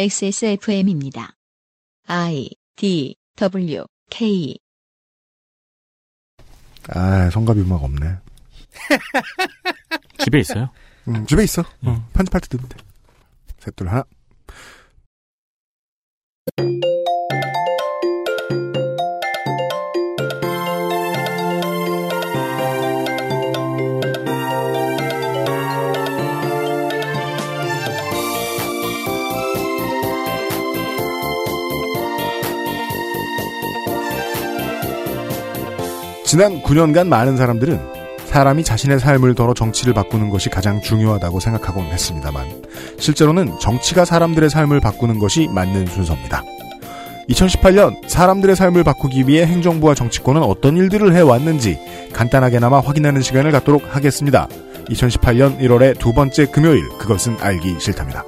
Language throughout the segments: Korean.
XSFM입니다. I D W K 아, 성갑이 음악 없네. 집에 있어요. 음, 집에 있어. 음. 어, 편집할 때 들으면 돼. 셋둘 하나. 지난 9년간 많은 사람들은 사람이 자신의 삶을 덜어 정치를 바꾸는 것이 가장 중요하다고 생각하곤 했습니다만 실제로는 정치가 사람들의 삶을 바꾸는 것이 맞는 순서입니다. 2018년 사람들의 삶을 바꾸기 위해 행정부와 정치권은 어떤 일들을 해왔는지 간단하게나마 확인하는 시간을 갖도록 하겠습니다. 2018년 1월의 두 번째 금요일 그것은 알기 싫답니다.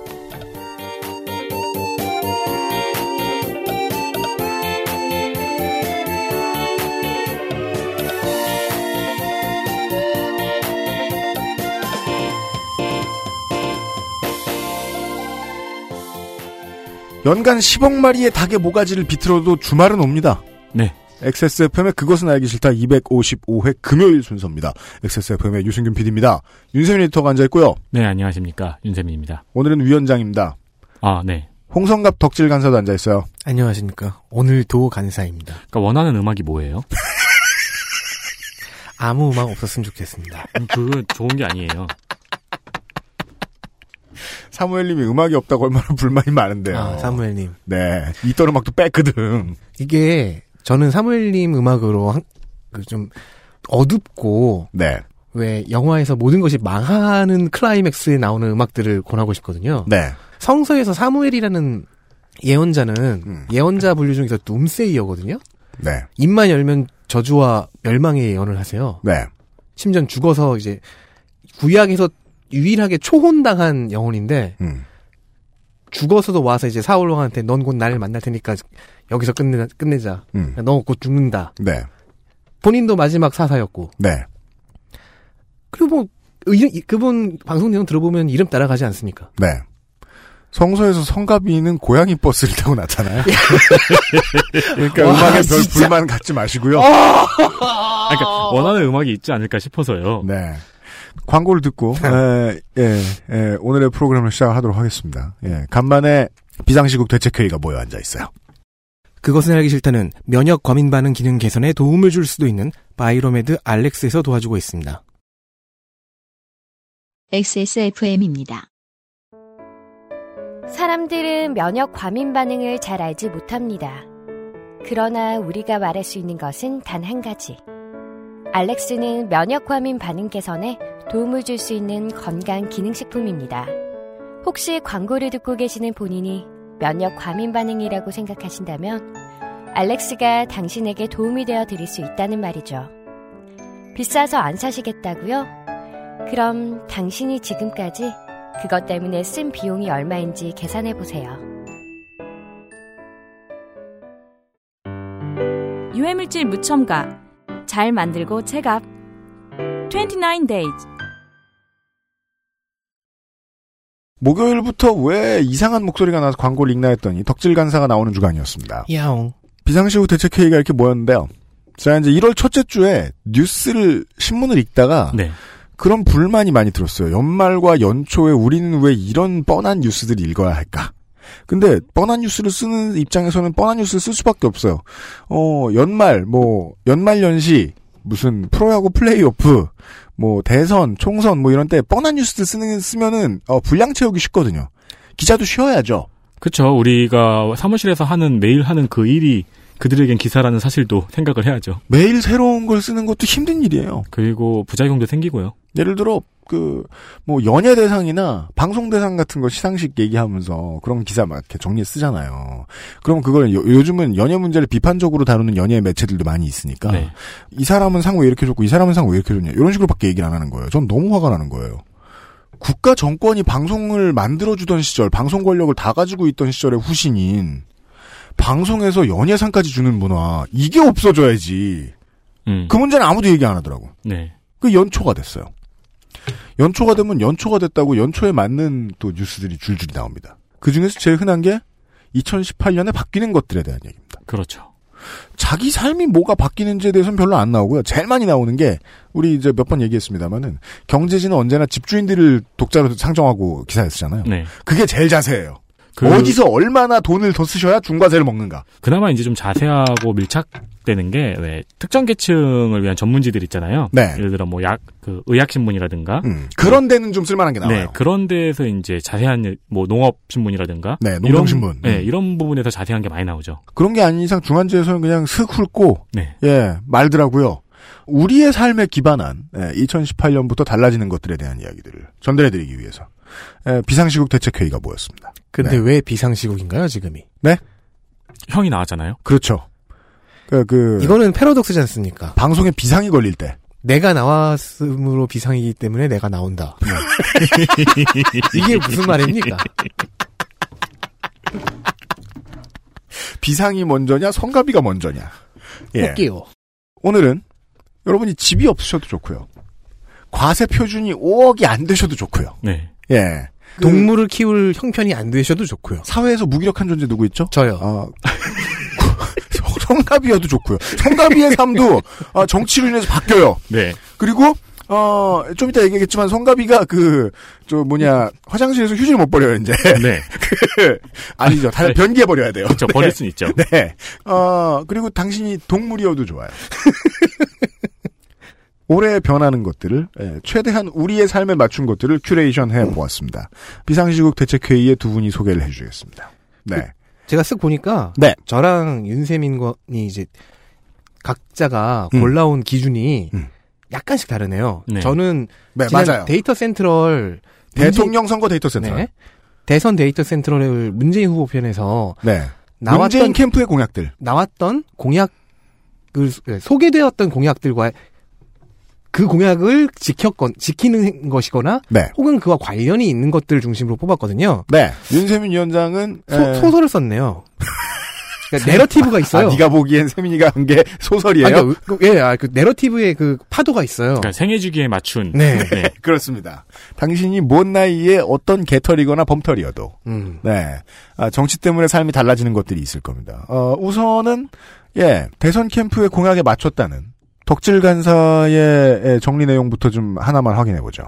연간 10억 마리의 닭의 모가지를 비틀어도 주말은 옵니다. 네. XSFM의 그것은 알기 싫다 255회 금요일 순서입니다. XSFM의 유승균 PD입니다. 윤세민 리터가 앉아있고요. 네, 안녕하십니까. 윤세민입니다. 오늘은 위원장입니다. 아, 네. 홍성갑 덕질 간사도 앉아있어요. 안녕하십니까. 오늘도 간사입니다. 그러니까 원하는 음악이 뭐예요? 아무 음악 없었으면 좋겠습니다. 음, 그거 좋은 게 아니에요. 사무엘님이 음악이 없다고 얼마나 불만이 많은데요. 아, 사무엘님. 네. 이떨 음악도 뺐거든. 이게, 저는 사무엘님 음악으로 한, 그 좀, 어둡고, 네. 왜, 영화에서 모든 것이 망하는 클라이맥스에 나오는 음악들을 권하고 싶거든요. 네. 성서에서 사무엘이라는 예언자는, 음. 예언자 분류 중에서 둠세이어거든요? 네. 입만 열면 저주와 멸망의 예언을 하세요. 네. 심지어 죽어서 이제, 구약에서 유일하게 초혼당한 영혼인데, 음. 죽어서도 와서 이제 사울왕한테 넌 곧 나를 만날 테니까 여기서 끝내, 끝내자. 그러니까 음. 너 곧 죽는다. 네. 본인도 마지막 사사였고. 네. 그리고 뭐, 이- 이- 그분 방송 내용 들어보면 이름 따라가지 않습니까? 네. 성서에서 성가비는 고양이 버스를 타고 나잖아요. 그러니까 와, 음악에 별 진짜. 어! 불만 갖지 마시고요. 아, 그러니까 원하는 음악이 있지 않을까 싶어서요. 네. 광고를 듣고 네. 에, 예, 예, 오늘의 프로그램을 시작하도록 하겠습니다. 예, 간만에 비상시국 대책회의가 모여 앉아 있어요. 그것은 알기 싫다는 면역 과민 반응 기능 개선에 도움을 줄 수도 있는 바이로메드 알렉스에서 도와주고 있습니다. XSFM입니다. 사람들은 면역 과민 반응을 잘 알지 못합니다. 그러나 우리가 말할 수 있는 것은 단 한 가지. 알렉스는 면역 과민 반응 개선에 도움을 줄 수 있는 건강 기능식품입니다. 혹시 광고를 듣고 계시는 본인이 면역 과민 반응이라고 생각하신다면 알렉스가 당신에게 도움이 되어 드릴 수 있다는 말이죠. 비싸서 안 사시겠다고요? 그럼 당신이 지금까지 그것 때문에 쓴 비용이 얼마인지 계산해 보세요. 유해물질 무첨가 잘 만들고 채갑 29 days 목요일부터 왜 이상한 목소리가 나서 광고를 읽나 했더니 덕질 간사가 나오는 주간이었습니다. 야옹. 비상시국 대책회의가 이렇게 모였는데요. 자, 이제 1월 첫째 주에 뉴스를, 신문을 읽다가 네. 그런 불만이 많이 들었어요. 연말과 연초에 우리는 왜 이런 뻔한 뉴스들 읽어야 할까? 근데 뻔한 뉴스를 쓰는 입장에서는 뻔한 뉴스를 쓸 수밖에 없어요. 어, 연말 뭐 연말 연시 무슨 프로야구 플레이오프 뭐 대선, 총선 뭐 이런 때 뻔한 뉴스들 쓰는 쓰면은 어, 분량 채우기 쉽거든요. 기자도 쉬어야죠. 그쵸. 우리가 사무실에서 하는, 매일 하는 그 일이 그들에겐 기사라는 사실도 생각을 해야죠. 매일 새로운 걸 쓰는 것도 힘든 일이에요. 그리고 부작용도 생기고요. 예를 들어 그 뭐 연예 대상이나 방송 대상 같은 거 시상식 얘기하면서 그런 기사 막 이렇게 정리해 쓰잖아요. 그럼 그걸 요, 요즘은 연예 문제를 비판적으로 다루는 연예 매체들도 많이 있으니까 네. 이 사람은 상 왜 이렇게 줬고 이 사람은 상 왜 이렇게 줬냐 이런 식으로밖에 얘기를 안 하는 거예요. 전 너무 화가 나는 거예요. 국가 정권이 방송을 만들어주던 시절, 방송 권력을 다 가지고 있던 시절의 후신인 방송에서 연예상까지 주는 문화 이게 없어져야지. 음. 그 문제는 아무도 얘기 안 하더라고. 네. 그 연초가 됐어요. 연초가 되면 연초가 됐다고 연초에 맞는 또 뉴스들이 줄줄이 나옵니다. 그 중에서 제일 흔한 게 2018년에 바뀌는 것들에 대한 얘기입니다. 그렇죠. 자기 삶이 뭐가 바뀌는지에 대해서는 별로 안 나오고요. 제일 많이 나오는 게 우리 이제 몇 번 얘기했습니다만은 경제지는 언제나 집주인들을 독자로 상정하고 기사에 쓰잖아요. 네. 그게 제일 자세해요. 그, 어디서 얼마나 돈을 더 쓰셔야 중과세를 먹는가. 그나마 이제 좀 자세하고 밀착되는 게, 왜 특정 계층을 위한 전문지들 있잖아요. 네. 예를 들어 뭐 약, 그 의학신문이라든가. 음, 그런 데는 좀 쓸만한 게 나와요. 네, 그런 데에서 이제 자세한, 일- 뭐 농업신문이라든가. 네, 이런- 농경신문. 네, 이런 부분에서 자세한 게 많이 나오죠. 그런 게 아닌 이상 중간지에서는 그냥 슥 훑고 네. 예 말더라고요. 우리의 삶에 기반한 2018년부터 달라지는 것들에 대한 이야기들을 전달해드리기 위해서 예, 비상시국 대책회의가 모였습니다. 근데 네. 왜 비상시국인가요, 지금이? 형이 나왔잖아요. 그렇죠. 그, 그 이거는 패러독스지 않습니까? 방송에 비상이 걸릴 때 내가 나왔으므로 비상이기 때문에 내가 나온다. 네. 이게 무슨 말입니까? 비상이 먼저냐 성가비가 먼저냐. 예. 볼게요. 오늘은 여러분이 집이 없으셔도 좋고요. 과세 표준이 5억이 안 되셔도 좋고요. 네. 예. 그 동물을 키울 형편이 안 되셔도 좋고요. 사회에서 무기력한 존재 누구 있죠? 저요. 아, 성가비여도 좋고요. 성가비의 삶도 아, 정치로 인해서 바뀌어요. 네. 그리고 어, 좀 이따 얘기하겠지만 성가비가 그 저 뭐냐 화장실에서 휴지를 못 버려요 이제 네. 아니죠 다 네. 변기에 버려야 돼요. 그렇죠. 버릴 순 있죠. 네. 어, 그리고 당신이 동물이어도 좋아요. 올해 변하는 것들을 예, 최대한 우리의 삶에 맞춘 것들을 큐레이션 해 보았습니다. 비상시국 대책회의에 두 분이 소개를 해주겠습니다. 네, 제가 쓱 보니까 네. 저랑 윤세민이 이제 각자가 음. 골라온 기준이 음. 약간씩 다르네요. 네. 저는 네 지난 맞아요. 데이터 센트럴 대통령 선거 데이터 문재- 센터. 네. 대선 데이터 센트럴 문재인 후보 편에서 네. 문재인 나왔던 캠프의 공약들. 나왔던 공약을 네, 소개되었던 공약들과 그 공약을 지켰건 지키는 것이거나 네. 혹은 그와 관련이 있는 것들 중심으로 뽑았거든요. 네. 윤세민 위원장은 소, 에, 소설을 썼네요. 그러니까 내러티브가 있어요. 예. 아, 네가 보기엔 세민이가 한 게 소설이에요. 아, 그러니까 그- 예, 아, 그 내러티브의 그 파도가 있어요. 그러니까 생애 주기에 맞춘. 네. 네. 그렇습니다. 당신이 뭔 나이에 어떤 개털이거나 범털이어도 음. 네. 아, 정치 때문에 삶이 달라지는 것들이 있을 겁니다. 어, 우선은, 예, 대선 캠프의 공약에 맞췄다는 덕질 간사의 예, 정리 내용부터 좀 하나만 확인해보죠.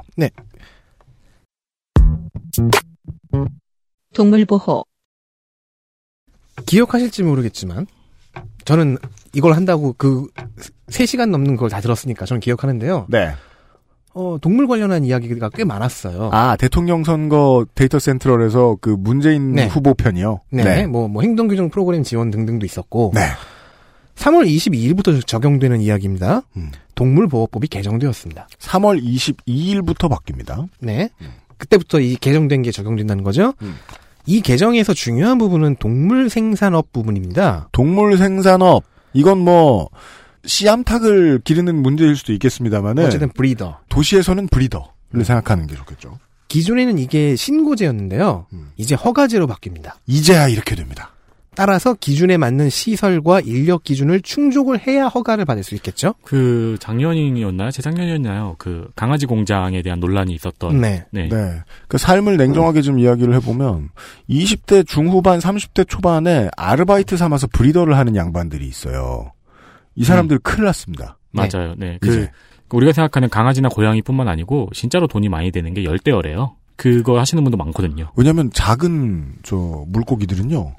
동물보호, 기억하실지 모르겠지만 저는 이걸 한다고 그 3시간 넘는 걸 다 들었으니까 저는 기억하는데요. 네. 어, 동물 관련한 이야기가 꽤 많았어요. 아, 대통령 선거 데이터 센트럴에서 그 문재인 네. 후보 편이요? 네, 네. 뭐, 뭐 행동 규정 프로그램 지원 등등도 있었고 네. 3월 22일부터 적용되는 이야기입니다. 음. 동물 보호법이 개정되었습니다. 3월 22일부터 바뀝니다. 네. 그때부터 이 개정된 게 적용된다는 거죠. 음. 이 개정에서 중요한 부분은 동물 생산업 부분입니다. 동물 생산업, 이건 뭐, 씨암탉을 기르는 문제일 수도 있겠습니다만은, 어쨌든 브리더. 도시에서는 브리더를 생각하는 게 좋겠죠. 기존에는 이게 신고제였는데요. 음. 이제 허가제로 바뀝니다. 이제야 이렇게 됩니다. 따라서 기준에 맞는 시설과 인력 기준을 충족을 해야 허가를 받을 수 있겠죠. 그 작년이었나요? 재작년이었나요? 그 강아지 공장에 대한 논란이 있었던. 네. 네. 네. 그 삶을 냉정하게 좀 이야기를 해보면 20대 중후반, 30대 초반에 아르바이트 삼아서 브리더를 하는 양반들이 있어요. 이 사람들 큰일 났습니다. 맞아요. 네. 그 이제. 우리가 생각하는 강아지나 고양이뿐만 아니고 진짜로 돈이 많이 되는 게 열대어래요. 그거 하시는 분도 많거든요. 왜냐면 하 작은 저 물고기들은요.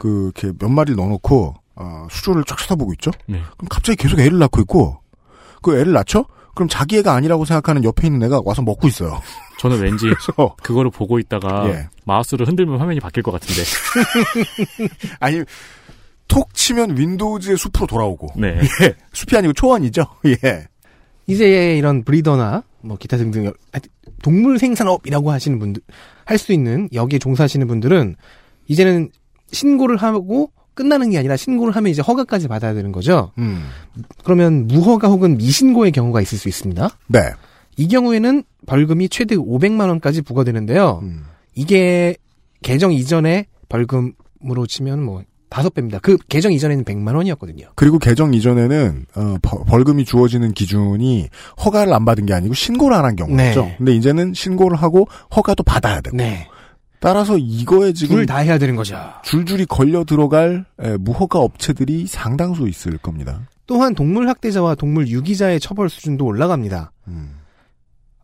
그 이렇게 몇 마리를 넣어놓고 아, 수조를 쫙 쳐다보고 있죠. 네. 그럼 갑자기 계속 애를 낳고 있고 그 애를 낳죠. 그럼 자기 애가 아니라고 생각하는 옆에 있는 애가 와서 먹고 있어요. 저는 왠지 그래서 그거를 보고 있다가 예. 마우스를 흔들면 화면이 바뀔 것 같은데. 아니 톡 치면 윈도우즈의 숲으로 돌아오고 네. 예, 숲이 아니고 초원이죠. 예. 이제 이런 브리더나 뭐 기타 등등 여- 하여튼 동물 생산업이라고 하시는 분들 할 수 있는 여기에 종사하시는 분들은 이제는 신고를 하고 끝나는 게 아니라 신고를 하면 이제 허가까지 받아야 되는 거죠. 음. 그러면 무허가 혹은 미신고의 경우가 있을 수 있습니다. 네. 이 경우에는 벌금이 최대 500만 원까지 부과되는데요. 음. 이게 개정 이전에 벌금으로 치면 뭐 다섯 배입니다. 그 개정 이전에는 100만 원이었거든요. 그리고 개정 이전에는 어, 벌- 벌금이 주어지는 기준이 허가를 안 받은 게 아니고 신고를 안 한 경우였죠. 네. 근데 이제는 신고를 하고 허가도 받아야 되고 네. 따라서 이거에 지금 둘 다 해야 되는 거죠. 줄줄이 걸려 들어갈 에, 무허가 업체들이 상당수 있을 겁니다. 또한 동물 학대자와 동물 유기자의 처벌 수준도 올라갑니다. 음.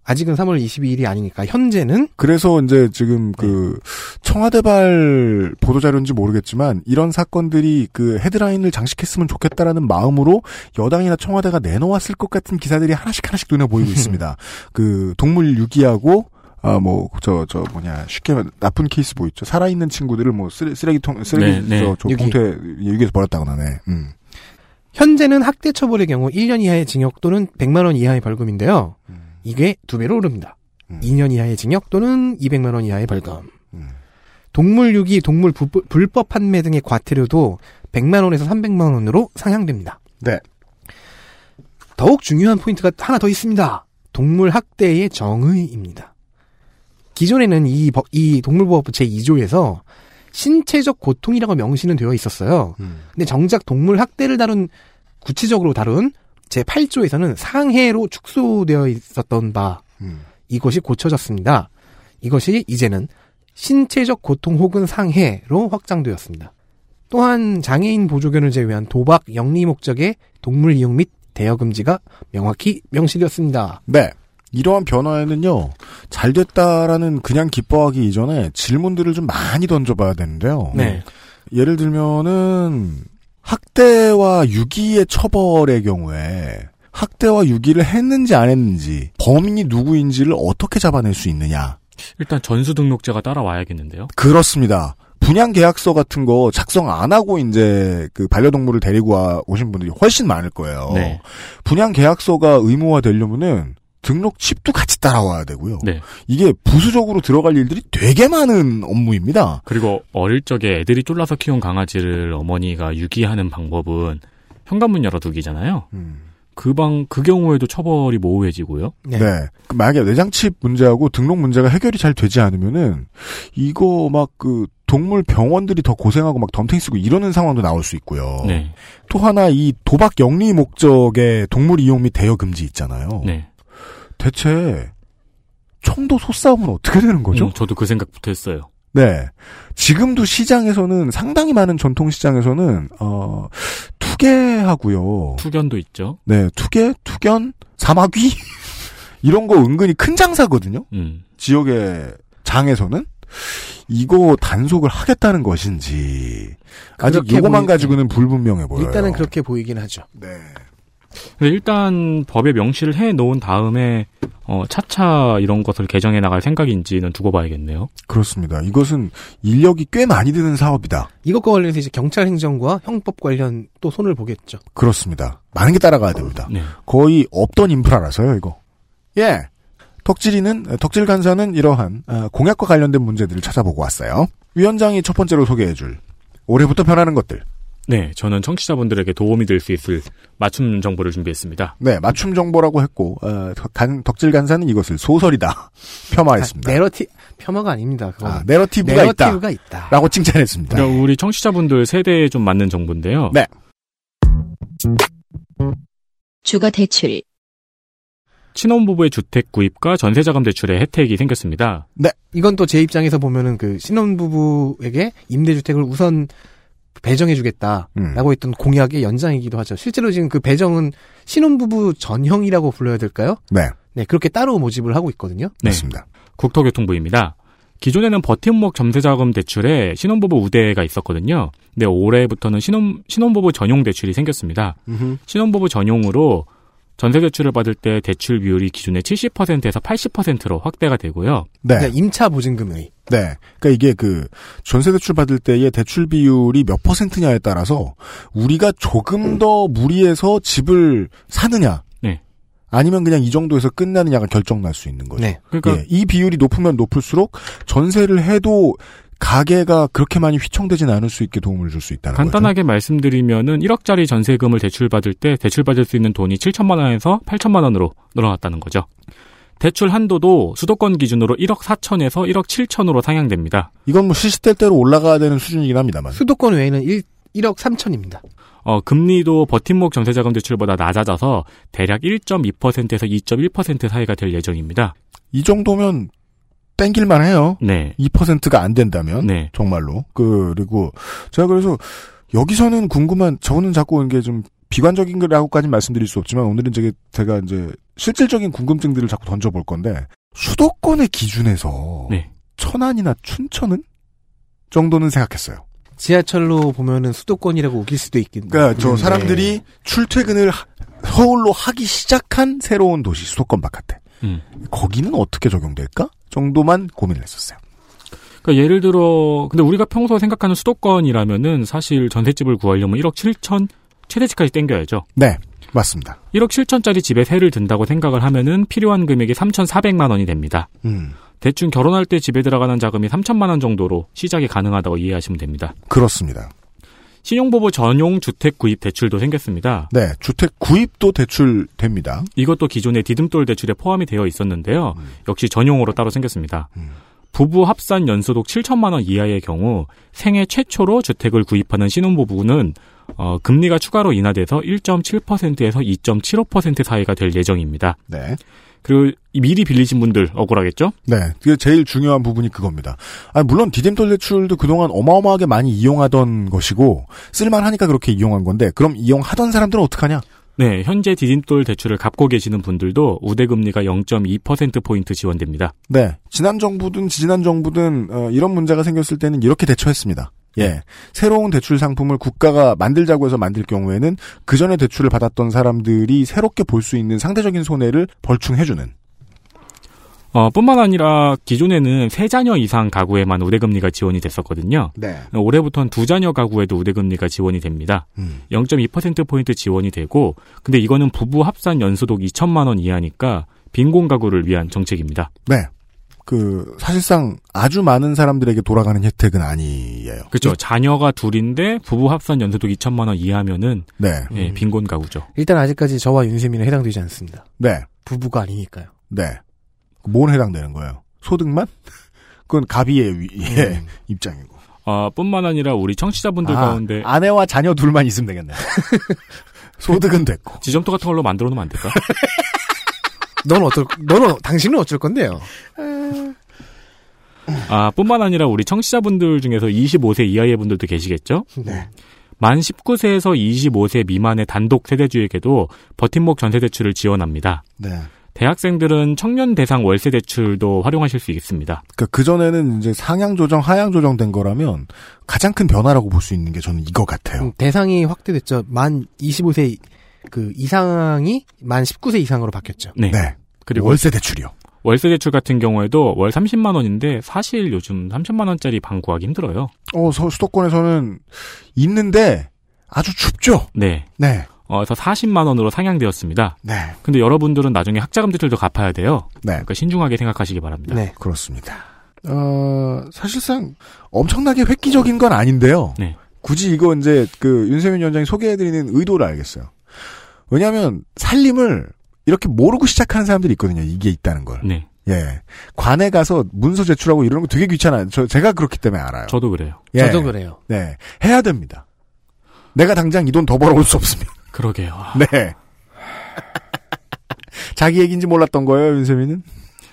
아직은 3월 22일이 아니니까 현재는 그래서 이제 지금 그 청와대발 보도자료인지 모르겠지만 이런 사건들이 그 헤드라인을 장식했으면 좋겠다라는 마음으로 여당이나 청와대가 내놓았을 것 같은 기사들이 하나씩 하나씩 눈에 보이고 있습니다. 그 동물 유기하고 아 뭐 저 저 뭐냐 쉽게 말해 나쁜 케이스 보이죠. 살아있는 친구들을 뭐 쓰레, 쓰레기통 쓰레기 네, 네. 저, 저 유기. 봉투에 유기해서 버렸다거나 네. 음. 현재는 학대 처벌의 경우 1년 이하의 징역 또는 100만 원 이하의 벌금인데요. 이게 두 배로 오릅니다. 음. 2년 이하의 징역 또는 200만 원 이하의 벌금. 음. 동물 유기, 동물 부- 불법 판매 등의 과태료도 100만 원에서 300만 원으로 상향됩니다. 네. 더욱 중요한 포인트가 하나 더 있습니다. 동물 학대의 정의입니다. 기존에는 이, 법- 이 동물보호법 제2조에서 신체적 고통이라고 명시는 되어 있었어요. 근데 정작 동물 학대를 다룬 구체적으로 다룬 제8조에서는 상해로 축소되어 있었던 바 음. 이것이 고쳐졌습니다. 이것이 이제는 신체적 고통 혹은 상해로 확장되었습니다. 또한 장애인 보조견을 제외한 도박, 영리 목적의 동물 이용 및 대여 금지가 명확히 명시되었습니다. 네. 이러한 변화에는요, 잘 됐다라는 그냥 기뻐하기 이전에 질문들을 좀 많이 던져봐야 되는데요. 네. 예를 들면은, 학대와 유기의 처벌의 경우에, 학대와 유기를 했는지 안 했는지, 범인이 누구인지를 어떻게 잡아낼 수 있느냐. 일단 전수 등록자가 따라와야겠는데요. 그렇습니다. 분양 계약서 같은 거 작성 안 하고 이제 그 반려동물을 데리고 와- 오신 분들이 훨씬 많을 거예요. 네. 분양 계약서가 의무화 되려면은 등록 칩도 같이 따라와야 되고요. 네. 이게 부수적으로 들어갈 일들이 되게 많은 업무입니다. 그리고 어릴 적에 애들이 쫄라서 키운 강아지를 어머니가 유기하는 방법은 현관문 열어두기잖아요. 그 방, 그 경우에도 처벌이 모호해지고요. 네. 그 만약에 내장칩 문제하고 등록 문제가 해결이 잘 되지 않으면은 이거 막 그 동물 병원들이 더 고생하고 막 덤탱이 쓰고 이러는 상황도 나올 수 있고요. 네. 또 하나 이 도박 영리 목적의 동물 이용 및 대여 금지 있잖아요. 네. 대체 청도 소싸움은 어떻게 되는 거죠? 음, 저도 그 생각부터 했어요. 네. 지금도 시장에서는 상당히 많은 전통 시장에서는 어 투개하고요. 투견도 있죠. 네, 투개, 투견, 사마귀 이런 거 은근히 큰 장사거든요. 음. 지역의 장에서는 이거 단속을 하겠다는 것인지 아직 그렇게 요거만 보이- 가지고는 불분명해 보여요. 일단은 그렇게 보이긴 하죠. 네. 근데 일단 법에 명시를 해 놓은 다음에 어, 차차 이런 것을 개정해 나갈 생각인지는 두고 봐야겠네요. 그렇습니다. 이것은 인력이 꽤 많이 드는 사업이다. 이것과 관련해서 이제 경찰 행정과 형법 관련 또 손을 보겠죠. 그렇습니다. 많은 게 따라가야 됩니다. 네. 거의 없던 인프라라서요, 이거. 예. 덕질이는, 덕질 간사는 이러한 어, 공약과 관련된 문제들을 찾아보고 왔어요. 위원장이 첫 번째로 소개해줄 올해부터 변하는 것들. 네, 저는 청취자분들에게 도움이 될 수 있을 맞춤 정보를 준비했습니다. 네, 맞춤 정보라고 했고, 어, 덕- 간- 덕질 간사는 이것을 소설이다. 폄하했습니다. 내러티 폄하가 아닙니다. 그건 아, 네. 내러티브가 있다. 내러티브가 있다. 라고 칭찬했습니다. 그러니까 우리 청취자분들 세대에 좀 맞는 정보인데요. 네. 주거 대출, 신혼부부의 주택 구입과 전세자금 대출의 혜택이 생겼습니다. 이건 또 제 입장에서 보면은 그 신혼부부에게 임대주택을 우선 배정해주겠다라고 음. 했던 공약의 연장이기도 하죠. 실제로 지금 그 배정은 신혼부부 전형이라고 불러야 될까요? 네, 네, 그렇게 따로 모집을 하고 있거든요. 네. 맞습니다. 국토교통부입니다. 기존에는 버팀목 전세자금 대출에 신혼부부 우대가 있었거든요. 근데 올해부터는 신혼, 신혼부부 전용 대출이 생겼습니다. 신혼부부 전용으로 전세 대출을 받을 때 대출 비율이 기존의 70%에서 80%로 확대가 되고요. 네, 그러니까 임차 보증금의 네. 그러니까 이게 그 전세 대출 받을 때의 대출 비율이 몇 퍼센트냐에 따라서 우리가 조금 더 무리해서 집을 사느냐, 음. 네. 아니면 그냥 이 정도에서 끝나느냐가 결정날 수 있는 거죠. 네. 그러니까 예, 이 비율이 높으면 높을수록 전세를 해도 가게가 그렇게 많이 휘청되진 않을 수 있게 도움을 줄 수 있다는 간단하게 말씀드리면은 1억짜리 전세금을 대출받을 때 대출받을 수 있는 돈이 7천만 원에서 8천만 원으로 늘어났다는 거죠. 대출 한도도 수도권 기준으로 1억 4천에서 1억 7천으로 상향됩니다. 거죠. 이건 뭐 시시때때로 올라가야 되는 수준이긴 합니다만. 수도권 외에는 1, 1억 3천입니다. 어, 금리도 버팀목 전세자금 대출보다 낮아져서 대략 1.2%에서 2.1% 사이가 될 예정입니다. 이 정도면 땡길만 해요. 네. 2%가 안 된다면 네. 정말로 그리고 제가 그래서 여기서는 궁금한 저는 자꾸 이게 좀 비관적인 거라고까지 말씀드릴 수 없지만 오늘은 제가 제가 이제 실질적인 궁금증들을 자꾸 던져볼 건데 수도권의 기준에서 네. 천안이나 춘천은 정도는 생각했어요. 지하철로 보면은 수도권이라고 우길 수도 있겠네요. 그러니까 음, 저 사람들이 출퇴근을 하- 서울로 하기 시작한 새로운 도시 수도권 바깥에 음. 거기는 어떻게 적용될까 정도만 고민을 했었어요. 그러니까 예를 들어 근데 우리가 평소 생각하는 수도권이라면은 사실 전셋집을 구하려면 1억 7천 최대치까지 땡겨야죠. 네 맞습니다. 1억 7천짜리 집에 세를 든다고 생각을 하면은 필요한 금액이 3,400만 원이 됩니다. 음 대충 결혼할 때 집에 들어가는 자금이 3천만 원 정도로 시작이 가능하다고 이해하시면 됩니다. 그렇습니다. 신용보보 전용 주택 구입 대출도 생겼습니다. 네, 주택 구입도 대출됩니다. 이것도 기존의 디딤돌 대출에 포함이 되어 있었는데요. 음. 역시 전용으로 따로 생겼습니다. 음. 부부 합산 연소득 7천만 원 이하의 경우 생애 최초로 주택을 구입하는 신혼부부는 어, 금리가 추가로 인하돼서 1.7%에서 2.75% 사이가 될 예정입니다. 네. 그리고 이 미리 빌리신 분들 억울하겠죠? 네. 그게 제일 중요한 부분이 그겁니다. 아, 물론 디딤돌 대출도 그동안 어마어마하게 많이 이용하던 것이고, 쓸만하니까 그렇게 이용한 건데, 그럼 이용하던 사람들은 어떡하냐? 네, 현재 디딤돌 대출을 갚고 계시는 분들도 우대금리가 0.2%포인트 지원됩니다. 네. 지난 정부든 지난 정부든, 어, 이런 문제가 생겼을 때는 이렇게 대처했습니다. 예. 새로운 대출 상품을 국가가 만들자고 해서 만들 경우에는 그 전에 대출을 받았던 사람들이 새롭게 볼 수 있는 상대적인 손해를 벌충해주는. 어, 뿐만 아니라 기존에는 세자녀 이상 가구에만 우대금리가 지원이 됐었거든요. 네. 올해부터는 두자녀 가구에도 우대금리가 지원이 됩니다. 음. 0.2%포인트 지원이 되고, 근데 이거는 부부 합산 연소득 2천만원 이하니까 빈곤 가구를 위한 정책입니다. 네. 그, 사실상 아주 많은 사람들에게 돌아가는 혜택은 아니에요. 그죠? 자녀가 둘인데 부부 합산 연소득 2천만원 이하면은, 네. 예, 음. 빈곤 가구죠. 일단 아직까지 저와 윤세민은 해당되지 않습니다. 네. 부부가 아니니까요. 네. 뭔 해당되는 거예요? 소득만? 그건 가비의 위, 예, 음. 입장이고. 아, 뿐만 아니라 우리 청취자분들 아, 그 가운데 아내와 자녀 둘만 있으면 되겠네. 소득은 됐고. 지점토 같은 걸로 만들어 놓으면 안 될까? 넌 어떨, 너는 당신은 어쩔 건데요. 아, 뿐만 아니라 우리 청취자분들 중에서 25세 이하의 분들도 계시겠죠? 네. 만 19세에서 25세 미만의 단독 세대주에게도 버팀목 전세대출을 지원합니다. 네. 대학생들은 청년 대상 월세 대출도 활용하실 수 있습니다. 그러니까 그 전에는 이제 상향 조정, 하향 조정된 거라면 가장 큰 변화라고 볼 수 있는 게 저는 이거 같아요. 음, 대상이 확대됐죠. 만 25세 그 이상이 만 19세 이상으로 바뀌었죠. 네. 네. 그리고 월세 대출이요. 월세 대출 같은 경우에도 월 30만 원인데 사실 요즘 30만 원짜리 방 구하기 힘들어요. 어, 서, 수도권에서는 있는데 아주 춥죠. 네. 네. 어, 그래서 40만 원으로 상향되었습니다. 네. 근데 여러분들은 나중에 학자금 대출도 갚아야 돼요. 네. 그러니까 신중하게 생각하시기 아, 바랍니다. 네. 그렇습니다. 어, 사실상 엄청나게 획기적인 건 아닌데요. 네. 굳이 이거 이제 그 윤세민 위원장이 소개해드리는 의도를 알겠어요. 왜냐하면 살림을 이렇게 모르고 시작하는 사람들이 있거든요. 이게 있다는 걸. 네. 예. 관에 가서 문서 제출하고 이러는 거 되게 귀찮아요. 저, 제가 그렇기 때문에 알아요. 저도 그래요. 예. 저도 그래요. 네. 해야 됩니다. 내가 당장 이 돈 더 벌어올 수 없습니다. 그러게요. 네. 자기 얘기인지 몰랐던 거예요, 윤세민은?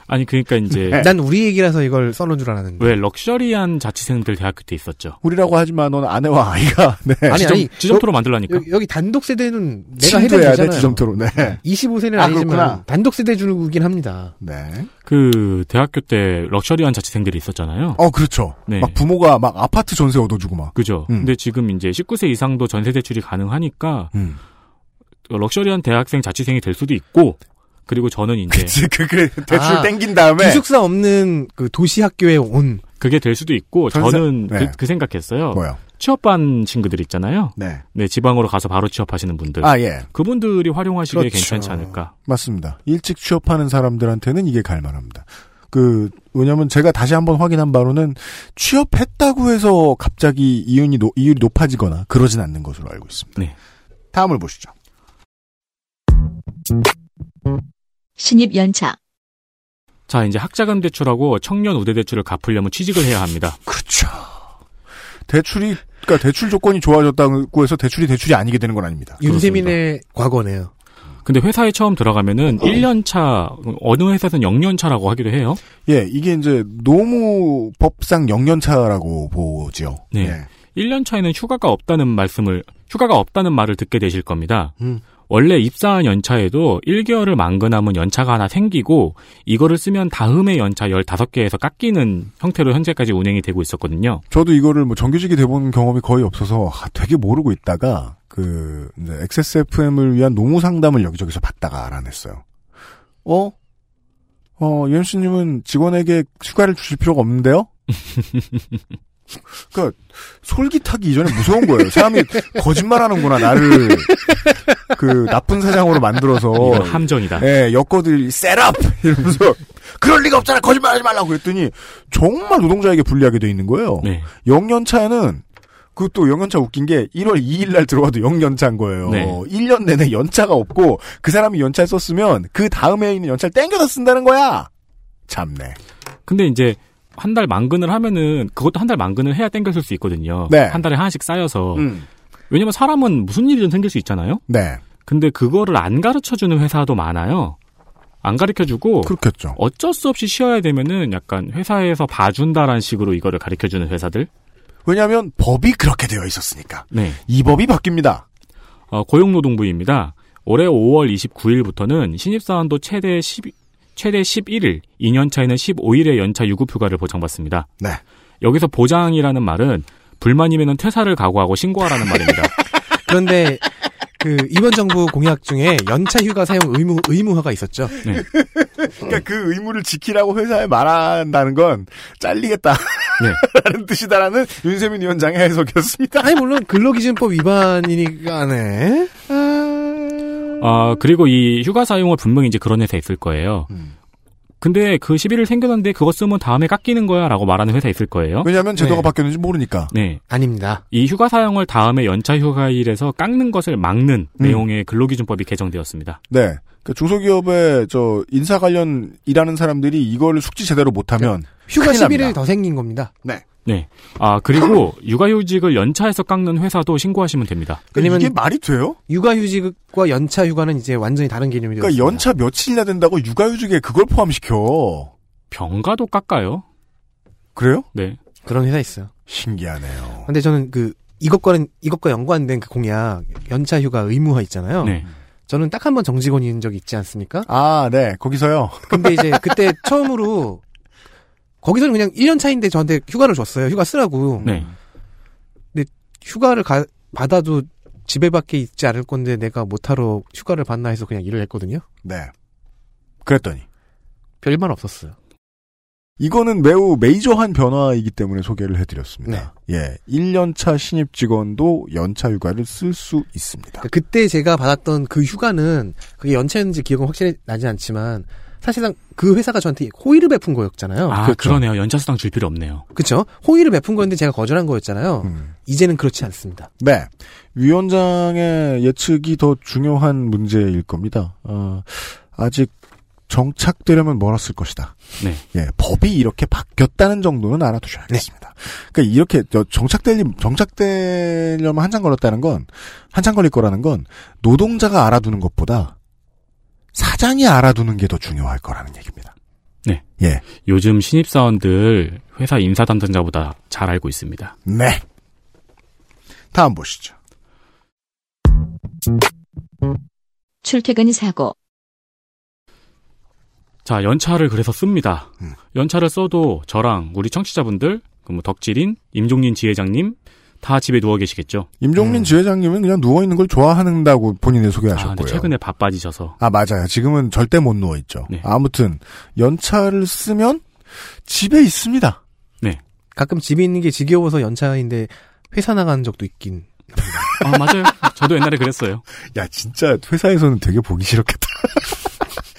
아니 그러니까 이제 네. 난 우리 얘기라서 이걸 써놓은 줄 알았는데. 왜 럭셔리한 자취생들 대학교 때 있었죠. 우리라고 하지만 넌 아내와 아이가, 네. 아니, 지점, 아니. 지점토로 만들라니까. 여, 기 단독 세대는 내가 친구해야 돼, 해당되잖아요. 지정토로. 네. 25세는 아, 아, 니지만 그렇구나. 단독 세대 주긴 합니다. 네. 그 대학교 때 럭셔리한 자취생들이 있었잖아요. 어, 그렇죠. 네. 막 부모가 막 아파트 전세 얻어주고 막. 그죠. 음. 근데 지금 이제 19세 이상도 전세 대출이 가능하니까 음. 럭셔리한 대학생 자취생이 될 수도 있고 그리고 저는 이제 그치, 그, 그, 대출 아, 땡긴 다음에. 기숙사 없는 그 도시 학교에 온 그게될 수도 있고 전세- 저는 네. 그, 그 생각했어요. 뭐요? 취업반 친구들 있잖아요. 네. 네, 지방으로 가서 바로 취업하시는 분들. 아, 예. 그분들이 활용하시기에 그렇죠. 괜찮지 않을까. 맞습니다. 일찍 취업하는 사람들한테는 이게 갈만합니다. 그, 왜냐면 제가 다시 한번 확인한 바로는 취업했다고 해서 갑자기 이윤이, 노- 이율이 높아지거나 그러진 않는 것으로 알고 있습니다. 네. 다음을 보시죠. 신입 연차, 자, 이제 학자금 대출하고 청년 우대 대출을 갚으려면 취직을 해야 합니다. 그렇죠. 대출이, 그니까 대출 조건이 좋아졌다고 해서 대출이 대출이 아니게 되는 건 아닙니다. 윤세민의 과거네요. 근데 회사에 처음 들어가면은 1년 차, 어느 회사에서는 0년 차라고 하기도 해요. 예, 이게 이제 노무 법상 0년차라고 보지요. 네. 예. 1년 차에는 휴가가 없다는 말씀을, 휴가가 없다는 말을 듣게 되실 겁니다. 음. 원래 입사한 연차에도 1개월을 만근하면 연차가 하나 생기고, 이거를 쓰면 다음에 연차 15개에서 깎이는 형태로 현재까지 운행이 되고 있었거든요. 저도 이거를 뭐 정규직이 돼본 경험이 거의 없어서 아, 되게 모르고 있다가 그 이제 XSFM을 위한 노무 상담을 여기저기서 받다가 알아냈어요. 어? 어, 유현 씨님은 직원에게 휴가를 주실 필요가 없는데요? 그니까, 솔깃하기 이전에 무서운 거예요. 사람이 거짓말 하는구나, 나를. 그, 나쁜 사장으로 만들어서. 이건 함정이다. 예, 여거들이 셋업! 이러면서, 그럴 리가 없잖아! 거짓말 하지 말라고 그랬더니, 정말 노동자에게 불리하게 돼 있는 거예요. 네. 영연차는 그것도 영연차 웃긴 게 1월 2일 날 들어와도 영연차인 거예요. 네. 1년 내내 연차가 없고 그 사람이 연차를 썼으면 그 다음에 있는 연차를 땡겨서 쓴다는 거야. 참네. 근데 이제 한 달 만근을 하면은 그것도 한 달 만근을 해야 땡겨 쓸 수 있거든요. 네. 한 달에 하나씩 쌓여서 음. 왜냐면 사람은 무슨 일이든 생길 수 있잖아요. 네. 근데 그거를 안 가르쳐 주는 회사도 많아요. 안 가르쳐 주고 그렇겠죠. 어쩔 수 없이 쉬어야 되면은 약간 회사에서 봐준다라는 식으로 이거를 가르쳐 주는 회사들. 왜냐하면 법이 그렇게 되어 있었으니까. 네. 이 법이 바뀝니다. 어, 고용노동부입니다. 올해 5월 29일부터는 신입사원도 최대 10 최대 11일, 2년 차에는 15일의 연차 유급휴가를 보장받습니다. 네. 여기서 보장이라는 말은 불만이면 퇴사를 각오하고 신고하라는 말입니다. 그런데 그 이번 정부 공약 중에 연차 휴가 사용 의무 의무화가 있었죠. 그러니까 그 의무를 지키라고 회사에 말한다는 건 잘리겠다라는 네. 뜻이다라는 윤세민 위원장의 해석이었습니다. 그러니까, 아니 물론 근로기준법 위반이니까네. 아, 그리고 이 휴가 사용을 분명히 이제 그런 회사 있을 거예요. 음. 근데 그 11일 생겼는데 그거 쓰면 다음에 깎이는 거야 라고 말하는 회사 있을 거예요. 왜냐하면 제도가 네. 바뀌었는지 모르니까. 네. 아닙니다. 이 휴가 사용을 다음에 연차 휴가일에서 깎는 것을 막는 음. 내용의 근로기준법이 개정되었습니다. 네. 그 중소기업의 저 인사 관련 일하는 사람들이 이거를 숙지 제대로 못하면 휴가 큰일 11일 납니다. 더 생긴 겁니다. 네. 아, 그리고 육아휴직을 연차에서 깎는 회사도 신고하시면 됩니다. 왜냐면- 이게 말이 돼요? 육아휴직과 연차 휴가는 이제 완전히 다른 개념이 되었습니다. 그러니까 연차 며칠이나 된다고 육아휴직에 그걸 포함시켜 병가도 깎아요. 그래요? 네. 그런 회사 있어요. 신기하네요. 근데 저는 그 이것과는 이것과 연관된 그 공약 연차 휴가 의무화 있잖아요. 네. 저는 딱 한 번 정직원인 적이 있지 않습니까? 아, 네, 거기서요. 근데 이제 그때 처음으로 거기서는 그냥 1년 차인데 저한테 휴가를 줬어요. 휴가 쓰라고. 네. 휴가를 가- 받아도 집에 밖에 있지 않을 건데 내가 못하러 휴가를 받나 해서 그냥 일을 했거든요. 네. 그랬더니 별말 없었어요. 이거는 매우 메이저한 변화이기 때문에 소개를 해드렸습니다. 예, 1년차 신입 직원도 연차 휴가를 쓸 수 있습니다. 그때 제가 받았던 그 휴가는 그게 연차였는지 기억은 확실히 나지 않지만 사실상 그 회사가 저한테 호의를 베푼 거였잖아요. 아, 그렇죠. 그러네요 연차 수당 줄 필요 없네요. 그렇죠? 호의를 베푼 거였는데 제가 거절한 거였잖아요. 음. 이제는 그렇지 않습니다. 네. 위원장의 예측이 더 중요한 문제일 겁니다. 어, 아직 정착되려면 멀었을 것이다. 네. 예, 법이 이렇게 바뀌었다는 정도는 네. 알아두셔야겠습니다. 그러니까 이렇게 저- 정착될 일- 정착되려면 한참 걸렸다는 건 한참 걸릴 거라는 건 노동자가 알아두는 것보다 사장이 알아두는 게 더 중요할 거라는 얘기입니다. 요즘 신입사원들 회사 인사 담당자보다 잘 알고 있습니다. 네. 다음 보시죠. 출퇴근 사고, 자, 연차를 그래서 씁니다. 음. 연차를 써도 저랑 우리 청취자분들, 그뭐 덕질인, 임종린 지회장님 다 집에 누워 계시겠죠. 임종민 음. 지회장님은 그냥 누워 있는 걸 좋아하는다고 본인의 아, 소개하셨고요. 근데 최근에 바빠지셔서. 아, 맞아요. 지금은 절대 못 누워있죠. 네. 아무튼, 연차를 쓰면 집에 있습니다. 가끔 집에 있는 게 지겨워서 연차인데 회사 나가는 적도 있긴. 아, 맞아요. 저도 옛날에 그랬어요. 야, 진짜 회사에서는 되게 보기 싫었겠다.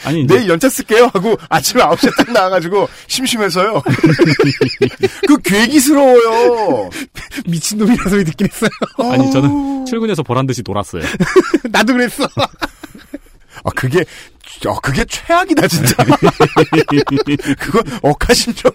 아니, 이제 내일 연차 쓸게요! 하고 아침 9시에 딱 나와가지고 심심해서요. 그 괴기스러워요. 미친놈이라는 소리 듣긴 했어요. 아니, 저는 출근해서 보란 듯이 놀았어요. 나도 그랬어. 아, 그게, 아, 그게 최악이다, 진짜. 그거 억하심정.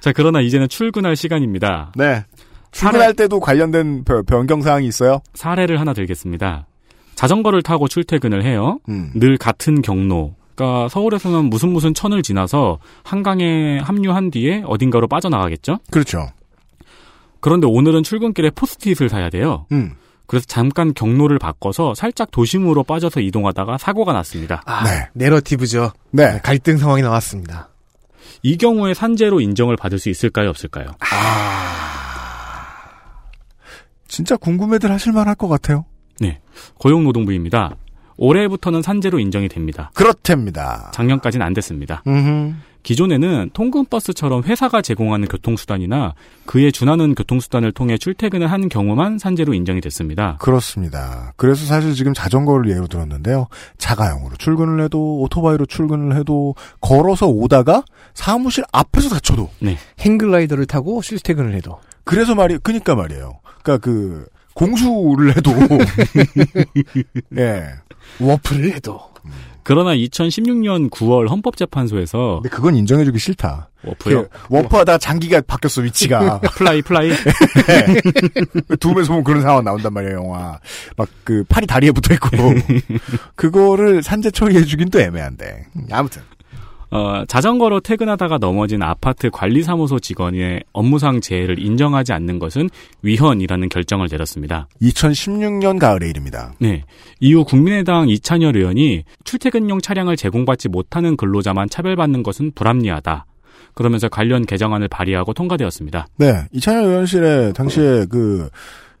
자, 그러나 이제는 출근할 시간입니다. 네. 출근할 때도 관련된 변- 변경사항이 있어요? 사례를 하나 들겠습니다. 자전거를 타고 출퇴근을 해요. 음. 늘 같은 경로. 그러니까 서울에서는 무슨 무슨 천을 지나서 한강에 합류한 뒤에 어딘가로 빠져나가겠죠. 그렇죠. 그런데 오늘은 출근길에 포스트잇을 사야 돼요. 음. 그래서 잠깐 경로를 바꿔서 살짝 도심으로 빠져서 이동하다가 사고가 났습니다. 아, 네. 내러티브죠. 네. 갈등 상황이 나왔습니다. 이 경우에 산재로 인정을 받을 수 있을까요, 없을까요? 진짜 궁금해들 하실만 할 것 같아요. 고용노동부입니다. 올해부터는 산재로 인정이 됩니다. 그렇답니다. 작년까지는 안 됐습니다. 음. 기존에는 통근버스처럼 회사가 제공하는 교통수단이나 그에 준하는 교통수단을 통해 출퇴근을 한 경우만 산재로 인정이 됐습니다. 그렇습니다. 그래서 사실 지금 자전거를 예로 들었는데요. 자가용으로 출근을 해도 오토바이로 출근을 해도 걸어서 오다가 사무실 앞에서 다쳐도 행글라이더를 타고 실퇴근을 해도 그래서 말이 그니까 말이에요. 그러니까 그 공수를 해도 예. 워프를 해도 그러나 2016년 9월 헌법재판소에서 근데 그건 인정해주기 싫다. 워프요? 그 워프하다 장기가 바뀌었어 위치가 플라이 플라이? 두면서 보면 그런 상황 나온단 말이에요 영화 막 그 팔이 다리에 붙어 있고 그거를 산재 처리해주긴 또 애매한데 아무튼 어, 자전거로 퇴근하다가 넘어진 아파트 관리사무소 직원의 업무상 재해를 인정하지 않는 것은 위헌이라는 결정을 내렸습니다. 2016년 가을의 일입니다. 네. 이후 국민의당 이찬열 의원이 출퇴근용 차량을 제공받지 못하는 근로자만 차별받는 것은 불합리하다. 그러면서 관련 개정안을 발의하고 통과되었습니다. 네, 이찬현 의원실에 당시에 그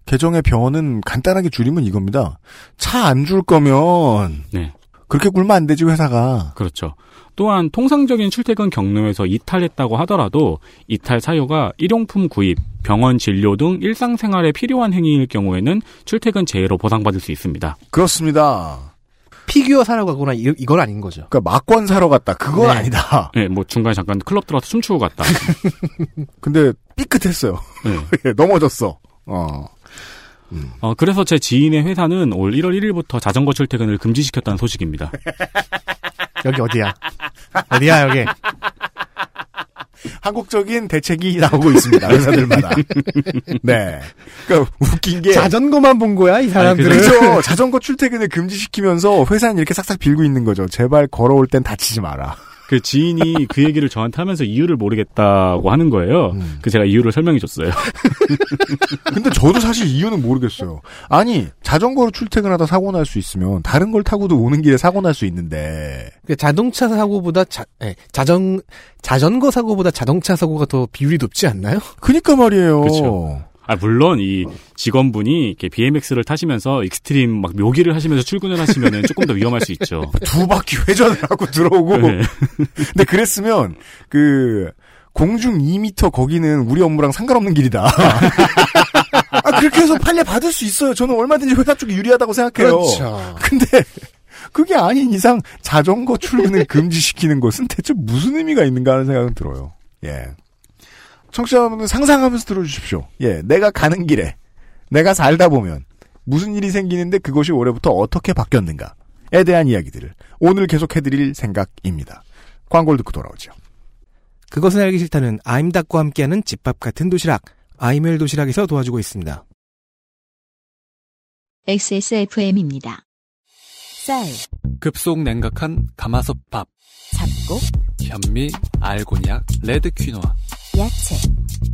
개정의 변은 간단하게 줄이면 이겁니다. 차 안 줄 거면 네. 그렇게 굴면 안 되지 회사가. 그렇죠. 또한 통상적인 출퇴근 경로에서 이탈했다고 하더라도 이탈 사유가 일용품 구입, 병원 진료 등 일상생활에 필요한 행위일 경우에는 출퇴근 제외로 보상받을 수 있습니다. 그렇습니다. 피규어 사러 가거나 이, 이건 아닌 거죠. 그러니까 막권 사러 갔다. 그건 네. 아니다. 네, 뭐 중간에 잠깐 클럽 들어서 춤추고 갔다. 근데 삐끗했어요. 네. 예, 넘어졌어. 어. 어, 그래서 제 지인의 회사는 올 1월 1일부터 자전거 출퇴근을 금지시켰다는 소식입니다. 여기 어디야? 어디야 여기? 한국적인 대책이 나오고 있습니다. 회사들마다. 네. 그러니까 웃긴 예. 게 자전거만 본 거야 이 사람들은. 그렇죠. 자전거 출퇴근을 금지시키면서 회사는 이렇게 싹싹 빌고 있는 거죠. 제발 걸어올 땐 다치지 마라. 그 지인이 그 얘기를 저한테 하면서 이유를 모르겠다고 하는 거예요. 음. 그 제가 이유를 설명해 줬어요. 근데 저도 사실 이유는 모르겠어요. 아니, 자전거로 출퇴근하다 사고 날 수 있으면 다른 걸 타고도 오는 길에 사고 날 수 있는데. 그 자동차 사고보다 자, 예, 자전 자전거 사고보다 자동차 사고가 더 비율이 높지 않나요? 그니까 말이에요. 그쵸. 아, 물론 이 직원분이 이렇게 BMX를 타시면서 익스트림 막 묘기를 하시면서 출근을 하시면 조금 더 위험할 수 있죠. 두 바퀴 회전을 하고 들어오고. 네. 근데 그랬으면 그 공중 2m 거기는 우리 업무랑 상관없는 길이다. 아, 그렇게 해서 판례 받을 수 있어요. 저는 얼마든지 회사 쪽이 유리하다고 생각해요. 그렇죠. 근데 그게 아닌 이상 자전거 출근을 금지시키는 것은 대체 무슨 의미가 있는가 하는 생각은 들어요. 예. 청취자분은 상상하면서 들어주십시오. 예, 내가 가는 길에 내가 살다 보면 무슨 일이 생기는데 그것이 올해부터 어떻게 바뀌었는가에 대한 이야기들을 오늘 계속 해드릴 생각입니다. 광고를 듣고 돌아오죠. 그것은 알기 싫다는 아임닭과 함께하는 집밥 같은 도시락 아이멜 도시락에서 도와주고 있습니다. XSFM입니다. 쌀, 급속 냉각한 가마솥밥, 잡곡, 현미, 알곤약, 레드 퀴노아, 야채,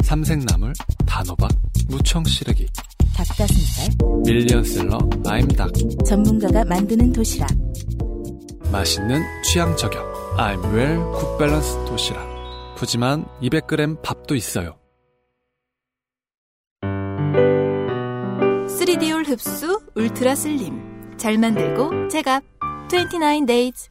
삼색나물, 단호박, 무청 시래기, 닭가슴살, 밀리언셀러, 아임닭, 전문가가 만드는 도시락. 맛있는 취향 저격, 아임웰 굿밸런스 도시락, 푸짐한 200g 밥도 있어요. 3D올 흡수 울트라 슬림. 잘 만들고 제값 29 days.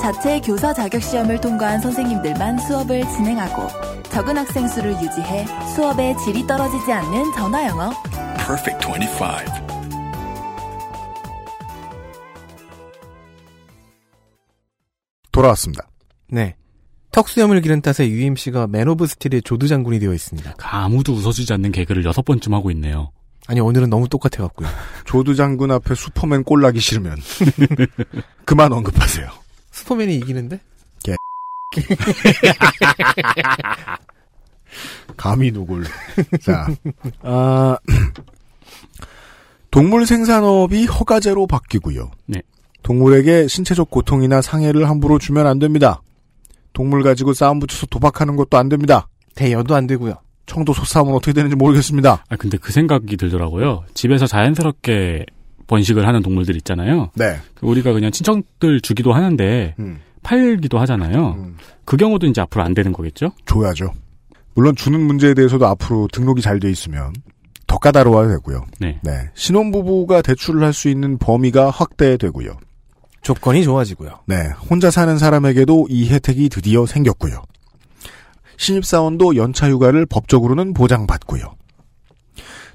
자체 교사 자격 시험을 통과한 선생님들만 수업을 진행하고 적은 학생 수를 유지해 수업의 질이 떨어지지 않는 전화 영어. Perfect 25. 돌아왔습니다. 네. 턱수염을 기른 탓에 UMC가 맨 오브 스틸의 조두 장군이 되어 있습니다. 아무도 웃어주지 않는 개그를 여섯 번쯤 하고 있네요. 아니 오늘은 너무 똑같아갖고요. 조두 장군 앞에 슈퍼맨 꼴나기 싫으면 그만 언급하세요. 슈퍼맨이 이기는데? 아, 감히 누굴. 자, 동물 생산업이 허가제로 바뀌고요. 네. 동물에게 신체적 고통이나 상해를 함부로 주면 안 됩니다. 동물 가지고 싸움 붙여서 도박하는 것도 안 됩니다. 대여도 안 되고요. 청도 소싸움은 어떻게 되는지 모르겠습니다. 아, 근데 그 생각이 들더라고요. 집에서 자연스럽게 번식을 하는 동물들 있잖아요. 네. 우리가 그냥 친척들 주기도 하는데 음, 팔기도 하잖아요. 음. 그 경우도 이제 앞으로 안 되는 거겠죠? 줘야죠. 물론 주는 문제에 대해서도 앞으로 등록이 잘 돼 있으면 더 까다로워야 되고요. 네. 네. 신혼부부가 대출을 할 수 있는 범위가 확대되고요. 조건이 좋아지고요. 네. 혼자 사는 사람에게도 이 혜택이 드디어 생겼고요. 신입사원도 연차 휴가를 법적으로는 보장받고요.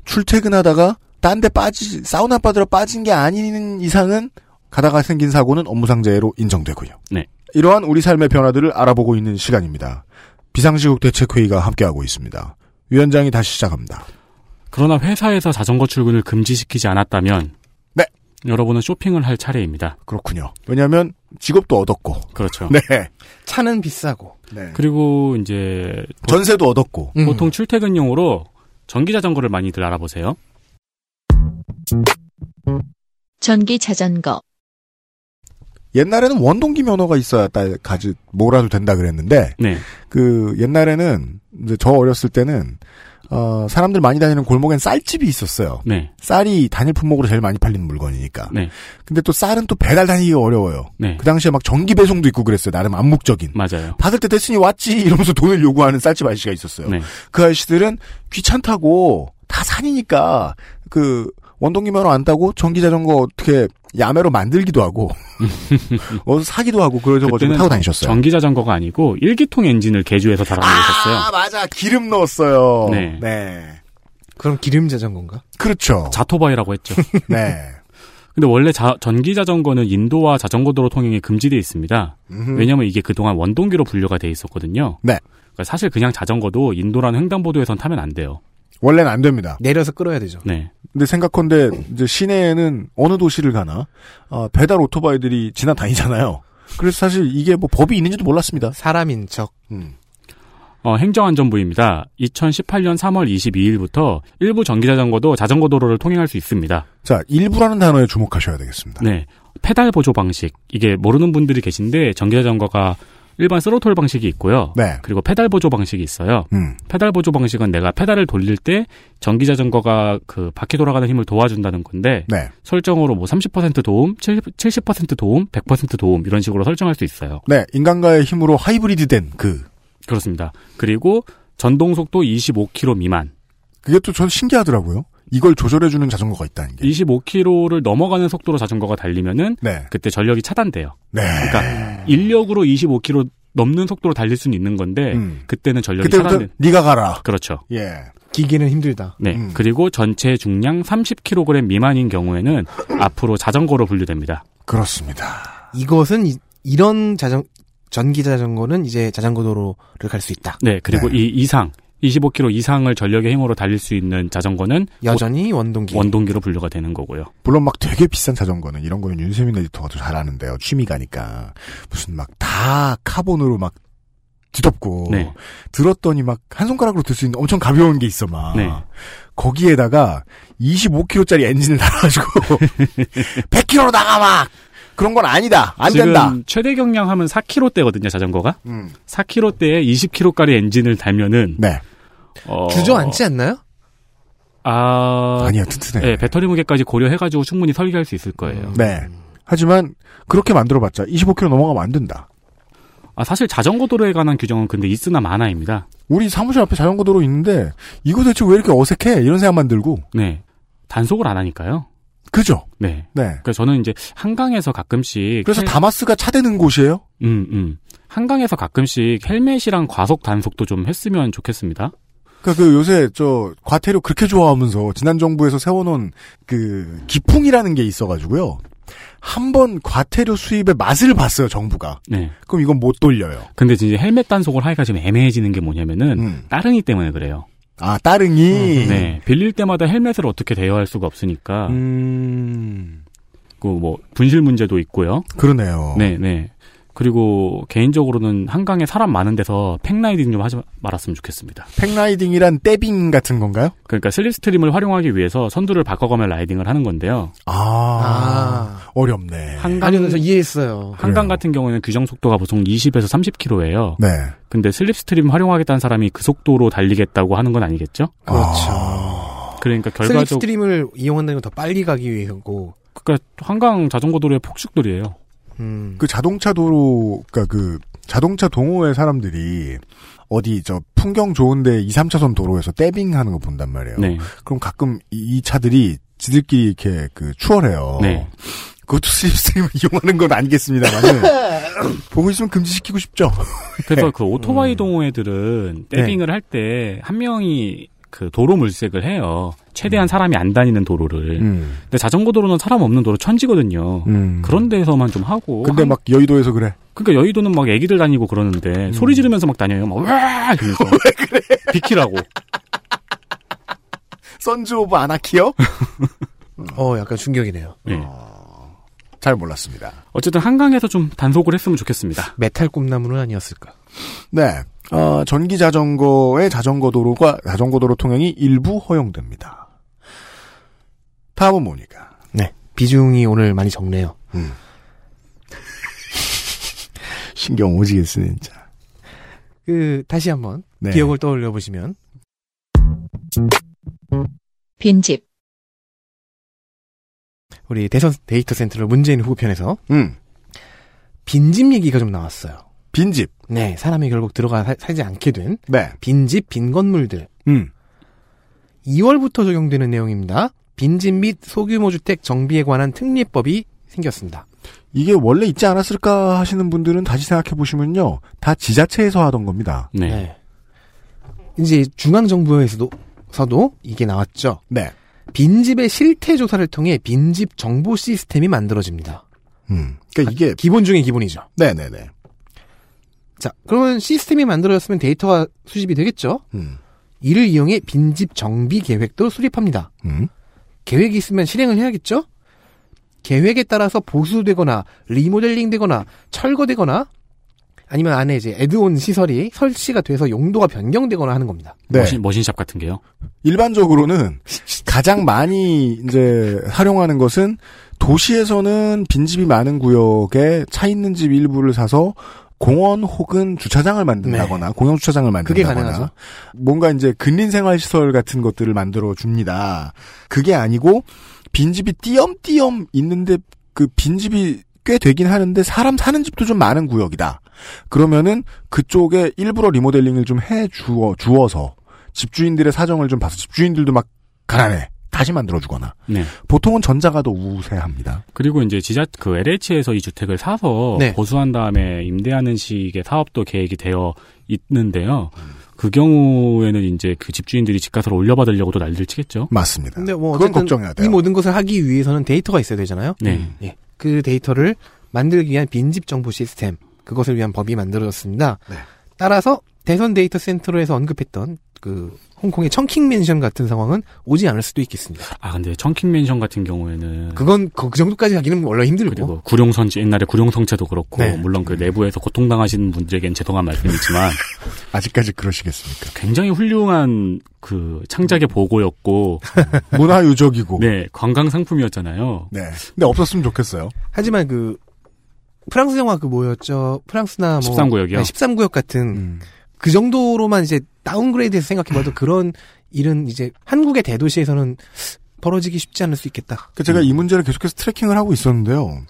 출퇴근하다가 딴 데 빠지, 사우나 빠들어 빠진 게 아닌 이상은 가다가 생긴 사고는 업무상재해로 인정되고요. 네. 이러한 우리 삶의 변화들을 알아보고 있는 시간입니다. 비상시국 대책회의가 함께하고 있습니다. 위원장이 다시 시작합니다. 그러나 회사에서 자전거 출근을 금지시키지 않았다면 네. 여러분은 쇼핑을 할 차례입니다. 그렇군요. 왜냐하면 직업도 얻었고, 그렇죠. 네, 차는 비싸고. 네. 그리고 이제 전세도 얻었고, 음. 보통 출퇴근용으로 전기 자전거를 많이들 알아보세요. 전기 자전거, 옛날에는 원동기 면허가 있어야 따, 가지 뭐라도 된다 그랬는데 네. 그 옛날에는 이제 저 어렸을 때는 어, 사람들 많이 다니는 골목엔 쌀집이 있었어요. 네. 쌀이 단일 품목으로 제일 많이 팔리는 물건이니까. 네. 근데 또 쌀은 또 배달 다니기가 어려워요. 네. 그 당시에 막 전기 배송도 있고 그랬어요. 나름 암묵적인. 맞아요. 받을 때 됐으니 왔지 이러면서 돈을 요구하는 쌀집 아저씨가 있었어요. 네. 그 아저씨들은 귀찮다고 다 산이니까 그 원동기 면허 안 따고 전기 자전거 어떻게 야매로 만들기도 하고 어서 사기도 하고 그러셔가지고 타고 다니셨어요. 전기 자전거가 아니고 일기통 엔진을 개조해서 달아놓으셨어요. 아 맞아 기름 넣었어요. 네. 네. 그럼 기름 자전거인가? 그렇죠. 자토바이라고 했죠. 네. 근데 원래 자- 전기 자전거는 인도와 자전거도로 통행이 금지되어 있습니다. 음흠. 왜냐면 하 이게 그동안 원동기로 분류가 돼 있었거든요. 네. 그러니까 사실 그냥 자전거도 인도라는 횡단보도에선 타면 안 돼요. 원래는 안 됩니다. 내려서 끌어야 되죠. 네. 근데 생각컨대 이제 시내에는 어느 도시를 가나 아, 배달 오토바이들이 지나다니잖아요. 그래서 사실 이게 뭐 법이 있는지도 몰랐습니다. 사람인 척. 음. 어, 행정안전부입니다. 2018년 3월 22일부터 일부 전기자전거도 자전거도로를 통행할 수 있습니다. 자, 일부라는 단어에 주목하셔야 되겠습니다. 네. 페달 보조 방식. 이게 모르는 분들이 계신데 전기자전거가 일반 스로틀 방식이 있고요. 네. 그리고 페달 보조 방식이 있어요. 음. 페달 보조 방식은 내가 페달을 돌릴 때 전기자전거가 그 바퀴 돌아가는 힘을 도와준다는 건데 네. 설정으로 뭐 30% 도움, 70, 70% 도움, 100% 도움 이런 식으로 설정할 수 있어요. 네. 인간과의 힘으로 하이브리드된 그. 그렇습니다. 그리고 전동 속도 25km 미만. 그게 또 전 신기하더라고요. 이걸 조절해주는 자전거가 있다는 게. 25km를 넘어가는 속도로 자전거가 달리면은 네. 그때 전력이 차단돼요. 네. 그러니까 인력으로 25km 넘는 속도로 달릴 수는 있는 건데 음. 그때는 전력이 그때부터 차단돼. 네가 가라. 그렇죠. 예. 기계는 힘들다. 네. 음. 그리고 전체 중량 30kg 미만인 경우에는 앞으로 자전거로 분류됩니다. 그렇습니다. 이것은 이, 런 자전 전기 자전거는 이제 자전거 도로를 갈 수 있다. 네. 그리고 네. 이 이상 25km 이상을 전력의 힘으로 달릴 수 있는 자전거는 여전히 원동기. 예. 원동기로 분류가 되는 거고요. 물론 막 되게 비싼 자전거는 이런 거는 윤세민 에디터가 더 잘하는데요. 취미가니까. 무슨 막 다 카본으로 막 뒤덮고. 네. 들었더니 막 한 손가락으로 들 수 있는 엄청 가벼운 게 있어 막 네. 거기에다가 25kg짜리 엔진을 달아가지고 100km로 나가 막 그런 건 아니다 안 지금 된다 최대 경량 하면 4km대거든요, 자전거가. 음. 4km대에 20km까지 엔진을 달면은 네 어, 주저앉지 않나요? 아, 아니야 튼튼해 네, 배터리 무게까지 고려해가지고 충분히 설계할 수 있을 거예요. 네 하지만 그렇게 만들어봤자 25km 넘어가면 안 된다 아, 사실 자전거 도로에 관한 규정은 근데 있으나 마나입니다. 우리 사무실 앞에 자전거 도로 있는데 이거 대체 왜 이렇게 어색해 이런 생각만 들고 네. 단속을 안 하니까요. 그죠 네. 네 그러니까 저는 이제 한강에서 가끔씩 그래서 헬- 다마스가 차대는 곳이에요 음, 음. 한강에서 가끔씩 헬멧이랑 과속 단속도 좀 했으면 좋겠습니다. 그러니까 그 요새 저 과태료 그렇게 좋아하면서 지난 정부에서 세워놓은 그 기풍이라는 게 있어가지고요. 한 번 과태료 수입의 맛을 봤어요 정부가. 네. 그럼 이건 못 돌려요. 근데 이제 헬멧 단속을 하기가 지금 애매해지는 게 뭐냐면은 음. 따릉이 때문에 그래요. 아 따릉이. 네. 빌릴 때마다 헬멧을 어떻게 대여할 수가 없으니까 음 그 뭐 분실 문제도 있고요. 그러네요. 네, 네. 그리고 개인적으로는 한강에 사람 많은 데서 팽라이딩 좀 하지 말았으면 좋겠습니다. 팽라이딩이란 떼빙 같은 건가요? 그러니까 슬립스트림을 활용하기 위해서 선두를 바꿔가며 라이딩을 하는 건데요. 아, 어렵네. 한강, 아니요, 저 이해했어요. 한강 같은 경우에는 규정 속도가 보통 20에서 30km예요. 네. 근데 슬립스트림 활용하겠다는 사람이 그 속도로 달리겠다고 하는 건 아니겠죠? 그렇죠. 어. 그러니까 슬립 결과적 스트림을 이용한다는 건 더 빨리 가기 위해서고. 그러니까 한강 자전거 도로의 폭죽들이에요. 음. 그 자동차 도로, 그니까 그 자동차 동호회 사람들이 어디 저 풍경 좋은데 2, 3차선 도로에서 떼빙 하는 거 본단 말이에요. 네. 그럼 가끔 이, 이 차들이 지들끼리 이렇게 그 추월해요. 네. 그것도 슬립스트림을 이용하는 건 아니겠습니다만. 보고 있으면 금지시키고 싶죠. 그래서 음. 그 오토바이 동호회들은 네. 떼빙을 할 때 한 명이 그 도로 물색을 해요. 최대한 사람이 안 다니는 도로를. 음. 근데 자전거 도로는 사람 없는 도로 천지거든요. 음. 그런 데서만 좀 하고. 근데 한- 막 여의도에서 그래. 그러니까 여의도는 막 애기들 다니고 그러는데 소리 지르면서 막 다녀요. 막와 이러면서. 비키라고. 선즈 오브 아나키요? 어, 약간 충격이네요. 네. 잘 몰랐습니다. 어쨌든 한강에서 좀 단속을 했으면 좋겠습니다. 메탈 꿈나무는 아니었을까. 네. 어, 전기 자전거의 자전거 도로가 자전거 도로 통행이 일부 허용됩니다. 다음은 뭡니까? 네. 비중이 오늘 많이 적네요. 신경 오지게 쓰는 자. 그, 다시 한번 네. 기억을 떠올려 보시면. 빈집, 우리 대선 데이터 센터를 문재인 후보편에서 음. 빈집 얘기가 좀 나왔어요. 빈집. 네, 사람이 결국 들어가 사- 살지 않게 된 네. 빈집, 빈 건물들. 음. 2월부터 적용되는 내용입니다. 빈집 및 소규모 주택 정비에 관한 특례법이 생겼습니다. 이게 원래 있지 않았을까 하시는 분들은 다시 생각해 보시면요. 다 지자체에서 하던 겁니다. 네. 이제 중앙정부에서도 서도 이게 나왔죠. 네. 빈집의 실태 조사를 통해 빈집 정보 시스템이 만들어집니다. 음. 그러니까 이게 기본 중에 기본이죠. 네, 네, 네. 자, 그러면 시스템이 만들어졌으면 데이터가 수집이 되겠죠? 음. 이를 이용해 빈집 정비 계획도 수립합니다. 음. 계획이 있으면 실행을 해야겠죠? 계획에 따라서 보수되거나 리모델링 되거나 철거되거나 아니면 안에 이제 애드온 시설이 설치가 돼서 용도가 변경되거나 하는 겁니다. 네. 머신, 머신샵 같은 게요. 일반적으로는 가장 많이 이제 활용하는 것은 도시에서는 빈집이 많은 구역에 차 있는 집 일부를 사서 공원 혹은 주차장을 만든다거나 공영 주차장을 네. 그게 만든다거나 가능하죠. 뭔가 이제 근린 생활 시설 같은 것들을 만들어 줍니다. 그게 아니고 빈집이 띄엄띄엄 있는데 그 빈집이 꽤 되긴 하는데 사람 사는 집도 좀 많은 구역이다. 그러면은 그쪽에 일부러 리모델링을 좀 해 주어 주어서 집주인들의 사정을 좀 봐서 집주인들도 막 가난해 다시 만들어 주거나 네. 보통은 전자가 더 우세합니다. 그리고 이제 지자 그 LH에서 이 주택을 사서 네. 보수한 다음에 임대하는 식의 사업도 계획이 되어 있는데요. 그 경우에는 이제 그 집주인들이 집값을 올려받으려고도 난리를 치겠죠. 맞습니다. 그건 뭐 어쨌든 걱정해야 돼요. 이 모든 것을 하기 위해서는 데이터가 있어야 되잖아요. 네. 예. 그 데이터를 만들기 위한 빈집 정보 시스템 그것을 위한 법이 만들어졌습니다. 네. 따라서 대선 데이터 센터에서 언급했던 그 홍콩의 청킹 맨션 같은 상황은 오지 않을 수도 있겠습니다. 네. 아 근데 청킹맨션 같은 경우에는 그건 그 정도까지 가기는 원래 힘들고 그리고 구룡선지 옛날에 구룡성체도 그렇고 네. 물론 그 내부에서 고통당하시는 분들에겐 죄송한 말씀이지만 아직까지 그러시겠습니까? 굉장히 훌륭한 그 창작의 보고였고 문화 유적이고. 네 관광 상품이었잖아요. 네. 근데 없었으면 좋겠어요. 하지만 그 프랑스 영화 그 뭐였죠? 프랑스나 뭐 13구역이요? 13구역 같은 음. 그 정도로만 이제 다운그레이드해서 생각해봐도 그런 일은 이제 한국의 대도시에서는 벌어지기 쉽지 않을 수 있겠다. 그 제가 이 문제를 계속해서 트래킹을 하고 있었는데요.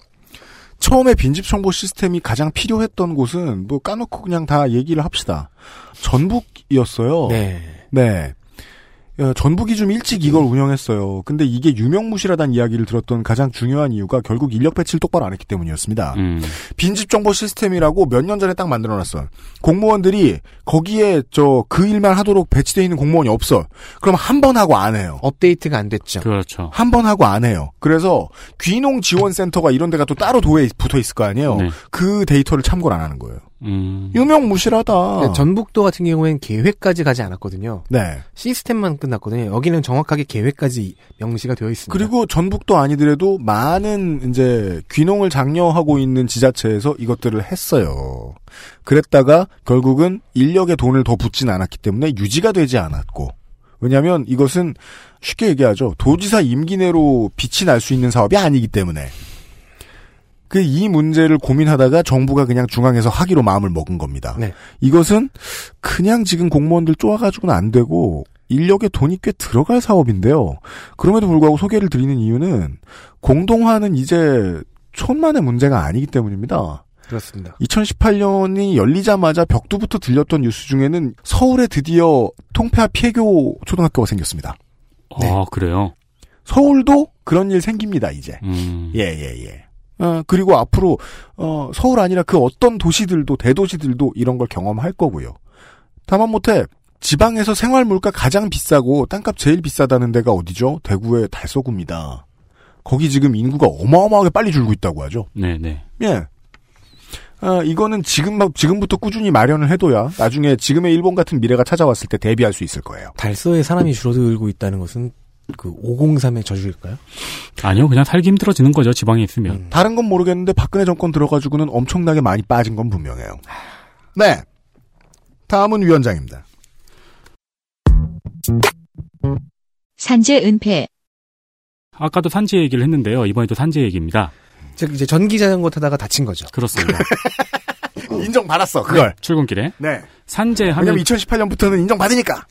처음에 빈집 정보 시스템이 가장 필요했던 곳은 뭐 까놓고 그냥 다 얘기를 합시다. 전북이었어요. 네. 네. 어, 전북이 좀 일찍 이걸 운영했어요. 근데 이게 유명무실하다는 이야기를 들었던 가장 중요한 이유가 결국 인력 배치를 똑바로 안 했기 때문이었습니다. 음, 빈집 정보 시스템이라고 몇 년 전에 딱 만들어놨어. 공무원들이 거기에 저 그 일만 하도록 배치돼 있는 공무원이 없어. 그럼 한 번 하고 안 해요. 업데이트가 안 됐죠. 그렇죠. 한 번 하고 안 해요. 그래서 귀농 지원 센터가 이런 데가 또 따로 도에 붙어 있을 거 아니에요. 네. 그 데이터를 참고를 안 하는 거예요. 음. 유명무실하다. 네, 전북도 같은 경우엔 계획까지 가지 않았거든요. 네. 시스템만 끝났거든요. 여기는 정확하게 계획까지 명시가 되어 있습니다. 그리고 전북도 아니더라도 많은 이제 귀농을 장려하고 있는 지자체에서 이것들을 했어요. 그랬다가 결국은 인력에 돈을 더 붓진 않았기 때문에 유지가 되지 않았고. 왜냐면 하 이것은 쉽게 얘기하죠. 도지사 임기 내로 빛이 날 수 있는 사업이 아니기 때문에. 그 이 문제를 고민하다가 정부가 그냥 중앙에서 하기로 마음을 먹은 겁니다. 네. 이것은 그냥 지금 공무원들 쪼아가지고는 안 되고 인력에 돈이 꽤 들어갈 사업인데요. 그럼에도 불구하고 소개를 드리는 이유는 공동화는 이제 천만의 문제가 아니기 때문입니다. 그렇습니다. 2018년이 열리자마자 벽두부터 들렸던 뉴스 중에는 서울에 드디어 통폐합 피해교 초등학교가 생겼습니다. 네. 아, 그래요? 서울도 그런 일 생깁니다, 이제. 음. 예, 예, 예. 어, 그리고 앞으로, 어, 서울 아니라 그 어떤 도시들도, 대도시들도 이런 걸 경험할 거고요. 다만 못해, 지방에서 생활 물가 가장 비싸고 땅값 제일 비싸다는 데가 어디죠? 대구의 달서구입니다. 거기 지금 인구가 어마어마하게 빨리 줄고 있다고 하죠. 네, 네. 예. 아, 이거는 지금 막, 지금부터 꾸준히 마련을 해둬야 나중에 지금의 일본 같은 미래가 찾아왔을 때 대비할 수 있을 거예요. 달서에 사람이 줄어들고 있다는 것은 그 503의 저주일까요? 아니요, 그냥 살기 힘들어지는 거죠, 지방에 있으면. 다른 건 모르겠는데 박근혜 정권 들어가지고는 엄청나게 많이 빠진 건 분명해요. 네. 다음은 위원장입니다. 산재 은폐, 아까도 산지 얘기를 했는데요, 이번에도 산지 얘기입니다. 즉 이제 전기 자전거 타다가 다친 거죠. 그렇습니다. 인정받았어, 그걸. 출근길에. 네. 산재 하면, 왜냐면 2018년부터는 인정받으니까.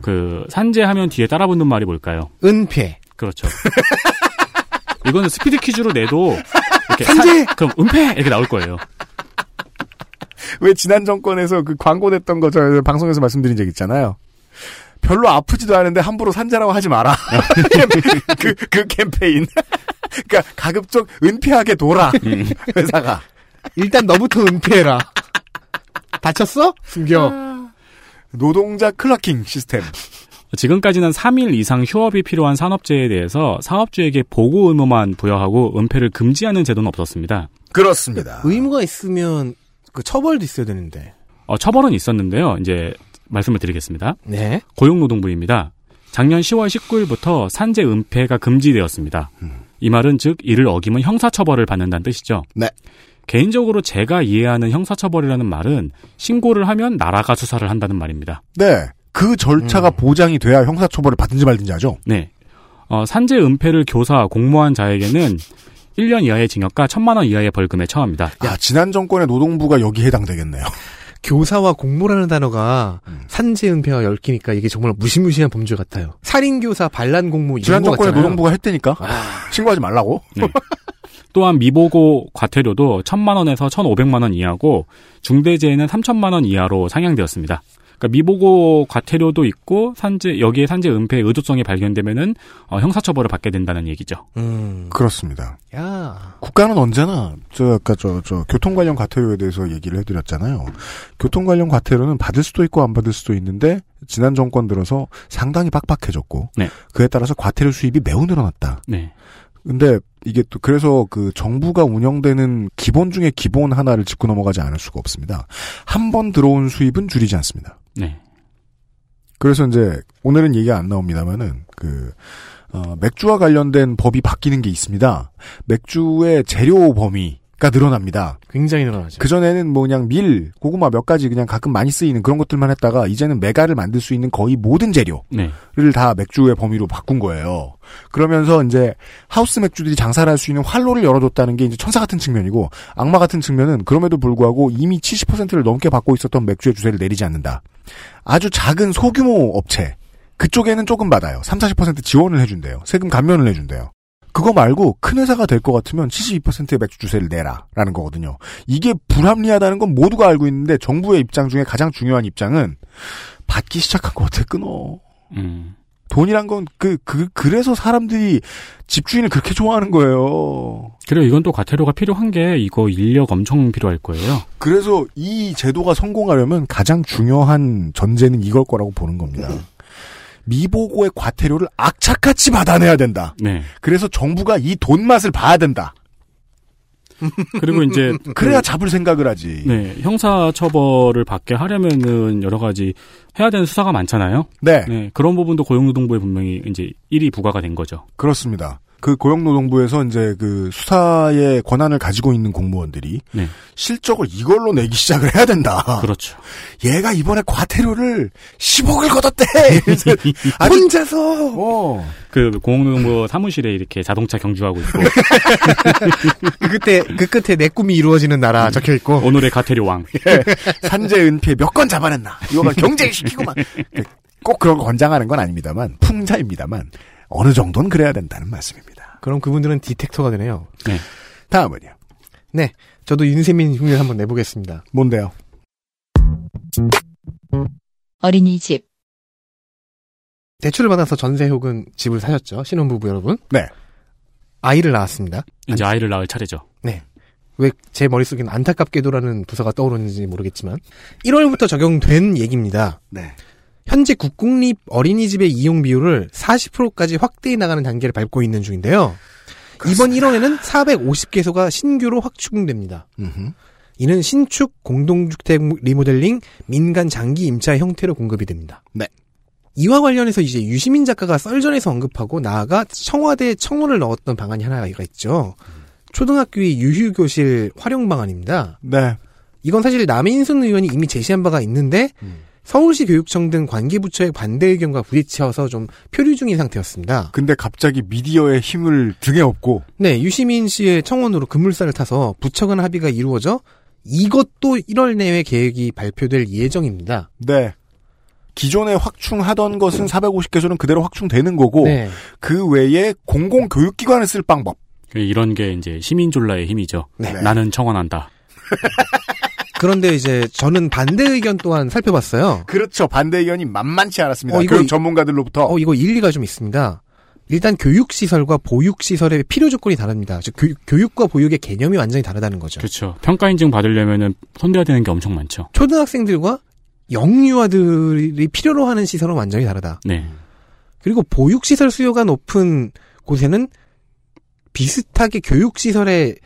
그, 산재 하면 뒤에 따라붙는 말이 뭘까요? 은폐. 그렇죠. 이거는 스피드 퀴즈로 내도, 이렇게. 산재! 그럼 은폐! 이렇게 나올 거예요. 왜 지난 정권에서 그 광고 냈던 거 저 방송에서 말씀드린 적 있잖아요. 별로 아프지도 않은데 함부로 산자라고 하지 마라. 그, 그 캠페인. 그러니까 가급적 은폐하게 돌아. 회사가. 일단 너부터 은폐해라. 다쳤어? 숨겨. 노동자 클라킹 시스템. 지금까지는 3일 이상 휴업이 필요한 산업재해에 대해서 사업주에게 보고 의무만 부여하고 은폐를 금지하는 제도는 없었습니다. 그렇습니다. 의무가 있으면 그 처벌도 있어야 되는데. 어, 처벌은 있었는데요. 이제 말씀을 드리겠습니다. 네. 고용노동부입니다. 작년 10월 19일부터 산재 은폐가 금지되었습니다. 이 말은 즉 이를 어기면 형사처벌을 받는다는 뜻이죠. 네. 개인적으로 제가 이해하는 형사처벌이라는 말은 신고를 하면 나라가 수사를 한다는 말입니다. 네. 그 절차가 음. 보장이 돼야 형사처벌을 받든지 말든지 하죠. 네. 어, 산재 은폐를 교사, 공무원 자에게는 1년 이하의 징역과 1천만 원 이하의 벌금에 처합니다. 아. 야, 지난 정권의 노동부가 여기 해당되겠네요. 교사와 공모라는 단어가 산재 은폐와 얽히니까 이게 정말 무시무시한 범죄 같아요. 살인 교사, 반란 공모 이런 지난 거 정권의 같잖아요. 음. 노동부가 했다니까. 신고하지 말라고. 네. 또한 미보고 과태료도 1천만 원에서 1,500만 원 이하고 중대재해는 3천만 원 이하로 상향되었습니다. 그러니까 미보고 과태료도 있고 산재 여기에 산재 은폐의 의도성이 발견되면은 어, 형사처벌을 받게 된다는 얘기죠. 음. 그렇습니다. 야. 국가는 언제나 저 아까 저 저 교통 관련 과태료에 대해서 얘기를 해드렸잖아요. 교통 관련 과태료는 받을 수도 있고 안 받을 수도 있는데 지난 정권 들어서 상당히 빡빡해졌고 네. 그에 따라서 과태료 수입이 매우 늘어났다. 네. 근데 이게 또 그래서 그 정부가 운영되는 기본 중에 기본 하나를 짚고 넘어가지 않을 수가 없습니다. 한 번 들어온 수입은 줄이지 않습니다. 네. 그래서 이제 오늘은 얘기 안 나옵니다만은 그 어, 맥주와 관련된 법이 바뀌는 게 있습니다. 맥주의 재료 범위가 늘어납니다. 굉장히 늘어나죠. 그 전에는 뭐 그냥 밀, 고구마 몇 가지 그냥 가끔 많이 쓰이는 그런 것들만 했다가 이제는 메가를 만들 수 있는 거의 모든 재료 네. 를 다 맥주의 범위로 바꾼 거예요. 그러면서 이제 하우스 맥주들이 장사를 할 수 있는 활로를 열어줬다는 게 이제 천사 같은 측면이고 악마 같은 측면은 그럼에도 불구하고 이미 70%를 넘게 받고 있었던 맥주의 주세를 내리지 않는다. 아주 작은 소규모 업체 그쪽에는 조금 받아요. 3, 40% 지원을 해준대요. 세금 감면을 해준대요. 그거 말고 큰 회사가 될 것 같으면 72%의 맥주 주세를 내라라는 거거든요. 이게 불합리하다는 건 모두가 알고 있는데 정부의 입장 중에 가장 중요한 입장은 받기 시작한 거 어떻게 끊어? 음. 돈이란 건 그, 그, 그래서 사람들이 집주인을 그렇게 좋아하는 거예요. 그리고 이건 또 과태료가 필요한 게 이거 인력 엄청 필요할 거예요. 그래서 이 제도가 성공하려면 가장 중요한 전제는 이걸 거라고 보는 겁니다. 미보고의 과태료를 악착같이 받아내야 된다. 네. 그래서 정부가 이 돈 맛을 봐야 된다. 그리고 이제 그래야 잡을 생각을 하지. 네. 네, 형사 처벌을 받게 하려면은 여러 가지 해야 되는 수사가 많잖아요. 네, 그런 부분도 고용노동부에 분명히 이제 1위 부과가 된 거죠. 그렇습니다. 그 고용노동부에서 이제 그 수사의 권한을 가지고 있는 공무원들이 네. 실적을 이걸로 내기 시작을 해야 된다. 그렇죠. 얘가 이번에 과태료를 10억을 걷었대. 이러면서 아주- 혼자서 어. 그 공공노동부 사무실에 이렇게 자동차 경주하고 있고 그 끝에 그 끝에 내 꿈이 이루어지는 나라 적혀 있고 오늘의 가태료 왕. 산재 은폐 몇 건 잡아냈나. 이거만 경쟁시키고 막. 꼭 그런 거 권장하는 건 아닙니다만 풍자입니다만 어느 정도는 그래야 된다는 말씀입니다. 그럼 그분들은 디텍터가 되네요. 네. 다음은요. 네, 저도 윤세민 흉내 한번 내보겠습니다. 뭔데요? 어린이집. 대출을 받아서 전세 혹은 집을 사셨죠, 신혼부부 여러분? 네. 아이를 낳았습니다. 이제 아이를 낳을 차례죠. 네. 왜 제 머릿속엔 안타깝게도라는 부서가 떠오르는지 모르겠지만 1월부터 적용된 얘기입니다. 네. 현재 국공립 어린이집의 이용 비율을 40%까지 확대해 나가는 단계를 밟고 있는 중인데요. 이번 1월에는 450개소가 신규로 확충됩니다. 음흠. 이는 신축 공동주택 리모델링 민간 장기 임차 형태로 공급이 됩니다. 네. 이와 관련해서 이제 유시민 작가가 썰전에서 언급하고 나아가 청와대에 청원을 넣었던 방안이 하나가 있죠. 초등학교의 유휴교실 활용 방안입니다. 네. 이건 사실 남인순 의원이 이미 제시한 바가 있는데 서울시 교육청 등 관계부처의 반대 의견과 부딪혀서 좀 표류 중인 상태였습니다. 근데 갑자기 미디어의 힘을 등에 업고 네, 유시민 씨의 청원으로 급물살을 타서 부처 간 합의가 이루어져 이것도 1월 내외 계획이 발표될 예정입니다. 네. 기존에 확충하던 것은 450개소는 그대로 확충되는 거고 네. 그 외에 공공교육기관을 쓸 방법. 이런 게 이제 시민졸라의 힘이죠. 네. 나는 청원한다. 그런데 이제 저는 반대 의견 또한 살펴봤어요. 그렇죠. 반대 의견이 만만치 않았습니다. 어, 이거 교육 이- 전문가들로부터 어, 이거 일리가 좀 있습니다. 일단 교육시설과 보육시설의 필요 조건이 다릅니다. 즉, 교, 육과 보육의 개념이 완전히 다르다는 거죠. 그렇죠. 평가 인증 받으려면은 손대야 되는 게 엄청 많죠. 초등학생들과 영유아들이 필요로 하는 시설은 완전히 다르다. 네. 그리고 보육시설 수요가 높은 곳에는 비슷하게 교육시설의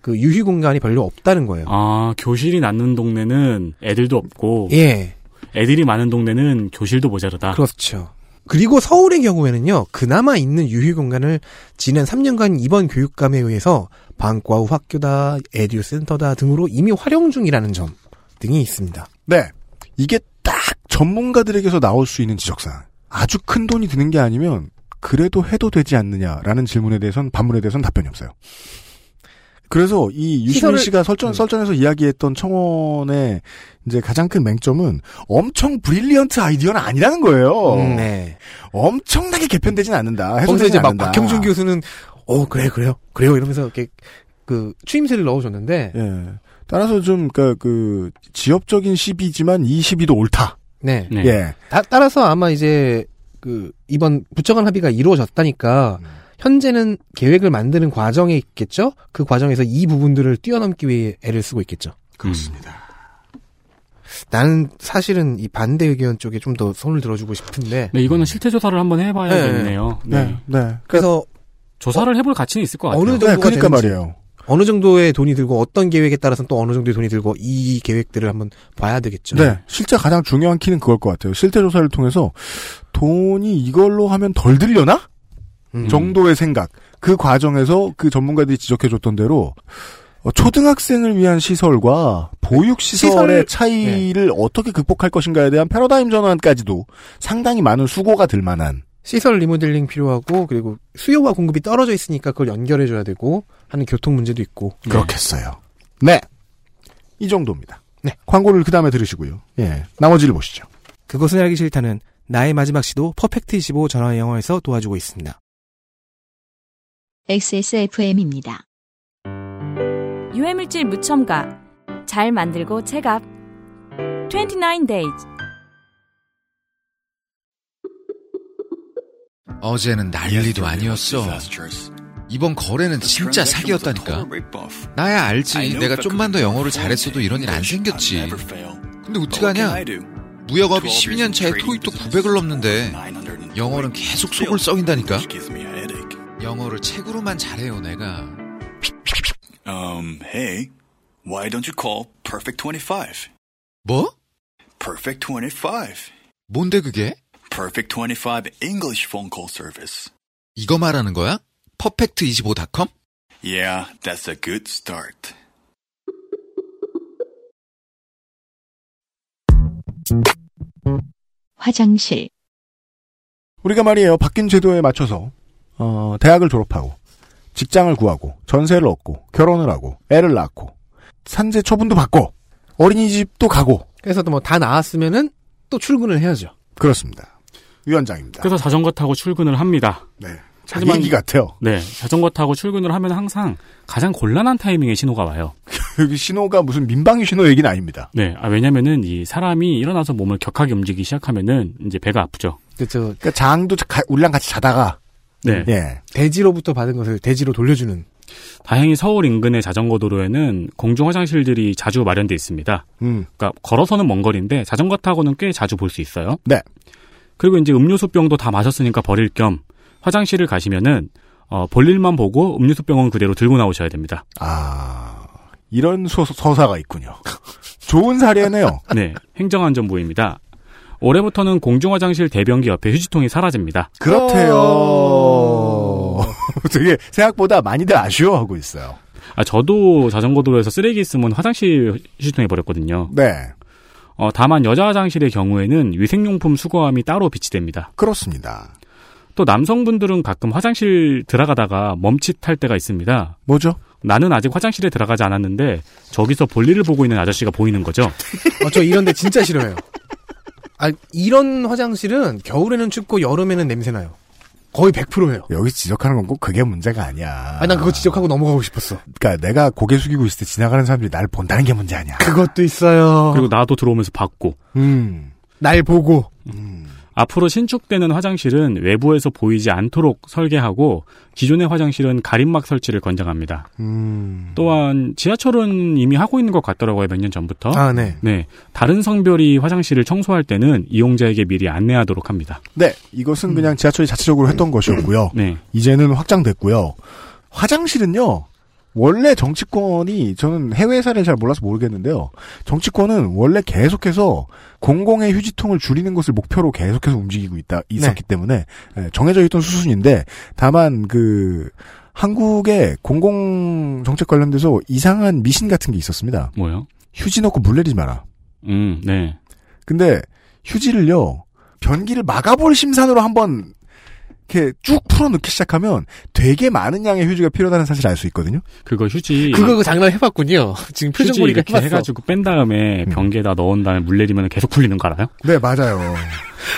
그 유휴 공간이 별로 없다는 거예요. 아, 교실이 낮는 동네는 애들도 없고 예, 애들이 많은 동네는 교실도 모자르다. 그렇죠. 그리고 서울의 경우에는요, 그나마 있는 유휴 공간을 지난 3년간 이번 교육감에 의해서 방과 후 학교다, 에듀 센터다 등으로 이미 활용 중이라는 점 등이 있습니다. 네. 이게 딱 전문가들에게서 나올 수 있는 지적사항. 아주 큰 돈이 드는 게 아니면 그래도 해도 되지 않느냐라는 질문에 대해선 반문에 대해선 답변이 없어요. 그래서 이 유시민 시설을- 씨가 설전 음. 설전에서 이야기했던 청원의 이제 가장 큰 맹점은 엄청 브릴리언트 아이디어는 아니라는 거예요. 음, 네. 엄청나게 개편되진 않는다. 거기서 해소되지 이제 막 않는다. 박형준 교수는 어 그래 그래요 그래요 이러면서 이렇게 그 추임새를 넣어줬는데 예. 따라서 좀, 그, 그, 지엽적인 시비지만 이 시비도 옳다. 네. 네. 예. 다- 따라서 아마 이제 그 이번 부처간 합의가 이루어졌다니까 음. 현재는 계획을 만드는 과정에 있겠죠. 그 과정에서 이 부분들을 뛰어넘기 위해 애를 쓰고 있겠죠. 그렇습니다. 나는 사실은 이 반대 의견 쪽에 좀 더 손을 들어주고 싶은데 음. 네, 이거는 실태 조사를 한번 해봐야겠네요. 네. 네. 네. 그래서 조사를 해볼 가치는 있을 것 같아요. 어느 네, 정도가 그러니까 되는지 말이에요. 어느 정도의 돈이 들고 어떤 계획에 따라서 또 어느 정도의 돈이 들고 이 계획들을 한번 봐야 되겠죠. 네. 실제 가장 중요한 키는 그걸 것 같아요. 실태 조사를 통해서 돈이 이걸로 하면 덜 들려나? 음. 정도의 생각. 그 과정에서 그 전문가들이 지적해 줬던 대로 어, 초등학생을 위한 시설과 보육 시설의 시설- 네. 차이를 어떻게 극복할 것인가에 대한 패러다임 전환까지도 상당히 많은 수고가 들 만한 시설 리모델링 필요하고 그리고 수요와 공급이 떨어져 있으니까 그걸 연결해 줘야 되고 하는 교통 문제도 있고 네. 그렇겠어요. 네. 이 정도입니다. 네. 광고를 그 다음에 들으시고요. 예. 나머지를 보시죠. 그것은 알기 싫다는 나의 마지막 시도 퍼펙트25 전화 영어에서 도와주고 있습니다. XSFM입니다. 유해물질 무첨가 잘 만들고 체갑 29 days 어제는 난리도 아니었어. Disastrous. 이번 거래는 진짜 Transaction was a 사기였다니까. total rip-off. 나야 I 알지. know 내가 if I 좀만 더 could 영어를 perform 잘했어도 이런 일 안 English, I'd 생겼지. never fail. 근데 But 어떻게 what can I 하냐? do? 무역업이 12 years 12년 in 차에 trading 토익도 business, 900을 넘는데 940. 영어는 계속 속을 썩인다니까. Which gives me a headache. 영어를 책으로만 잘해요, 내가. Um, hey, why don't you call Perfect 25? 뭐? Perfect 25. 뭔데 그게? Perfect 25 English phone call service. 이거 말하는 거야? 퍼펙트25.com? Yeah, that's a good start. 화장실, 우리가 말이에요. 바뀐 제도에 맞춰서 어, 대학을 졸업하고 직장을 구하고 전세를 얻고 결혼을 하고 애를 낳고 산재 처분도 받고 어린이집도 가고 그래서 또 뭐 다 나왔으면은 또 출근을 해야죠. 그렇습니다. 위원장입니다. 그래서 자전거 타고 출근을 합니다. 네. 자기 하지만- 얘기 같아요. 네, 자전거 타고 출근을 하면 항상 가장 곤란한 타이밍에 신호가 와요. 여기 신호가 무슨 민방위 신호 얘기는 아닙니다. 네, 아, 왜냐면은 이 사람이 일어나서 몸을 격하게 움직이기 시작하면은 이제 배가 아프죠. 그저 그러니까 장도 가- 우리랑 같이 자다가 네. 예. 대지로부터 받은 것을 대지로 돌려주는 다행히 서울 인근의 자전거 도로에는 공중 화장실들이 자주 마련돼 있습니다. 음. 그러니까 걸어서는 먼 거리인데 자전거 타고는 꽤 자주 볼 수 있어요. 네. 그리고 이제 음료수 병도 다 마셨으니까 버릴 겸 화장실을 가시면은 어, 볼일만 보고 음료수 병은 그대로 들고 나오셔야 됩니다. 아 이런 소, 서사가 있군요. 좋은 사례네요. 네, 행정안전부입니다. 올해부터는 공중 화장실 대변기 옆에 휴지통이 사라집니다. 어. 그렇대요. 되게 생각보다 많이들 아쉬워하고 있어요. 아, 저도 자전거 도로에서 쓰레기 있으면 화장실 휴지통에 버렸거든요. 네, 어, 다만 여자 화장실의 경우에는 위생용품 수거함이 따로 비치됩니다. 그렇습니다. 또 남성분들은 가끔 화장실 들어가다가 멈칫할 때가 있습니다. 뭐죠? 나는 아직 화장실에 들어가지 않았는데 저기서 볼일을 보고 있는 아저씨가 보이는 거죠. 어, 저 이런데 진짜 싫어해요. 아, 이런 화장실은 겨울에는 춥고 여름에는 냄새나요. 거의 100%예요. 여기 지적하는 건 꼭 그게 문제가 아니야. 아, 난 그거 지적하고 넘어가고 싶었어. 그러니까 내가 고개 숙이고 있을 때 지나가는 사람들이 날 본다는 게 문제 아니야. 그것도 있어요. 그리고 나도 들어오면서 봤고 음, 날 보고 앞으로 신축되는 화장실은 외부에서 보이지 않도록 설계하고 기존의 화장실은 가림막 설치를 권장합니다. 음. 또한 지하철은 이미 하고 있는 것 같더라고요 몇 년 어? 전부터. 아, 네. 네, 다른 성별이 화장실을 청소할 때는 이용자에게 미리 안내하도록 합니다. 네, 이것은 그냥 지하철이 자체적으로 했던 것이었고요. 네, 이제는 확장됐고요. 화장실은요. 원래 정치권이 저는 해외 사례를 잘 몰라서 모르겠는데요. 정치권은 원래 계속해서 공공의 휴지통을 줄이는 것을 목표로 계속해서 움직이고 있다 있었기 때문에 예, 정해져 있던 수순인데 다만 그 한국의 공공 정책 관련돼서 이상한 미신 같은 게 있었습니다. 뭐요? 휴지 넣고 물 내리지 마라. 음, 네, 근데 휴지를요 변기를 막아볼 심산으로 한번 이렇게 쭉 풀어 넣기 시작하면 되게 많은 양의 휴지가 필요하다는 사실 알 수 있거든요. 그거 휴지. 그거 장난 해봤군요. 지금 표정 예. 휴지 보니까 이렇게 해봤어. 해가지고 뺀 다음에 음. 변기에다 넣은 다음에 물 내리면 계속 풀리는 거 알아요? 네 맞아요.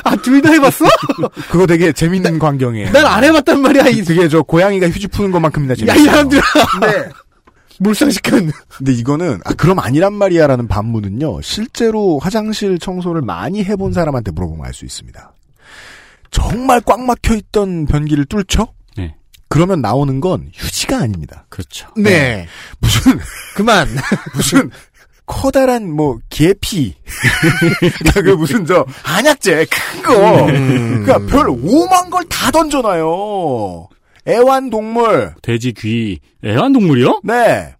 아, 둘 다 해봤어? 그거 되게 재밌는 광경이에요. 난 안 해봤단 말이야. 이, 그게 저 고양이가 휴지 푸는 것만큼이나 야, 재밌어요. 이 사람들아. 네. 몰상식한. 근데 이거는 아 그럼 아니란 말이야라는 반문은요 실제로 화장실 청소를 많이 해본 사람한테 물어보면 알 수 있습니다. 정말 꽉 막혀 있던 변기를 뚫죠? 네. 그러면 나오는 건 휴지가 아닙니다. 그렇죠. 네. 무슨 그만. 무슨 커다란 뭐 계피 그러니까 그 무슨 저 한약재 큰거 그러니까 별 오만 걸 다 던져놔요 애완동물 돼지 귀 애완동물이요? 네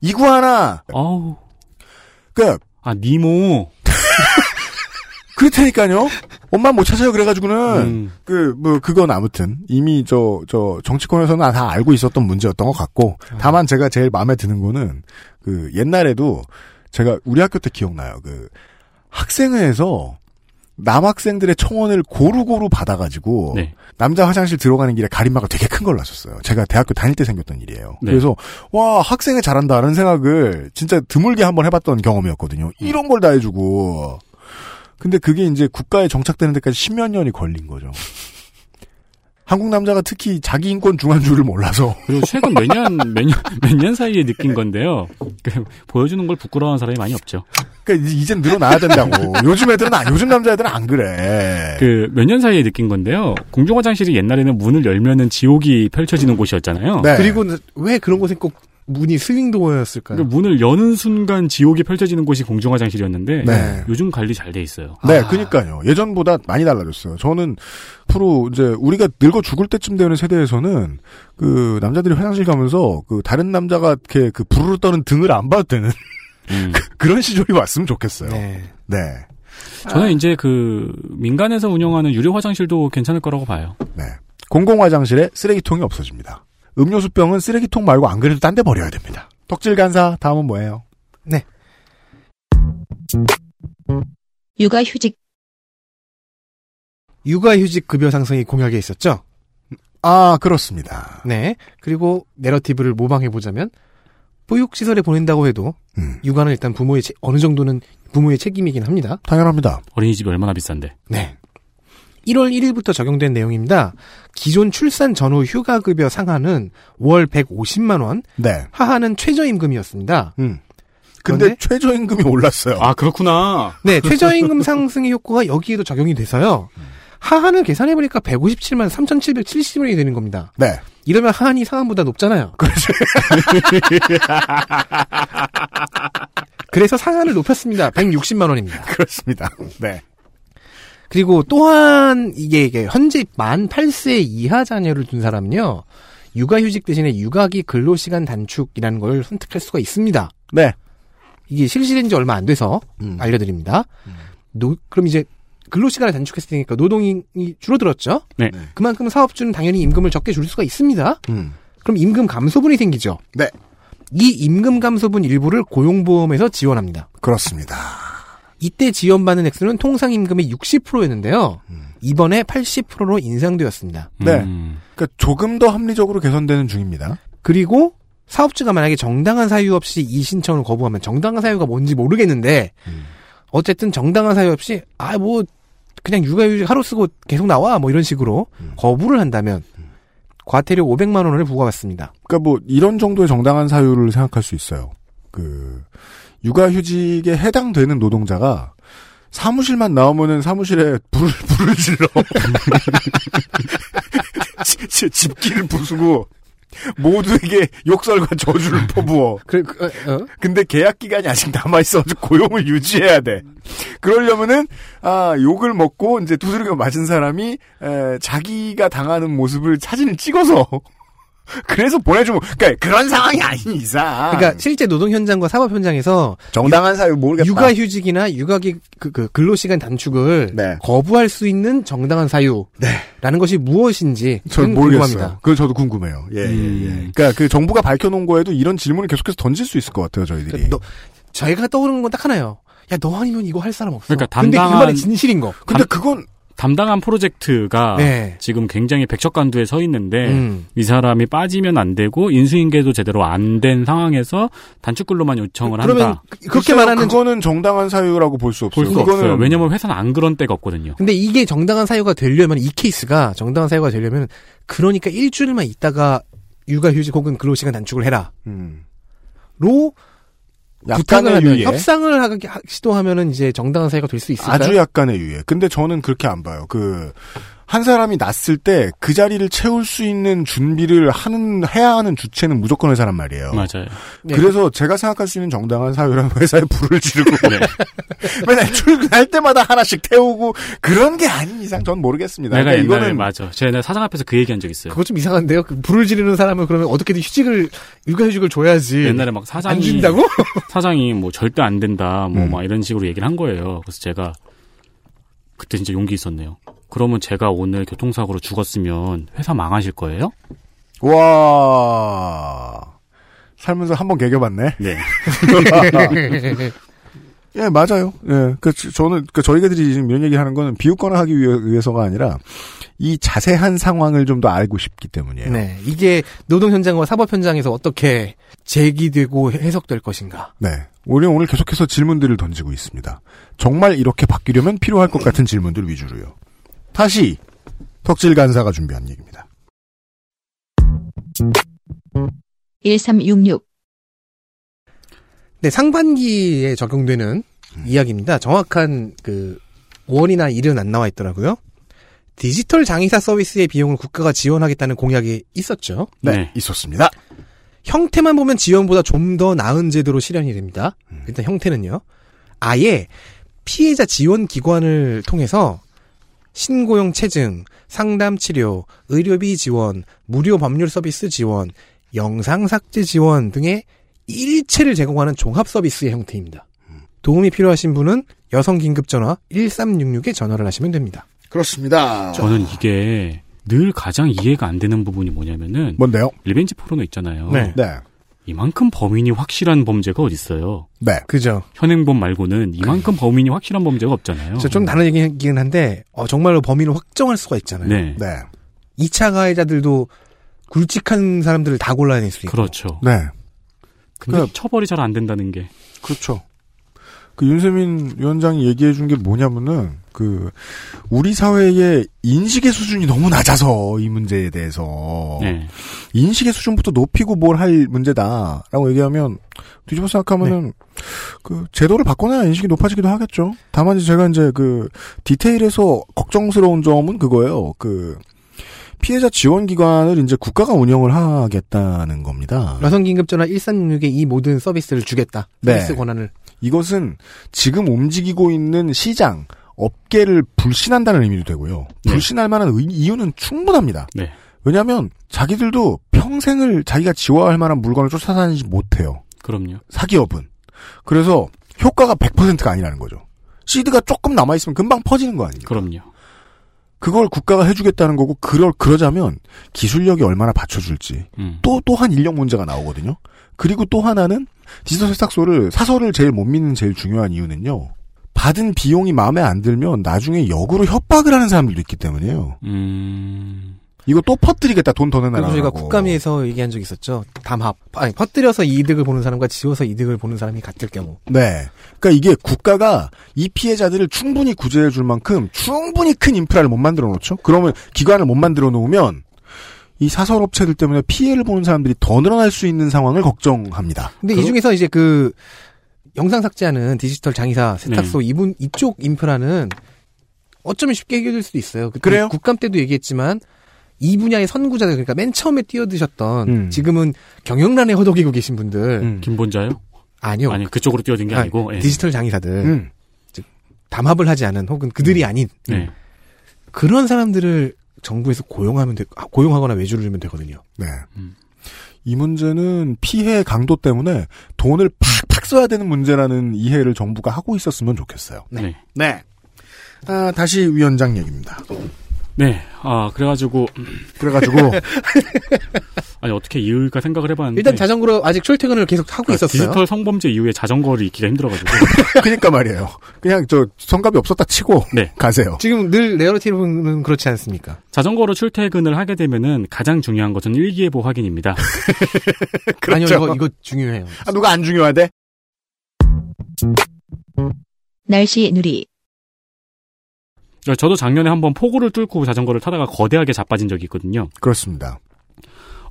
이구아나 아우 그러니까 아 니모 그렇다니까요 엄마 못 찾아요 네. 그래가지고는 음, 그 뭐 그건 아무튼 이미 저 저 정치권에서는 다 알고 있었던 문제였던 것 같고 아. 다만 제가 제일 마음에 드는 거는 그 옛날에도 제가 우리 학교 때 기억나요 그 학생회에서 남학생들의 청원을 고루고루 받아가지고 네. 남자 화장실 들어가는 길에 가림막을 되게 큰 걸 놨었어요. 제가 대학교 다닐 때 생겼던 일이에요. 네. 그래서 와 학생회 잘한다는 생각을 진짜 드물게 한번 해봤던 경험이었거든요. 이런 걸 다 해주고 근데 그게 이제 국가에 정착되는 데까지 십몇 년이 걸린 거죠. 한국 남자가 특히 자기 인권 중한줄을 몰라서 그리고 최근 몇년몇년몇 년 사이에 느낀 건데요. 그, 보여주는 걸 부끄러워하는 사람이 많이 없죠. 그러니까 이제 이젠 늘어나야 된다고. 요즘 애들은 안, 요즘 남자애들은 안 그래. 그 몇 년 사이에 느낀 건데요. 공중 화장실이 옛날에는 문을 열면은 지옥이 펼쳐지는 곳이었잖아요. 음. 네. 그리고 왜 그런 곳에 꼭 문이 스윙도어였을까요? 그러니까 문을 여는 순간 지옥이 펼쳐지는 곳이 공중 화장실이었는데 네. 요즘 관리 잘 돼 있어요. 네, 그니까요. 예전보다 많이 달라졌어요. 저는 프로 이제 우리가 늙어 죽을 때쯤 되는 세대에서는 그 남자들이 화장실 가면서 그 다른 남자가 이렇게 그 부르르 떠는 등을 안 봐도 되는 그- 그런 시절이 왔으면 좋겠어요. 네. 저는 이제 그 민간에서 운영하는 유료 화장실도 괜찮을 거라고 봐요. 공공 화장실에 쓰레기통이 없어집니다. 음료수병은 쓰레기통 말고 안 그래도 딴 데 버려야 됩니다. 덕질 간사 다음은 뭐예요? 네. 육아휴직 육아휴직 급여 상승이 공약에 있었죠? 아, 그렇습니다. 네. 그리고 내러티브를 모방해보자면, 보육시설에 보낸다고 해도, 음. 육아는 일단 부모의, 책- 어느 정도는 부모의 책임이긴 합니다. 당연합니다. 어린이집이 얼마나 비싼데? 네. 1월 1일부터 적용된 내용입니다. 기존 출산 전후 휴가급여 상한은 월 150만원, 네. 하한은 최저임금이었습니다. 음. 근데 최저임금이 올랐어요. 아, 그렇구나. 네, 최저임금 상승의 효과가 여기에도 적용이 돼서요. 하한을 계산해보니까 157만 3,770원이 되는 겁니다. 네. 이러면 하한이 상한보다 높잖아요. 그렇죠. 그래서 상한을 높였습니다. 160만 원입니다. 그렇습니다. 네. 그리고 또한 이게, 이게 현재 만 8세 이하 자녀를 둔 사람은요. 육아휴직 대신에 육아기 근로시간 단축이라는 걸 선택할 수가 있습니다. 네. 이게 실시된 지 얼마 안 돼서 알려드립니다. 노- 그럼 이제 근로시간을 단축했으니까 노동이 줄어들었죠? 네. 그만큼 사업주는 당연히 임금을 적게 줄 수가 있습니다. 그럼 임금 감소분이 생기죠? 음. 네. 이 임금 감소분 일부를 고용보험에서 지원합니다. 그렇습니다. 이때 지원받는 액수는 통상 임금의 60%였는데요. 이번에 80%로 인상되었습니다. 네. 음. 그러니까 조금 더 합리적으로 개선되는 중입니다. 그리고 사업주가 만약에 정당한 사유 없이 이 신청을 거부하면 정당한 사유가 뭔지 모르겠는데 음. 어쨌든 정당한 사유 없이 아 뭐 그냥 육아휴직 하루 쓰고 계속 나와 뭐 이런 식으로 음. 거부를 한다면 과태료 500만 원을 부과받습니다. 그러니까 뭐 이런 정도의 정당한 사유를 생각할 수 있어요. 그 육아휴직에 해당되는 노동자가 사무실만 나오면은 사무실에 불을 불을 질러 지- 지- 집기를 부수고 모두에게 욕설과 저주를 퍼부어. 그, 근데 계약 기간이 아직 남아 있어가지고 고용을 유지해야 돼. 그러려면은 아 욕을 먹고 이제 두드려 맞은 사람이 에, 자기가 당하는 모습을 사진을 찍어서 그래서 보내주면 그러니까 그런 상황이 아닌 이상. 그러니까 실제 노동 현장과 사법 현장에서 정당한 사유 모르겠다. 육아휴직이나 육아기 그, 그 근로시간 단축을 네. 거부할 수 있는 정당한 사유라는 것이 무엇인지 전 저는 네. 모르겠어요. 궁금합니다. 그건 저도 궁금해요. 예, 예, 예. 그러니까 그 정부가 밝혀놓은 거에도 이런 질문을 계속해서 던질 수 있을 것 같아요, 그러니까 저희들이. 저희가 그 떠오르는 건 딱 하나요. 야 너 아니면 이거 할 사람 없어. 그러니까 근데 그 담당한- 말이 진실인 거. 근데 그건 담당한 프로젝트가 네. 지금 굉장히 백척간두에 서 있는데 음. 이 사람이 빠지면 안 되고 인수인계도 제대로 안 된 상황에서 단축근로만 요청을 한다. 그, 글쎄요, 그거는 정당한 사유라고 볼 수 없어요. 볼 수 그거는- 없어요. 왜냐면 회사는 안 그런 때가 없거든요. 근데 이게 정당한 사유가 되려면 이 케이스가 정당한 사유가 되려면 그러니까 일주일만 있다가 육아휴직 혹은 근로시간 단축을 해라. 로 음. 약간의 부탁을 하면 유예. 협상을 하기 하- 시도하면은 이제 정당한 사유가 될 수 있을까요? 아주 약간의 유예. 근데 저는 그렇게 안 봐요. 그, 한 사람이 났을 때 그 자리를 채울 수 있는 준비를 하는, 해야 하는 주체는 무조건 회사란 말이에요. 맞아요. 그래서 제가 생각할 수 있는 정당한 사유란 회사에 불을 지르고 네. 맨날 출근할 때마다 하나씩 태우고 그런 게 아닌 이상 전 모르겠습니다. 내가 그러니까 옛날에 맞아. 제가 옛날에 사장 앞에서 그 얘기한 적 있어요. 그거 좀 이상한데요. 그 불을 지르는 사람은 그러면 어떻게든 휴직을 육아휴직을 줘야지. 옛날에 막 사장이 안 준다고? 음. 사장이 뭐 절대 안 된다 뭐 막 이런 식으로 얘기를 한 거예요. 그래서 제가 그때 진짜 용기 있었네요. 그러면 제가 오늘 교통사고로 죽었으면 회사 망하실 거예요? 와 살면서 한 번 개겨봤네. 네. 예, 맞아요. 예. 그, 저- 저는, 그, 저희들이 지금 이런 얘기 하는 거는 비웃거나 하기 위해, 위해서가 아니라, 이 자세한 상황을 좀 더 알고 싶기 때문이에요. 네. 이게 노동 현장과 사법 현장에서 어떻게 제기되고 해석될 것인가. 네. 우리 오늘 계속해서 질문들을 던지고 있습니다. 정말 이렇게 바뀌려면 필요할 것 같은 질문들 위주로요. 다시, 덕질 간사가 준비한 얘기입니다. 1366 네, 상반기에 적용되는 이야기입니다. 정확한 그 원이나 일은 안 나와 있더라고요. 네. 디지털 장의사 서비스의 비용을 국가가 지원하겠다는 공약이 있었죠. 네, 있었습니다. 형태만 보면 지원보다 좀 더 나은 제도로 실현이 됩니다. 일단 형태는요. 아예 피해자 지원 기관을 통해서 신고용 체증, 상담 치료, 의료비 지원, 무료 법률 서비스 지원, 영상 삭제 지원 등의 일체를 제공하는 종합 서비스의 형태입니다. 도움이 필요하신 분은 여성 긴급 전화 1366에 전화를 하시면 됩니다. 그렇습니다. 그렇죠. 저는 이게 늘 가장 이해가 안 되는 부분이 뭐냐면은 뭔데요? 리벤지 포르노 있잖아요. 네. 네. 이만큼 범인이 확실한 범죄가 어디 있어요? 네. 그죠. 현행범 말고는 이만큼 범인이 확실한 범죄가 없잖아요. 저 좀 다른 얘기긴 한데 어, 정말로 범인을 확정할 수가 있잖아요. 네. 네. 2차 가해자들도 굵직한 사람들을 다 골라낼 수 있고. 그렇죠. 네. 근데 그러니까- 처벌이 잘 안 된다는 게 그렇죠. 그 윤세민 위원장이 얘기해 준 게 뭐냐면은 그 우리 사회의 인식의 수준이 너무 낮아서 이 문제에 어. 대해서 네. 인식의 수준부터 높이고 뭘 할 문제다라고 얘기하면 뒤집어 생각하면은 그 제도를 바꿔놔야 인식이 높아지기도 하겠죠. 다만 이제 제가 이제 그 디테일에서 걱정스러운 점은 그거예요. 그 피해자 지원 기관을 이제 국가가 운영을 하겠다는 겁니다. 여성 긴급 전화 1366에 이 모든 서비스를 주겠다. 서비스 네. 권한을. 이것은 지금 움직이고 있는 시장, 업계를 불신한다는 의미도 되고요. 네. 불신할 만한 의- 이유는 충분합니다. 네. 왜냐하면 자기들도 평생을 자기가 지워할 만한 물건을 쫓아다니지 못해요. 그럼요. 사기업은. 그래서 효과가 100%가 아니라는 거죠. 시드가 조금 남아있으면 금방 퍼지는 거 아닙니까? 그럼요. 그걸 국가가 해주겠다는 거고, 그럴, 그러자면 기술력이 얼마나 받쳐줄지. 음. 또, 또한 인력 문제가 나오거든요. 그리고 또 하나는 디지털 세탁소를, 사설을 제일 못 믿는 제일 중요한 이유는요. 받은 비용이 마음에 안 들면 나중에 역으로 협박을 하는 사람들도 있기 때문이에요. 음. 이거 또 퍼뜨리겠다, 돈 더 내놔라. 그래서 저희가 라고. 국감에서 얘기한 적이 있었죠. 담합. 아니, 퍼뜨려서 이득을 보는 사람과 지워서 이득을 보는 사람이 같을 경우. 네. 그러니까 이게 국가가 이 피해자들을 충분히 구제해 줄 만큼 충분히 큰 인프라를 못 만들어 놓죠. 그러면 기관을 못 만들어 놓으면 이 사설 업체들 때문에 피해를 보는 사람들이 더 늘어날 수 있는 상황을 걱정합니다. 근데 이 중에서 이제 그 영상 삭제하는 디지털 장의사 세탁소 네. 이분 이쪽 인프라는 어쩌면 쉽게 해결될 수도 있어요. 그때 그래요? 국감 때도 얘기했지만 이 분야의 선구자들 그러니까 맨 처음에 뛰어드셨던 음. 지금은 경영난에 허덕이고 계신 분들 음. 김본자요? 아니요 아니 그쪽으로 뛰어든 게 네. 아니, 아니고 예. 디지털 장의사들 음. 담합을 하지 않은 혹은 그들이 아닌 네. 그런 사람들을 정부에서 고용하면 되, 고용하거나 외주를 주면 되거든요. 네. 음. 이 문제는 피해 강도 때문에 돈을 팍팍 써야 되는 문제라는 이해를 정부가 하고 있었으면 좋겠어요. 네. 네. 네. 아, 다시 위원장 얘기입니다. 아 그래가지고 그래가지고 아니 어떻게 이유일까 생각을 해봤는데 일단 자전거로 아직 출퇴근을 계속 하고 그러니까 있었어요. 네. 디지털 성범죄 이후에 자전거를 잇기가 힘들어가지고 그러니까 말이에요. 그냥 저 성갑이 없었다 치고 네. 가세요. 지금 늘 레어티브는 그렇지 않습니까? 자전거로 출퇴근을 하게 되면은 가장 중요한 것은 일기예보 확인입니다. 그렇죠. 아니요, 이거, 이거 중요해요. 아, 누가 안 중요하대? 날씨 누리, 그러니까 저도 작년에 한번 폭우를 뚫고 자전거를 타다가 거대하게 자빠진 적이 있거든요. 그렇습니다.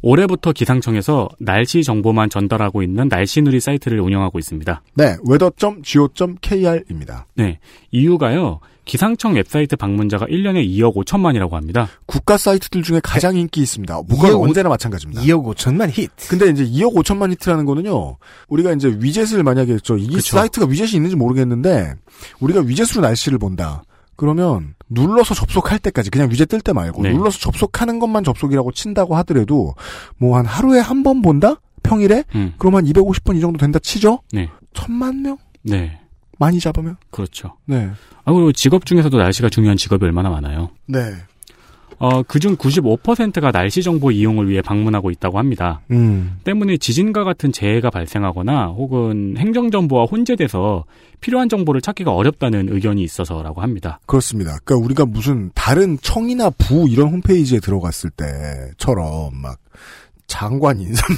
올해부터 기상청에서 날씨 정보만 전달하고 있는 날씨누리 사이트를 운영하고 있습니다. 네, weather.go.kr입니다. 네. 이유가요. 기상청 웹사이트 방문자가 1년에 2억 5천만이라고 합니다. 국가 사이트들 중에 가장 인기 있습니다. 뭐가 2억 언제나 마찬가지입니다. 그, 2억 5천만 히트. 근데 이제 2억 5천만 히트라는 거는요, 우리가 이제 위젯을 만약에, 저, 이 그쵸. 사이트가 위젯이 있는지 모르겠는데, 우리가 위젯으로 날씨를 본다. 그러면, 눌러서 접속할 때까지, 그냥 위젯 뜰 때 말고, 네. 눌러서 접속하는 것만 접속이라고 친다고 하더라도, 뭐 한 하루에 한 번 본다? 평일에? 음. 그럼 한 250분 이 정도 된다 치죠? 네. 천만 명? 네. 많이 잡으면? 그렇죠. 네. 아, 그리고 직업 중에서도 날씨가 중요한 직업이 얼마나 많아요. 네. 어, 그중 95%가 날씨 정보 이용을 위해 방문하고 있다고 합니다. 음. 때문에 지진과 같은 재해가 발생하거나 혹은 행정정보와 혼재돼서 필요한 정보를 찾기가 어렵다는 의견이 있어서라고 합니다. 그렇습니다. 그러니까 우리가 무슨 다른 청이나 부 이런 홈페이지에 들어갔을 때처럼 막 장관 인사만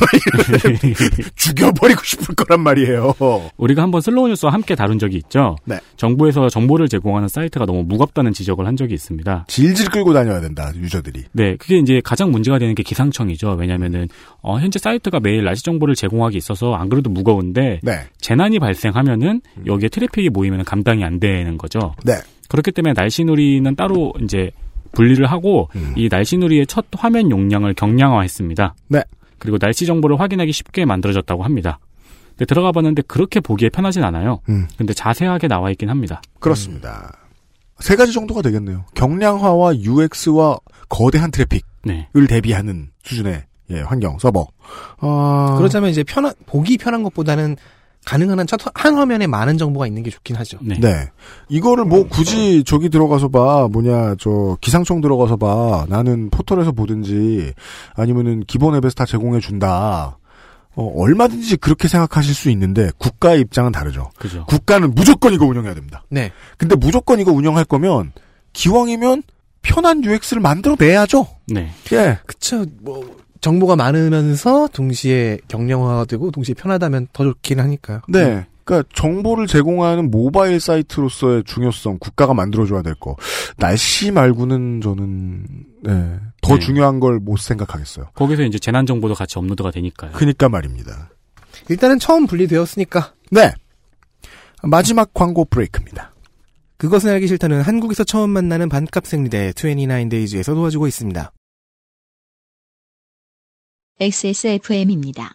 죽여버리고 싶을 거란 말이에요. 우리가 한번 슬로우 뉴스와 함께 다룬 적이 있죠. 네. 정부에서 정보를 제공하는 사이트가 너무 무겁다는 지적을 한 적이 있습니다. 질질 끌고 다녀야 된다 유저들이. 네, 그게 이제 가장 문제가 되는 게 기상청이죠. 왜냐면은, 어, 현재 사이트가 매일 날씨 정보를 제공하기 있어서 안 그래도 무거운데, 네, 재난이 발생하면은 여기에 트래픽이 모이면 감당이 안 되는 거죠. 네. 그렇기 때문에 날씨누리는 따로 이제 분리를 하고 음. 이 날씨누리의 첫 화면 용량을 경량화했습니다. 네. 그리고 날씨 정보를 확인하기 쉽게 만들어졌다고 합니다. 근데 들어가 봤는데 그렇게 보기에 편하진 않아요. 음. 근데 자세하게 나와 있긴 합니다. 그렇습니다. 음. 세 가지 정도가 되겠네요. 경량화와 UX와 거대한 트래픽을 네. 대비하는 수준의 예, 환경 서버. 아, 그렇다면 이제 편한 보기 편한 것보다는 가능한 한, 첫, 한 화면에 많은 정보가 있는 게 좋긴 하죠. 네. 네. 이거를 뭐 굳이 저기 들어가서 봐, 뭐냐, 저 기상청 들어가서 봐, 나는 포털에서 보든지 아니면은 기본 앱에서 다 제공해 준다. 어, 얼마든지 그렇게 생각하실 수 있는데 국가의 입장은 다르죠. 그죠. 국가는 무조건 이거 운영해야 됩니다. 네. 근데 무조건 이거 운영할 거면 기왕이면 편한 UX를 만들어내야죠. 네. 예. 그쵸. 뭐 정보가 많으면서 동시에 경량화가 되고 동시에 편하다면 더 좋긴 하니까요. 네. 그러니까 정보를 제공하는 모바일 사이트로서의 중요성 국가가 만들어줘야 될 거. 날씨 말고는 저는 네, 더 네. 중요한 걸 못 생각하겠어요. 거기서 이제 재난 정보도 같이 업로드가 되니까요. 그니까 말입니다. 일단은 처음 분리되었으니까 네. 마지막 광고 브레이크입니다. 그것은 알기 싫다는 한국에서 처음 만나는 반값 생리대 29데이즈에서 도와주고 있습니다. XSFM입니다.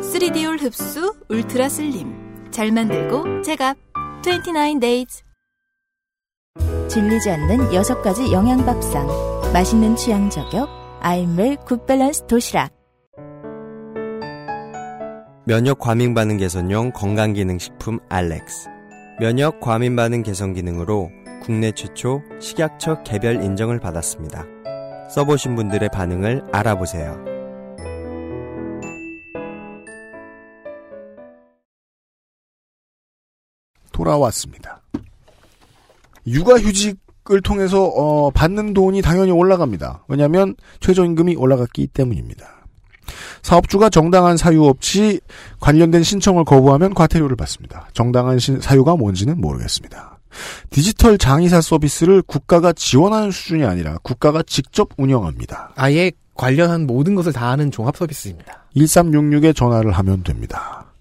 3D올 흡수 울트라 슬림 잘 만들고 제값 29 days 질리지 않는 여섯 가지 영양 밥상. 맛있는 취향 저격. 아임웰 굿밸런스 도시락. 면역 과민 반응 개선용 건강 기능 식품 알렉스. 면역 과민 반응 개선 기능으로 국내 최초 식약처 개별 인정을 받았습니다. 써보신 분들의 반응을 알아보세요. 돌아왔습니다. 육아휴직을 통해서 어, 받는 돈이 당연히 올라갑니다. 왜냐하면 최저임금이 올라갔기 때문입니다. 사업주가 정당한 사유 없이 관련된 신청을 거부하면 과태료를 받습니다. 정당한 신- 사유가 뭔지는 모르겠습니다. 디지털 장의사 서비스를 국가가 지원하는 수준이 아니라 국가가 직접 운영합니다. 아예 관련한 모든 것을 다 하는 종합 서비스입니다. 1366에 전화를 하면 됩니다.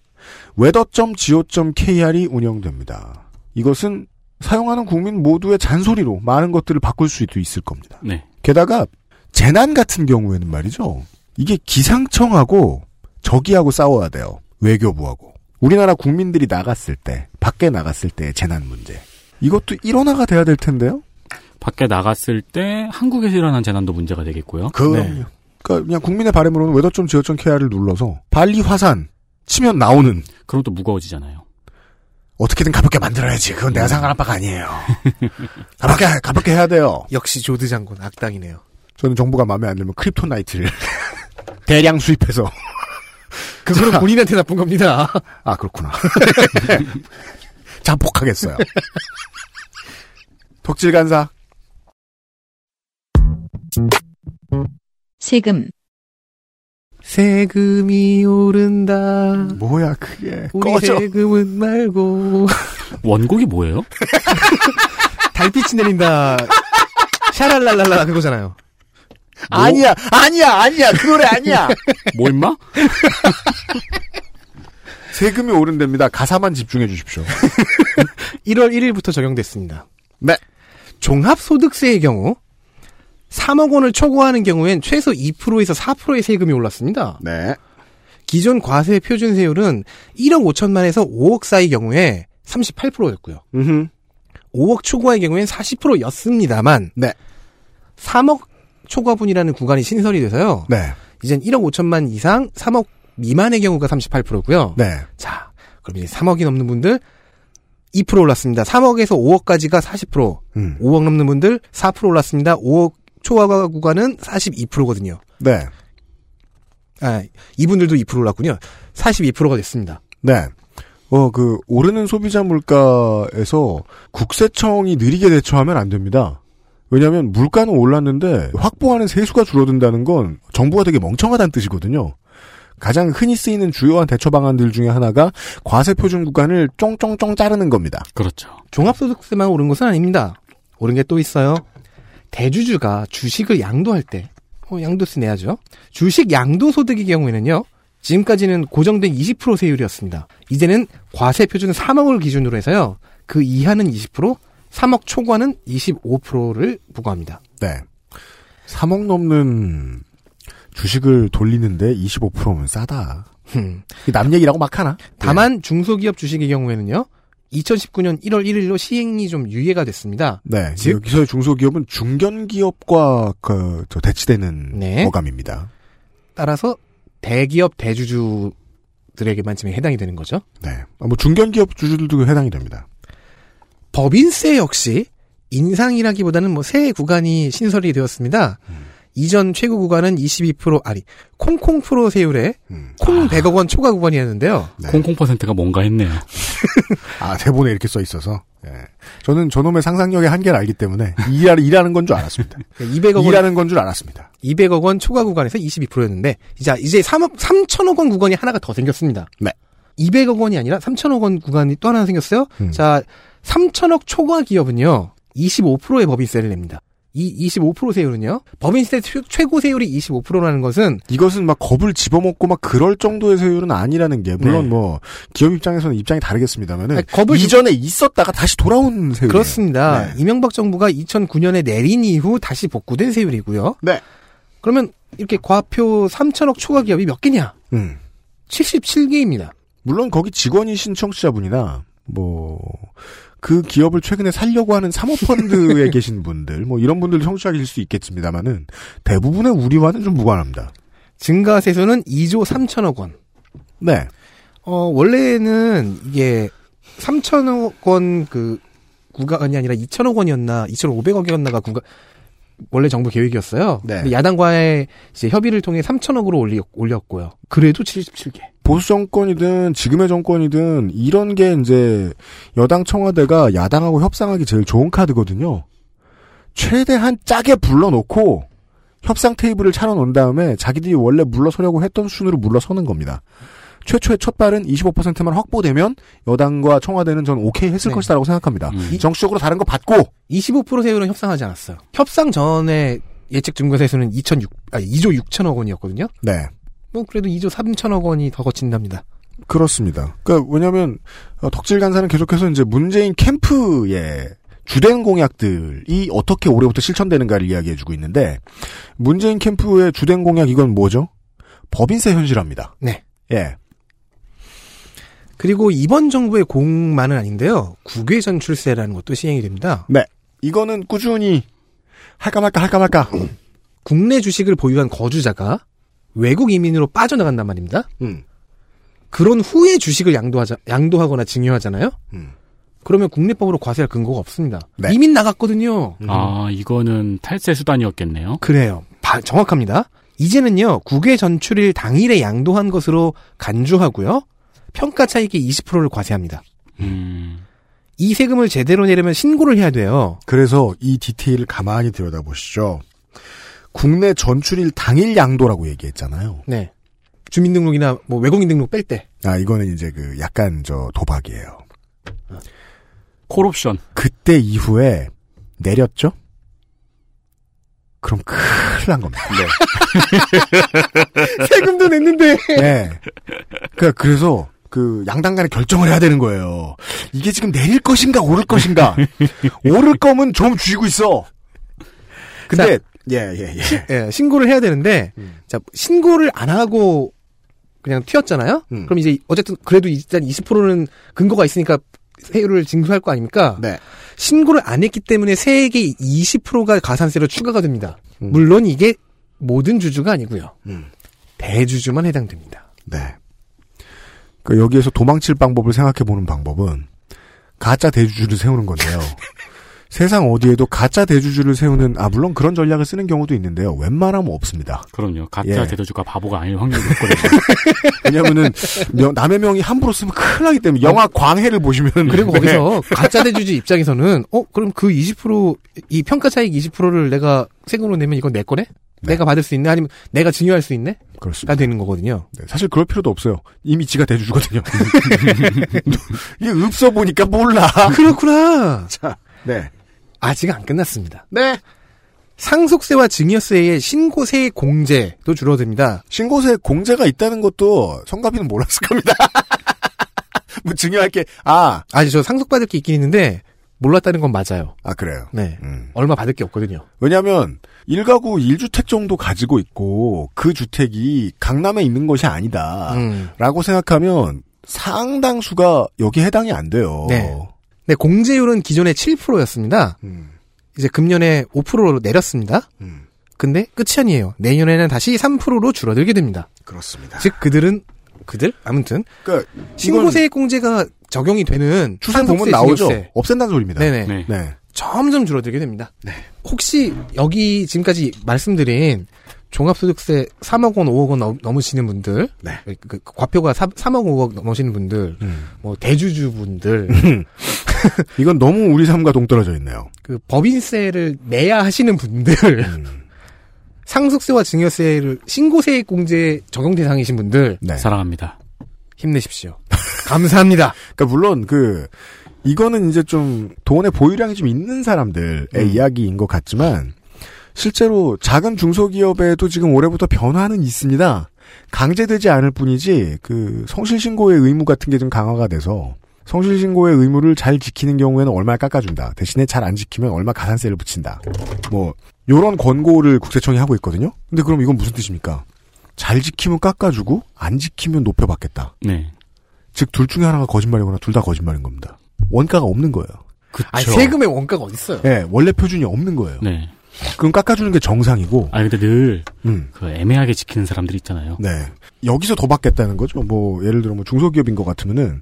weather.go.kr이 운영됩니다. 이것은 사용하는 국민 모두의 잔소리로 많은 것들을 바꿀 수도 있을 겁니다. 네. 게다가 재난 같은 경우에는 말이죠. 이게 기상청하고 저기하고 싸워야 돼요. 외교부하고. 우리나라 국민들이 나갔을 때, 밖에 나갔을 때의 재난 문제. 이것도 일원화가 돼야 될 텐데요. 밖에 나갔을 때 한국에서 일어난 재난도 문제가 되겠고요. 네. 그럼요. 그러니까 그냥 국민의 바람으로는 weather.go.kr을 눌러서 발리 화산 치면 나오는 그럼 또 무거워지잖아요. 어떻게든 가볍게 만들어야지. 그건 내가 상관할 바가 아니에요. 가볍게, 가볍게 해야 돼요. 역시 조드 장군 악당이네요. 저는 정부가 마음에 안 들면 크립토나이트를 대량 수입해서. 그거는 자. 본인한테 나쁜 겁니다. 아, 그렇구나. 자폭하겠어요. 덕질 간사. 세금, 세금이 오른다. 뭐야, 그게. 우리 꺼져. 세금은 말고 원곡이 뭐예요? 달빛이 내린다. 샤랄랄랄라 그거잖아요. 아니야, 아니야, 아니야. 그 노래 아니야. 뭐 임마? 세금이 오른답니다. 가사만 집중해 주십시오. 1월 1일부터 적용됐습니다. 네. 종합소득세의 경우 3억 원을 초과하는 경우엔 최소 2%에서 4%의 세금이 올랐습니다. 네. 기존 과세 표준 세율은 1억 5천만에서 5억 사이 경우에 38%였고요. 음 5억 초과의 경우엔 40%였습니다만 네. 3억 초과분이라는 구간이 신설이 돼서요. 네. 이젠 1억 5천만 이상 3억 미만의 경우가 38%고요. 네. 자, 그럼 이제 3억이 넘는 분들 2% 올랐습니다. 3억에서 5억까지가 40%, 음. 5억 넘는 분들 4% 올랐습니다. 5억 초과 구간은 42%거든요. 네. 아, 이분들도 2% 올랐군요. 42%가 됐습니다. 네. 어, 그, 오르는 소비자 물가에서 국세청이 느리게 대처하면 안 됩니다. 왜냐면 하 물가는 올랐는데 확보하는 세수가 줄어든다는 건 정부가 되게 멍청하다는 뜻이거든요. 가장 흔히 쓰이는 주요한 대처 방안들 중에 하나가 과세 표준 구간을 쫑쫑쫑 자르는 겁니다. 그렇죠. 종합소득세만 오른 것은 아닙니다. 오른 게 또 있어요. 대주주가 주식을 양도할 때, 어, 양도세 내야죠. 주식 양도소득의 경우에는요, 지금까지는 고정된 20% 세율이었습니다. 이제는 과세 표준 3억을 기준으로 해서요, 그 이하는 20%, 3억 초과는 25%를 부과합니다. 네. 3억 네. 넘는 주식을 돌리는데 25%면 싸다. 남 얘기라고 막 하나? 다만 중소기업 주식의 경우에는요. 2019년 1월 1일로 시행이 좀 유예가 됐습니다. 네. 여기서의 중소기업은 중견기업과 그, 저 대치되는 네. 어감입니다. 따라서 대기업 대주주들에게만 지금 해당이 되는 거죠. 어, 네. 아, 뭐 중견기업 주주들도 해당이 됩니다. 법인세 역시 인상이라기보다는 뭐 세 구간이 신설이 되었습니다. 음. 이전 최고 구간은 22% 아니 콩콩 프로 세율에 콩 100억 원 초과 구간이었는데요. 아, 네. 콩콩 퍼센트가 뭔가 했네요. 아, 대본에 이렇게 써 있어서. 예. 저는 저놈의 상상력의 한계를 알기 때문에 일하, 일하는 건 줄 알았습니다. 200억 원 일하는 건 줄 알았습니다. 200억 원 초과 구간에서 22%였는데 이제 이제 3억 3천억 원 구간이 하나가 더 생겼습니다. 네. 200억 원이 아니라 3천억 원 구간이 또 하나 생겼어요. 자, 3천억 초과 기업은요. 25%의 법인세를 냅니다. 이 25% 세율은요. 법인세 최- 최고 세율이 25%라는 것은 이것은 막 겁을 집어먹고 막 그럴 정도의 세율은 아니라는 게 물론 네. 뭐 기업 입장에서는 입장이 다르겠습니다만은 아니, 겁을 집- 이전에 있었다가 다시 돌아온 네. 세율 그렇습니다. 이명박 정부가 2009년에 내린 이후 다시 복구된 세율이고요. 네. 그러면 이렇게 과표 3천억 초과 기업이 몇 개냐? 77개입니다. 음. 물론 거기 직원이신 청취자분이나 뭐 그 기업을 최근에 살려고 하는 사모펀드에 계신 분들 뭐 이런 분들 청취자일 수 있겠습니다만은 대부분의 우리와는 좀 무관합니다. 증가세수는 2조 3천억 원. 네. 어, 원래는 이게 3천억 원 그 구간이 아니라 2천억 원이었나 2,500억이었나가 구간 원래 정부 계획이었어요. 그 네. 근데 야당과의 이제 협의를 통해 3천억으로 올리, 올렸고요. 그래도 77개. 보수 정권이든 지금의 정권이든 이런 게 이제 여당 청와대가 야당하고 협상하기 제일 좋은 카드거든요. 최대한 짜게 불러놓고 협상 테이블을 차려놓은 다음에 자기들이 원래 물러서려고 했던 순으로 물러서는 겁니다. 최초의 첫 발은 25%만 확보되면 여당과 청와대는 전 오케이 했을 네. 것이다라고 생각합니다. 이- 정치적으로 다른 거 받고 25% 세율은 협상하지 않았어요. 협상 전에 예측 증거세수는 2,006, 아 2조 6천억 원이었거든요. 네 뭐 그래도 2조 3천억 원이 더 거친답니다. 그렇습니다. 그러니까 왜냐하면 덕질 간사는 계속해서 이제 문재인 캠프의 주된 공약들이 어떻게 올해부터 실천되는가를 이야기해주고 있는데 문재인 캠프의 주된 공약 이건 뭐죠? 법인세 현실화입니다. 네. 예. 그리고 이번 정부의 공만은 아닌데요. 국외 전출세라는 것도 시행이 됩니다. 네. 이거는 꾸준히 할까 말까 할까 말까. 국내 주식을 보유한 거주자가 외국 이민으로 빠져나간단 말입니다. 음. 그런 후에 주식을 양도하자, 양도하거나 증여하잖아요. 음. 그러면 국내법으로 과세할 근거가 없습니다. 네. 이민 나갔거든요. 아, 이거는 탈세 수단이었겠네요. 음. 그래요. 바- 정확합니다. 이제는요, 국외 전출일 당일에 양도한 것으로 간주하고요, 평가 차익의 20%를 과세합니다. 음. 이 세금을 제대로 내려면 신고를 해야 돼요. 그래서 이 디테일을 가만히 들여다보시죠. 국내 전출일 당일 양도라고 얘기했잖아요. 네. 주민등록이나 뭐 외국인 등록 뺄 때. 아 이거는 이제 그 약간 저 도박이에요. 콜옵션. 그때 이후에 내렸죠? 그럼 큰일 난 겁니다. 세금도 냈는데! 네. 그러니까 그래서 그 양당 간에 결정을 해야 되는 거예요. 이게 지금 내릴 것인가 오를 것인가. 오를 거면 좀 쥐고 있어. 근데 예예 예, 예. 예, 신고를 해야 되는데, 음. 자, 신고를 안 하고 그냥 튀었잖아요? 음. 그럼 이제 어쨌든 그래도 일단 20%는 근거가 있으니까 세율을 징수할 거 아닙니까? 네. 신고를 안 했기 때문에 세액의 20%가 가산세로 추가가 됩니다. 물론 이게 모든 주주가 아니고요. 음. 대주주만 해당됩니다. 네. 그 여기에서 도망칠 방법을 생각해 보는 방법은 가짜 대주주를 세우는 건데요. 세상 어디에도 가짜 대주주를 세우는 아 물론 그런 전략을 쓰는 경우도 있는데요. 웬만하면 없습니다. 그럼요. 가짜 예. 대도주가 바보가 아닐 확률이 높거든요. 왜냐면은 명- 남의 명이 함부로 쓰면 큰일 나기 때문에 영화 광해를 보시면 그리고 네. 거기서 어, 가짜 대주주 입장에서는 어 그럼 그 20%이 평가 차익 20%를 내가 세금으로 내면 이건 내 거네? 내가 받을 수 있네? 아니면 내가 증여할 수 있네? 그렇습니다. 가 되는 거거든요. 네, 사실 그럴 필요도 없어요. 이미 지가 대주주거든요. 이게 없어 보니까 몰라. 그렇구나. 자, 네, 아직 안 끝났습니다. 네. 상속세와 증여세의 신고세 공제도 줄어듭니다. 신고세 공제가 있다는 것도 성가비는 몰랐을 겁니다. 뭐 증여할 게 아, 아니 저 상속받을 게 있긴 있는데 몰랐다는 건 맞아요. 아, 그래요? 네. 얼마 받을 게 없거든요. 왜냐하면 1가구 1주택 정도 가지고 있고 그 주택이 강남에 있는 것이 음. 아니다라고 생각하면 상당수가 여기 해당이 안 돼요. 네. 네, 공제율은 기존에 7%였습니다. 이제 금년에 5%로 내렸습니다. 근데 끝이 아니에요. 내년에는 다시 3%로 줄어들게 됩니다. 그렇습니다. 즉 그들은 그들 아무튼 그러니까 신고세액 공제가 적용이 되는 추세 보면 상속세, 나오죠. 증여세. 없앤다는 소리입니다. 네네. 네. 점점 줄어들게 됩니다. 혹시 여기 지금까지 말씀드린 종합소득세 3억 원, 5억 원 넘- 넘으시는 분들, 그, 그 과표가 3, 억 5억 넘으시는 분들, 뭐 대주주분들, 이건 너무 우리 삶과 동떨어져 있네요. 그 법인세를 내야 하시는 분들, 상속세와 증여세를 신고세액 공제 적용 대상이신 분들, 네. 사랑합니다. 힘내십시오. 감사합니다. 그러니까 물론 그 이거는 이제 좀 돈의 보유량이 좀 있는 사람들의 이야기인 것 같지만 실제로 작은 중소기업에도 지금 올해부터 변화는 있습니다. 강제되지 않을 뿐이지 그 성실신고의 의무 같은 게 좀 강화가 돼서 성실신고의 의무를 잘 지키는 경우에는 얼마 깎아준다. 대신에 잘 안 지키면 얼마 가산세를 붙인다. 뭐 요런 권고를 국세청이 하고 있거든요. 근데 그럼 이건 무슨 뜻입니까? 잘 지키면 깎아주고 안 지키면 높여받겠다. 네. 즉 둘 중에 하나가 거짓말이거나 둘 다 거짓말인 겁니다. 원가가 없는 거예요. 그쵸. 아니, 세금의 원가가 어딨어요? 예, 원래 표준이 없는 거예요. 네. 그럼 깎아주는 게 정상이고. 음, 아니 근데 늘 음. 그 애매하게 지키는 사람들 있잖아요. 네. 여기서 더 받겠다는 거죠. 뭐 예를 들어 뭐 중소기업인 것 같으면은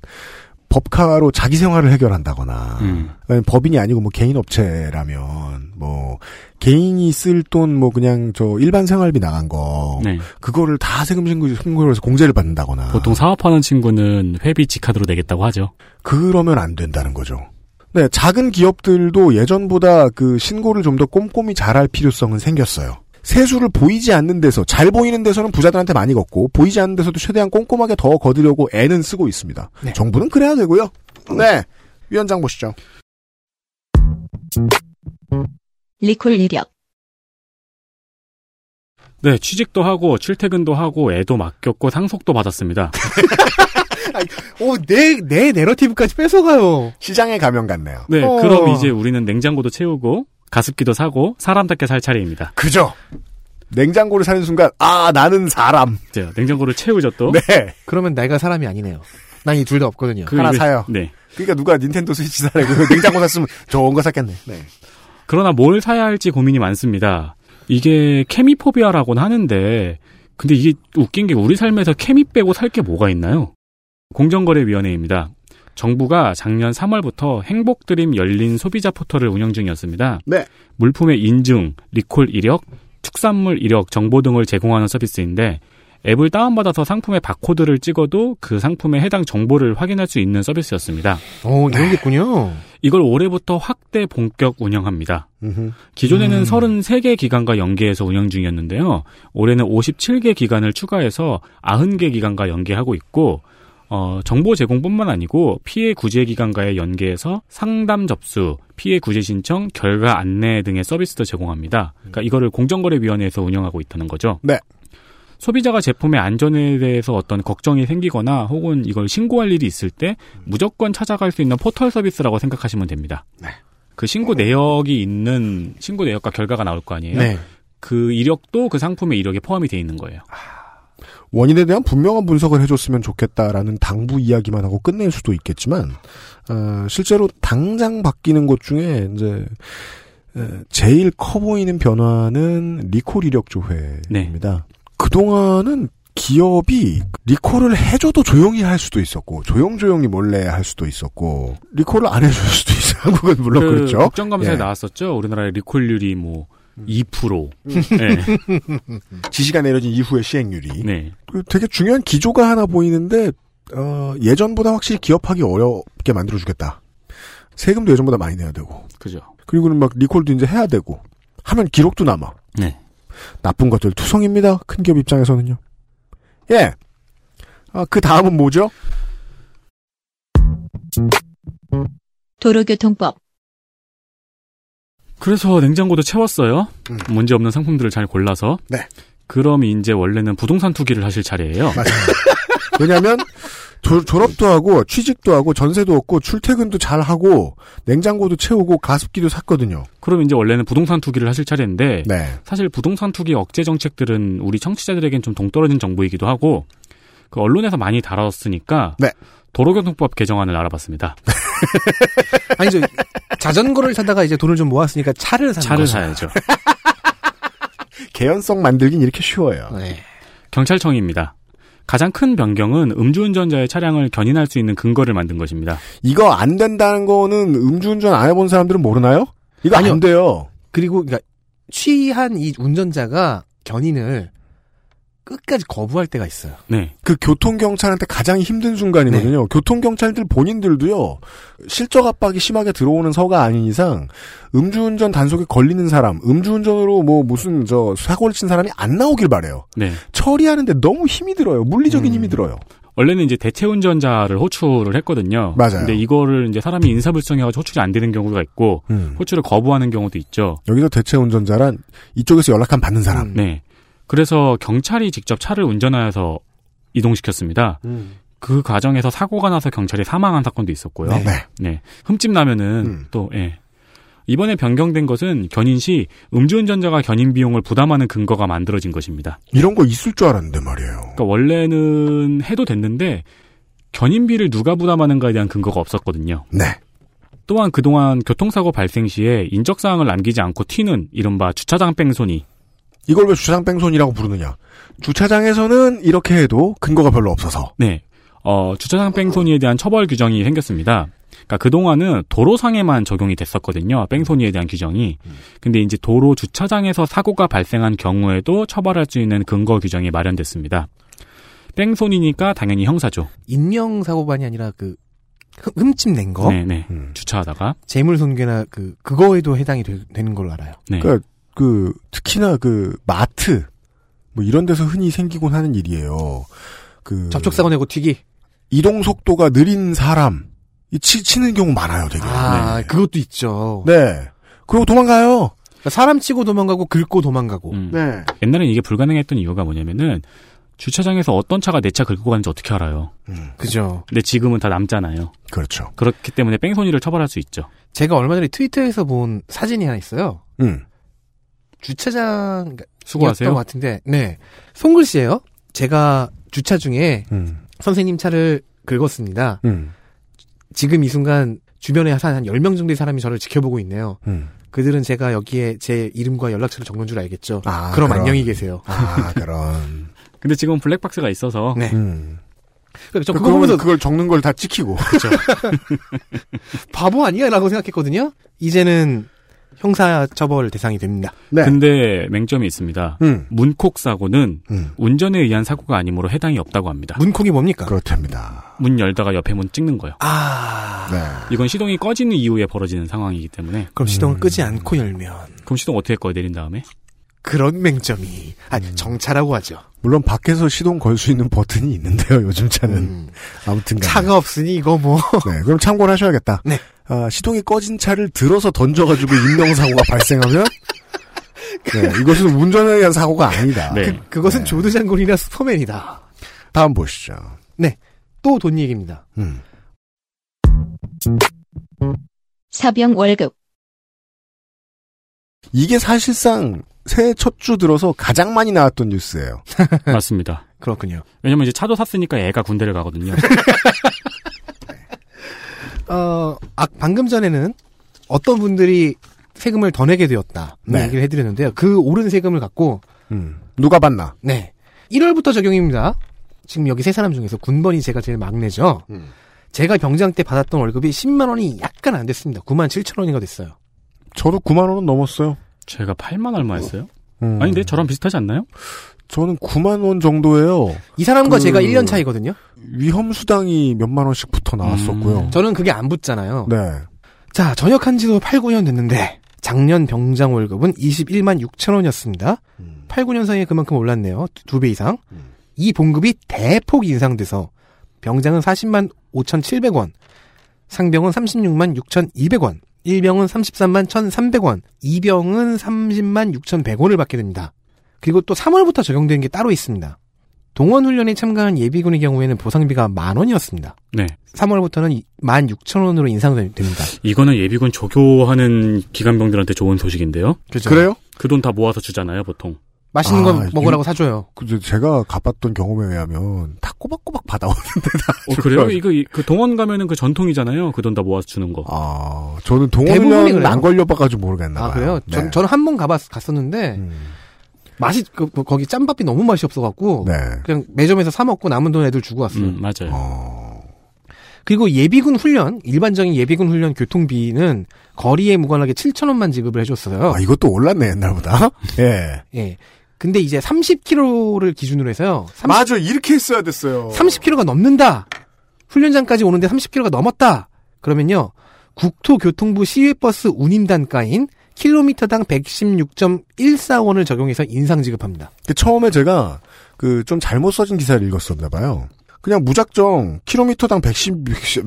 법카로 자기 생활을 해결한다거나 음. 음. 아니면 법인이 아니고 뭐 개인 업체라면 뭐 개인이 쓸 돈 뭐 그냥 저 일반 생활비 나간 거 어. 네. 그거를 다 세금 신고- 신고해서 공제를 아. 받는다거나 보통 사업하는 친구는 회비 직카드로 내겠다고 하죠. 그러면 안 된다는 거죠. 네, 작은 기업들도 예전보다 그 신고를 좀 더 꼼꼼히 잘할 필요성은 생겼어요. 세수를 보이지 않는 데서 잘 보이는 데서는 부자들한테 많이 걷고 보이지 않는 데서도 최대한 꼼꼼하게 더 거두려고 애는 쓰고 있습니다. 네. 정부는 그래야 되고요. 네, 위원장 보시죠. 리콜 이력. 네, 취직도 하고 출퇴근도 하고 애도 맡겼고 상속도 받았습니다. 어, 오내내 내러티브까지 뺏어가요. 시장에 가면 같네요. 네, 어. 그럼 이제 우리는 냉장고도 채우고 가습기도 사고 사람답게 살 차례입니다. 그죠. 냉장고를 사는 순간 아 나는 사람. 냉장고를 채우죠 또. 네. 어? 그러면 내가 사람이 아니네요. 난 이 둘 다 없거든요. 그 이거- 네. 그러니까 누가 닌텐도 스위치 사려고 냉장고 샀으면 좋은 거 샀겠네. 네. 그러나 뭘 사야 할지 고민이 많습니다. 이게 케미포비아라고는 하는데 근데 이게 웃긴 게 우리 삶에서 케미 빼고 살 게 뭐가 있나요? 공정거래위원회입니다. 정부가 작년 3월부터 행복드림 열린 소비자 포털을 운영 중이었습니다. 네. 물품의 인증, 리콜 이력, 축산물 이력 정보 등을 제공하는 서비스인데 앱을 다운받아서 상품의 바코드를 찍어도 그 상품에 해당 정보를 확인할 수 있는 서비스였습니다. 어, 오 이런 게 있군요. 이걸 올해부터 확대 본격 운영합니다. 기존에는 33개 기관과 연계해서 운영 중이었는데요. 올해는 57개 기관을 추가해서 90개 기관과 연계하고 있고 어, 정보 제공뿐만 아니고 피해 구제 기관과의 연계해서 상담 접수, 피해 구제 신청, 결과 안내 등의 서비스도 제공합니다. 그러니까 이거를 공정거래위원회에서 운영하고 있다는 거죠. 네. 소비자가 제품의 안전에 대해서 어떤 걱정이 생기거나 혹은 이걸 신고할 일이 있을 때 무조건 찾아갈 수 있는 포털 서비스라고 생각하시면 됩니다. 그 신고 내역이 있는 신고 내역과 결과가 나올 거 아니에요. 네. 그 이력도 그 상품의 이력에 포함이 돼 있는 거예요. 원인에 대한 분명한 분석을 해줬으면 좋겠다라는 당부 이야기만 하고 끝낼 수도 있겠지만 어, 실제로 당장 바뀌는 것 중에 이제 에, 제일 커 보이는 변화는 리콜 이력 조회입니다. 그 동안은 기업이 리콜을 해줘도 조용히 할 수도 있었고 조용조용히 몰래 할 수도 있었고 리콜을 안 해줄 수도 있어. 한국은 물론 그 그, 렇죠 국정감사에 나왔었죠. 우리나라의 리콜율이 뭐 2%. 네. 지시가 내려진 이후의 시행률이 네. 그 되게 중요한 기조가 하나 보이는데 어, 예전보다 확실히 기업하기 어렵게 만들어주겠다. 세금도 예전보다 많이 내야 되고 그죠. 그리고는 막 리콜도 이제 해야 되고 하면 기록도 남아. 네. 나쁜 것들 투성입니다. 큰 기업 입장에서는요. 예. 아, 그 다음은 뭐죠? 도로교통법. 그래서 냉장고도 채웠어요. 문제 없는 상품들을 잘 골라서. 음. 네. 그럼 이제 원래는 부동산 투기를 하실 차례예요. 왜냐하면 조- 졸업도 하고 취직도 하고 전세도 얻고 출퇴근도 잘 하고 냉장고도 채우고 가습기도 샀거든요. 그럼 이제 원래는 부동산 투기를 하실 차례인데 네. 사실 부동산 투기 억제 정책들은 우리 청취자들에겐 좀 동떨어진 정보이기도 하고 그 언론에서 많이 다뤘으니까 네. 도로교통법 개정안을 알아봤습니다. 아니죠. 자전거를 사다가 이제 돈을 좀 모았으니까 차를 사는 그 차를 그렇죠. 거죠. 사야죠. 개연성 만들긴 이렇게 쉬워요. 경찰청입니다. 가장 큰 변경은 음주운전자의 차량을 견인할 수 있는 근거를 만든 것입니다. 이거 안 된다는 거는 음주운전 안 해본 사람들은 모르나요? 이거 안 돼요. 그리고 그러니까 취한 이 운전자가 견인을 끝까지 거부할 때가 있어요. 네. 그 교통경찰한테 가장 힘든 순간이거든요. 교통경찰들 본인들도요, 실적 압박이 심하게 들어오는 서가 아닌 이상, 음주운전 단속에 걸리는 사람, 음주운전으로 뭐 무슨 저 사고를 친 사람이 안 나오길 바래요 네. 처리하는데 너무 힘이 들어요. 물리적인 힘이 들어요. 원래는 이제 대체 운전자를 호출을 했거든요. 맞아요. 근데 이거를 이제 사람이 인사불성해가지고 호출이 안 되는 경우가 있고 음. 호출을 거부하는 경우도 있죠. 여기서 대체 운전자란 이쪽에서 연락한 받는 사람. 네. 그래서 경찰이 직접 차를 운전하여서 이동시켰습니다. 음. 그 과정에서 사고가 나서 경찰이 사망한 사건도 있었고요. 네. 네. 흠집 나면은 또 예. 이번에 변경된 것은 견인 시 음주운전자가 견인 비용을 부담하는 근거가 만들어진 것입니다. 이런 거 있을 줄 알았는데 말이에요. 그러니까 원래는 해도 됐는데 견인비를 누가 부담하는가에 대한 근거가 없었거든요. 네. 또한 그동안 교통사고 발생 시에 인적사항을 남기지 않고 튀는 이른바 주차장 뺑소니 이걸 왜 주차장 뺑소니라고 부르느냐. 주차장에서는 이렇게 해도 근거가 별로 없어서. 네. 어, 주차장 뺑소니에 대한 처벌 규정이 생겼습니다. 그러니까 그동안은 도로상에만 적용이 됐었거든요. 뺑소니에 대한 규정이. 근데 이제 도로 주차장에서 사고가 발생한 경우에도 처벌할 수 있는 근거 규정이 마련됐습니다. 뺑소니니까 당연히 형사죠. 인명 사고만이 아니라 그 흠- 흠집 낸 거, 음. 네네. 주차하다가. 재물 손괴나 그 그거에도 해당이 되, 는걸 알아요. 네. 그러니까 그 특히나 그 마트 뭐 이런 데서 흔히 생기곤 하는 일이에요. 그 접촉 사고 내고 튀기. 이동 속도가 느린 사람 이 치, 치는 경우 많아요, 되게. 아, 그것도 있죠. 네. 그리고 도망가요. 그러니까 사람 치고 도망가고 긁고 도망가고. 음. 네. 옛날엔 이게 불가능했던 이유가 뭐냐면은 주차장에서 어떤 차가 내 차 긁고 가는지 어떻게 알아요. 음. 그죠. 근데 지금은 다 남잖아요. 그렇죠. 그렇기 때문에 뺑소니를 처벌할 수 있죠. 제가 얼마 전에 트위터에서 본 사진이 하나 있어요. 음. 주차장 그러니까 수고하세요. 것 같은데, 네, 손글씨예요. 제가 주차 중에 음. 네. 선생님 차를 긁었습니다. 음. 지금 이 순간 주변에 한 10명 정도의 사람이 저를 지켜보고 있네요. 음. 그들은 제가 여기에 제 이름과 연락처를 적는 줄 알겠죠. 아, 그럼 그럼. 안녕히 계세요. 아, 그런. 근데 지금 블랙박스가 있어서 네. 음. 그러니까 저 그러 그거 면 보면서 그걸 적는 걸 다 찍히고. 그렇죠. 바보 아니야라고 생각했거든요. 이제는 형사 처벌 대상이 됩니다. 네. 근데 맹점이 있습니다. 음. 문콕 사고는 음. 운전에 의한 사고가 아니므로 해당이 없다고 합니다. 문콕이 뭡니까? 그렇답니다. 문 열다가 옆에 문 찍는 거예요. 아, 네. 이건 시동이 꺼지는 이후에 벌어지는 상황이기 때문에 그럼 음. 시동을 끄지 않고 열면 그럼 시동 어떻게 꺼요 내린 다음에? 그런 맹점이 아니 정차라고 하죠. 물론 밖에서 시동 걸 수 있는 버튼이 있는데요, 요즘 차는. 음. 아무튼 간에. 차가 없으니 이거 뭐 네, 그럼 참고를 하셔야겠다. 네. 아, 시동이 꺼진 차를 들어서 던져가지고 인명사고가 발생하면, 그 네, 이것은 운전에 의한 사고가 아니다. 네. 그것은 조드 장군이나 슈퍼맨이다. 다음 보시죠. 또 돈 얘기입니다. 음. 사병 월급, 이게 사실상 새해 첫 주 들어서 가장 많이 나왔던 뉴스예요. 맞습니다. 그렇군요. 왜냐면 이제 차도 샀으니까 애가 군대를 가거든요. 어, 아, 방금 전에는 어떤 분들이 세금을 더 내게 되었다. 네. 얘기를 해드렸는데요. 그 오른 세금을 갖고, 음. 누가 봤나? 네. 1월부터 적용입니다. 지금 여기 세 사람 중에서 군번이 제가 제일 막내죠. 제가 병장 때 받았던 월급이 10만 원이 약간 안 됐습니다. 9만 7천 원이가 됐어요. 저도 9만 원은 넘었어요. 제가 8만 얼마였어요? 음. 아니 근데 저랑 비슷하지 않나요? 저는 9만 원 정도예요. 이 사람과 그- 제가 1년 차이거든요. 위험 수당이 몇만 원씩 붙어 나왔었고요. 음. 저는 그게 안 붙잖아요. 네. 자, 전역한 지도 8, 9년 됐는데, 작년 병장 월급은 21만 6천 원이었습니다. 8, 9년 사이에 그만큼 올랐네요. 두 배 이상. 이 봉급이 대폭 인상돼서 병장은 40만 5,700원, 상병은 36만 6,200원, 일병은 33만 1,300원, 이병은 30만 6,100원을 받게 됩니다. 그리고 또 3월부터 적용되는 게 따로 있습니다. 동원 훈련에 참가한 예비군의 경우에는 보상비가 만 원이었습니다. 네. 3월부터는 1만 6천 원으로 인상됩니다. 이거는 예비군 조교하는 기관병들한테 좋은 소식인데요. 그죠. 그래요? 그 돈 다 모아서 주잖아요, 보통. 맛있는 아, 건 먹으라고 이- 사줘요. 근데 제가 갚았던 경험에 의하면 다 꼬박꼬박 받아오는데 다. 어, 그래요? 이거 이- 그 동원 가면은 그 전통이잖아요. 그 돈 다 모아서 주는 거. 아, 저는 대부분이 동원은 그래요. 안 걸려봐가지고 모르겠나 봐요. 아 그래요? 네. 음. 전 저는 한 번 가봤 갔었는데 맛이 그, 그- 거기 짬밥이 너무 맛이 없어갖고 네. 그냥 매점에서 사 먹고 남은 돈 애들 주고 왔어요. 음, 맞아요. 그리고 예비군 훈련 일반적인 예비군 훈련 교통비는 거리에 무관하게 7천 원만 지급을 해줬어요. 아, 이것도 올랐네, 옛날보다. 예. 예. 근데 이제 30km를 기준으로 해서요. 30, 맞아, 이렇게 했어야 됐어요. 30km가 넘는다. 훈련장까지 오는데 30km가 넘었다. 그러면요. 국토교통부 시외버스 운임단가인 킬로미터당 116.14원을 적용해서 인상 지급합니다. 그 처음에 제가 그 좀 잘못 써진 기사를 읽었었나 봐요. 그냥 무작정 킬로미터당 116,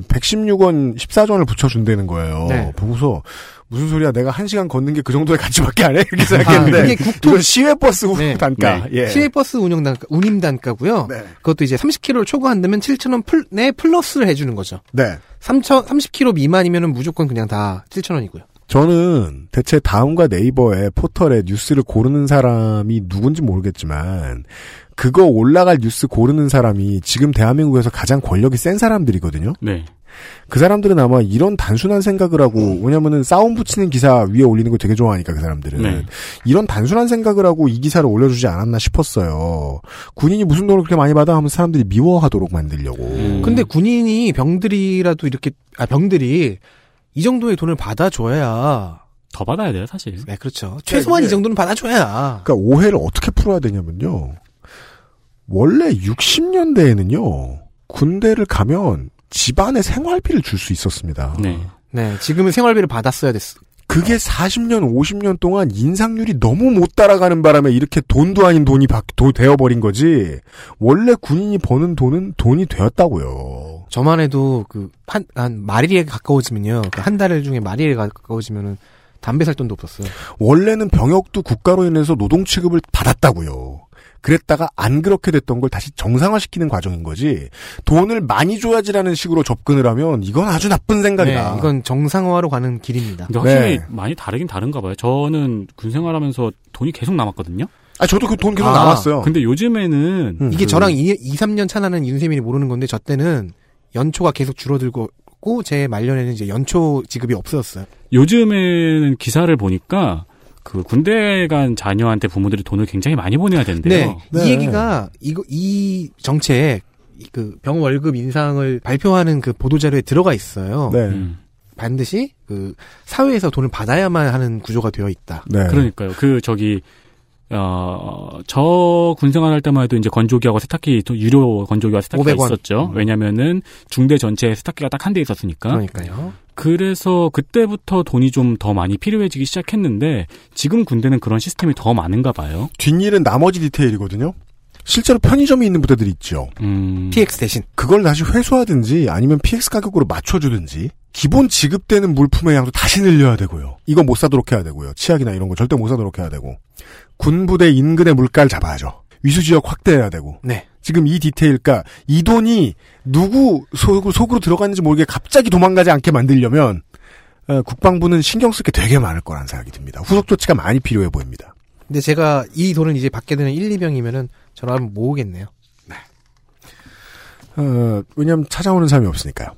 116원 14전을 붙여준다는 거예요. 네. 보고서 무슨 소리야? 내가 한 시간 걷는 게 그 정도의 가치밖에 안 해? 이렇게 생각했는데 아, 이게 국토- 이건 시외버스 후- 네. 단가. 예. 시외버스 운영단 운임단가고요. 네. 그것도 이제 30km를 초과한다면 7,000원 네, 플, 내 플러스를 해주는 거죠. 네. 3,000 30km 미만이면은 무조건 그냥 다 7,000원이고요. 저는 대체 다음과 네이버에 포털에 뉴스를 고르는 사람이 누군지 모르겠지만 그거 올라갈 뉴스 고르는 사람이 지금 대한민국에서 가장 권력이 센 사람들이거든요. 네. 그 사람들은 아마 이런 단순한 생각을 하고 왜냐면은 싸움 붙이는 기사 위에 올리는 걸 되게 좋아하니까 그 사람들은 네. 이런 단순한 생각을 하고 이 기사를 올려주지 않았나 싶었어요. 군인이 무슨 돈을 그렇게 많이 받아 하면 사람들이 미워하도록 만들려고. 음. 근데 군인이 병들이라도 이렇게 아 병들이 이 정도의 돈을 받아줘야 더 받아야 돼요, 사실. 네 그렇죠 최소한 이게- 이 정도는 받아줘야 그러니까 오해를 어떻게 풀어야 되냐면요. 원래 60년대에는요. 군대를 가면 집안의 생활비를 줄 수 있었습니다. 네. 네 지금은 생활비를 받았어야 됐어 그게 40년, 50년 동안 인상률이 너무 못 따라가는 바람에 이렇게 돈도 아닌 돈이 바, 도, 되어버린 거지. 원래 군인이 버는 돈은 돈이 되었다고요. 저만 해도 그한한 말일에 가까워지면요 그 한 달 중에 말일에 가까워지면은 담배 살 돈도 없었어요 원래는 병역도 국가로 인해서 노동 취급을 받았다고요. 그랬다가 안 그렇게 됐던 걸 다시 정상화시키는 과정인 거지. 돈을 많이 줘야지라는 식으로 접근을 하면 이건 아주 나쁜 생각이다. 네, 이건 정상화로 가는 길입니다 근데 확실히 네. 많이 다르긴 다른가 봐요. 저는 군 생활하면서 돈이 계속 남았거든요. 아, 저도 그 돈 계속 아, 남았어요. 근데 요즘에는 음. 이게 그- 저랑 2, 2, 3년 차나는 윤세민이 모르는 건데 저 때는 연초가 계속 줄어들고 제 말년에는 이제 연초 지급이 없어졌어요 요즘에는 기사를 보니까 그 군대 간 자녀한테 부모들이 돈을 굉장히 많이 보내야 된대요. 네, 이 얘기가 이거 이 정책 이그 병월급 인상을 발표하는 그 보도 자료에 들어가 있어요. 네. 음. 반드시 그 사회에서 돈을 받아야만 하는 구조가 되어 있다. 네. 그러니까요. 그 저기 어, 어저 군생활할 때만 해도 이제 건조기하고 세탁기 또 유료 건조기와 세탁기가 500원. 있었죠. 왜냐면은 중대 전체에 세탁기가 딱 한 대 있었으니까. 그러니까요. 그래서 그때부터 돈이 좀 더 많이 필요해지기 시작했는데 지금 군대는 그런 시스템이 더 많은가 봐요. 뒷일은 나머지 디테일이거든요. 실제로 편의점이 있는 부대들이 있죠. 음. PX 대신 그걸 다시 회수하든지 아니면 PX 가격으로 맞춰주든지 기본 지급되는 물품의 양도 다시 늘려야 되고요. 이거 못 사도록 해야 되고요. 치약이나 이런 거 절대 못 사도록 해야 되고 군부대 인근의 물가를 잡아야죠. 위수 지역 확대해야 되고 네. 지금 이 디테일과 이 돈이 누구 속, 속으로 들어갔는지 모르게 갑자기 도망가지 않게 만들려면 어, 국방부는 신경 쓸 게 되게 많을 거라는 생각이 듭니다. 후속 조치가 많이 필요해 보입니다. 근데 제가 이 돈을 이제 받게 되는 1, 2병이면은 저를 한번 모으겠네요. 어, 왜냐면 하 찾아오는 사람이 없으니까요.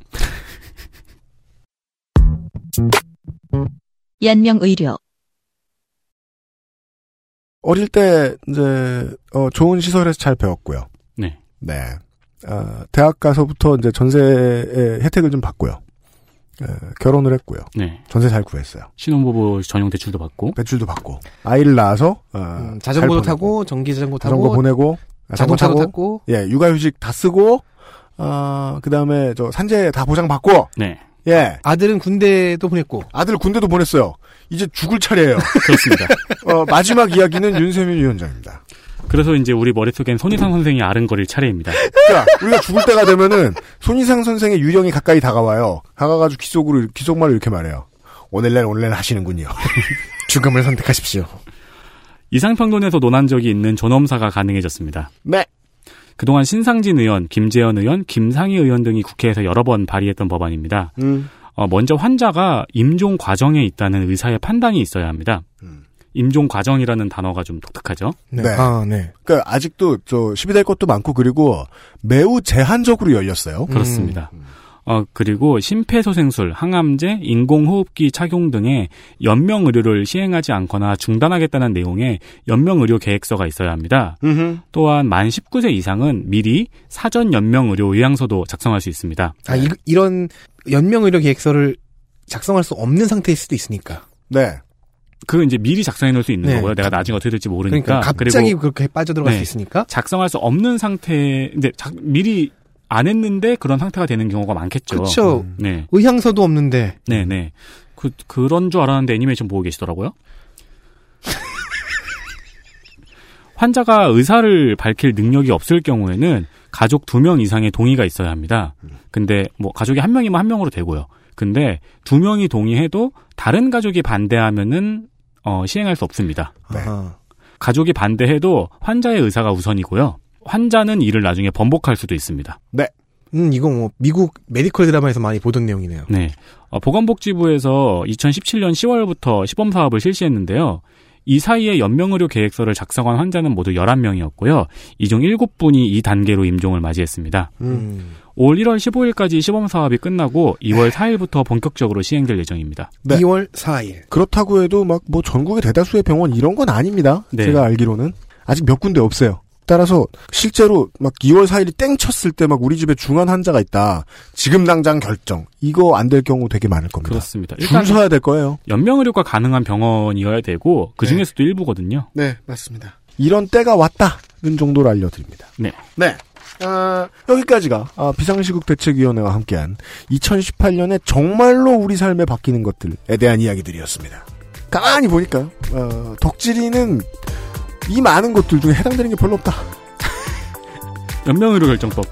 연명의료, 어릴 때 이제 어, 좋은 시설에서 잘 배웠고요. 네. 네. 아, 대학 가서부터 이제 전세의 혜택을 좀 받고요. 에, 결혼을 했고요. 네. 전세 잘 구했어요. 신혼부부 전용 대출도 받고. 대출도 받고 아이를 낳아서 어, 음, 잘 자전거도 보내고, 타고 전기 자전거 타고 자전거 보내고 아, 자동차도 자전거 타고, 타고 예 육아휴직 다 쓰고 아 그다음에 저 산재 다 보장 받고 네. 예 아들은 군대도 보냈고 아들 군대도 보냈어요. 이제 죽을 차례예요. 그렇습니다. 어, 마지막 이야기는 윤세민 위원장입니다. 그래서 이제 우리 머릿속엔 손희상 선생이 아른거릴 차례입니다. 자, 우리가 죽을 때가 되면은 손희상 선생의 유령이 가까이 다가와요. 다가가지고 귀속으로 이렇게- 귀속말로 이렇게 말해요. 오늘날 오늘날 하시는군요. 죽음을 선택하십시오. 이상평론에서 논한 적이 있는 존엄사가 가능해졌습니다. 네. 그동안 신상진 의원, 김재현 의원, 김상희 의원 등이 국회에서 여러 번 발의했던 법안입니다. 음. 어, 먼저 환자가 임종 과정에 있다는 의사의 판단이 있어야 합니다. 임종 과정이라는 단어가 좀 독특하죠. 네. 아, 네. 그러니까 아직도 저 시비될 것도 많고 그리고 매우 제한적으로 열렸어요. 음. 그렇습니다. 어, 그리고 심폐소생술, 항암제, 인공호흡기 착용 등의 연명 의료를 시행하지 않거나 중단하겠다는 내용의 연명 의료 계획서가 있어야 합니다. 또한 만 19세 이상은 미리 사전 연명 의료 의향서도 작성할 수 있습니다. 아, 이, 이런 연명 의료 계획서를 작성할 수 없는 상태일 수도 있으니까. 네. 그 이제 미리 작성해 놓을 수 있는 네. 거고요. 내가 나중에 어떻게 될지 모르니까. 그러니까 아, 그리고 갑자기 그렇게 빠져들어갈 수 있으니까. 네. 작성할 수 없는 상태, 근데 작- 미리 안 했는데 그런 상태가 되는 경우가 많겠죠. 그렇죠. 음, 네. 의향서도 없는데. 네, 네. 그 그런 줄 알았는데 애니메이션 보고 계시더라고요. 환자가 의사를 밝힐 능력이 없을 경우에는 가족 두 명 이상의 동의가 있어야 합니다. 근데 뭐 가족이 한 명이면 한 명으로 되고요. 근데 두 명이 동의해도 다른 가족이 반대하면은 어, 시행할 수 없습니다. 가족이 반대해도 환자의 의사가 우선이고요. 환자는 이를 나중에 번복할 수도 있습니다. 네. 음, 이거 뭐 미국 메디컬 드라마에서 많이 보던 내용이네요. 네. 어, 보건복지부에서 2017년 10월부터 시범 사업을 실시했는데요. 이 사이에 연명의료 계획서를 작성한 환자는 모두 11명이었고요. 이 중 7분이 이 단계로 임종을 맞이했습니다. 음. 올 1월 15일까지 시범 사업이 끝나고 2월 4일부터 본격적으로 시행될 예정입니다. 음. 2월 4일. 그렇다고 해도 막 뭐 전국의 대다수의 병원 이런 건 아닙니다. 네. 제가 알기로는 아직 몇 군데 없어요. 따라서 실제로 막 2월 4일이 땡 쳤을 때 막 우리 집에 중환 환자가 있다. 지금 당장 결정. 이거 안 될 경우 되게 많을 겁니다. 아, 그렇습니다. 줄 서야 될 거예요. 연명의료가 가능한 병원이어야 되고 그 중에서도 일부거든요. 네, 맞습니다. 이런 때가 왔다는 정도로 알려드립니다. 네. 네. 아, 여기까지가 아, 비상시국 대책위원회와 함께한 2018년에 정말로 우리 삶에 바뀌는 것들에 대한 이야기들이었습니다. 가만히 보니까 어, 덕질이는 이 많은 것들 중에 해당되는 게 별로 없다. 연명의료 결정법.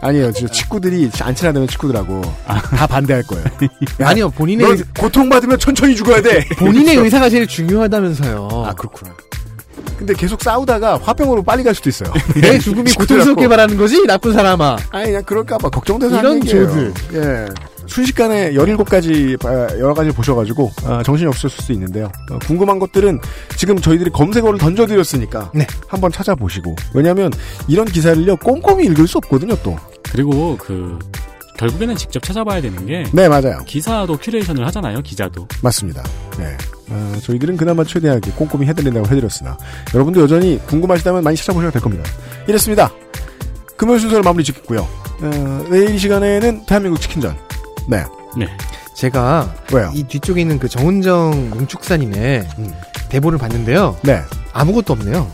아니에요. 진짜 친구들이 안 친하다면 친구들하고 다 반대할 거예요. 아니요, 본인의 넌 고통받으면 천천히 죽어야 돼. 본인의 의사가 제일 중요하다면서요. 아 그렇구나. 근데 계속 싸우다가 화병으로 빨리 갈 수도 있어요. 내 죽음이 고통스럽게 말하는 거지 나쁜 사람아. 아니 그냥 그럴까봐 걱정돼서 이런 하는 얘기예요. 조들. 예. 순식간에 17가지 아, 여러 가지 보셔가지고 아, 정신이 없으실 수도 있는데요. 어, 궁금한 것들은 지금 저희들이 검색어를 던져드렸으니까 네. 한번 찾아보시고 왜냐하면 이런 기사를요 꼼꼼히 읽을 수 없거든요 또. 그리고 그 결국에는 직접 찾아봐야 되는 게 네 맞아요. 기사도 큐레이션을 하잖아요. 기자도. 맞습니다. 네. 아, 저희들은 그나마 최대하게 꼼꼼히 해드린다고 해드렸으나 여러분도 여전히 궁금하시다면 많이 찾아보셔야 될 겁니다. 이랬습니다. 금요일 순서를 마무리 짓겠고요. 어, 내일 이 시간에는 대한민국 치킨전. 네. 네. 제가 이 뒤쪽에 있는 그 정은정 농축산인의 대본을 봤는데요. 네. 아무것도 없네요.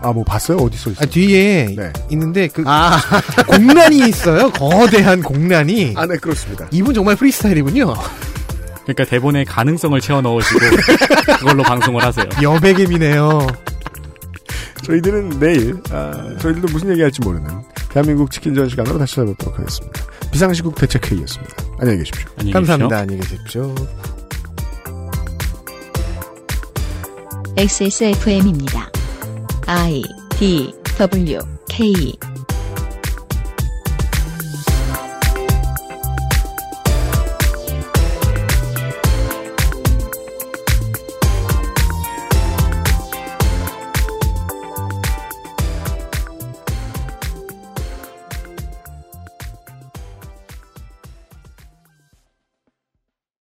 아 뭐 봤어요? 어디 써 있어요? 아, 뒤에 있는데 그 공란이 있어요. 거대한 공란이. 아 네 그렇습니다. 이분 정말 프리스타일이군요. 그러니까 대본에 가능성을 채워 넣으시고 그걸로 방송을 하세요. 여백임이네요. 저희들은 내일 아, 저희들도 무슨 얘기할지 모르는 대한민국 치킨전 시간으로 다시 찾아뵙도록 하겠습니다. 비상시국 대책회의였습니다. 안녕히 계십시오. 감사합니다. 안녕히 계십시오. XSFM입니다. I D W K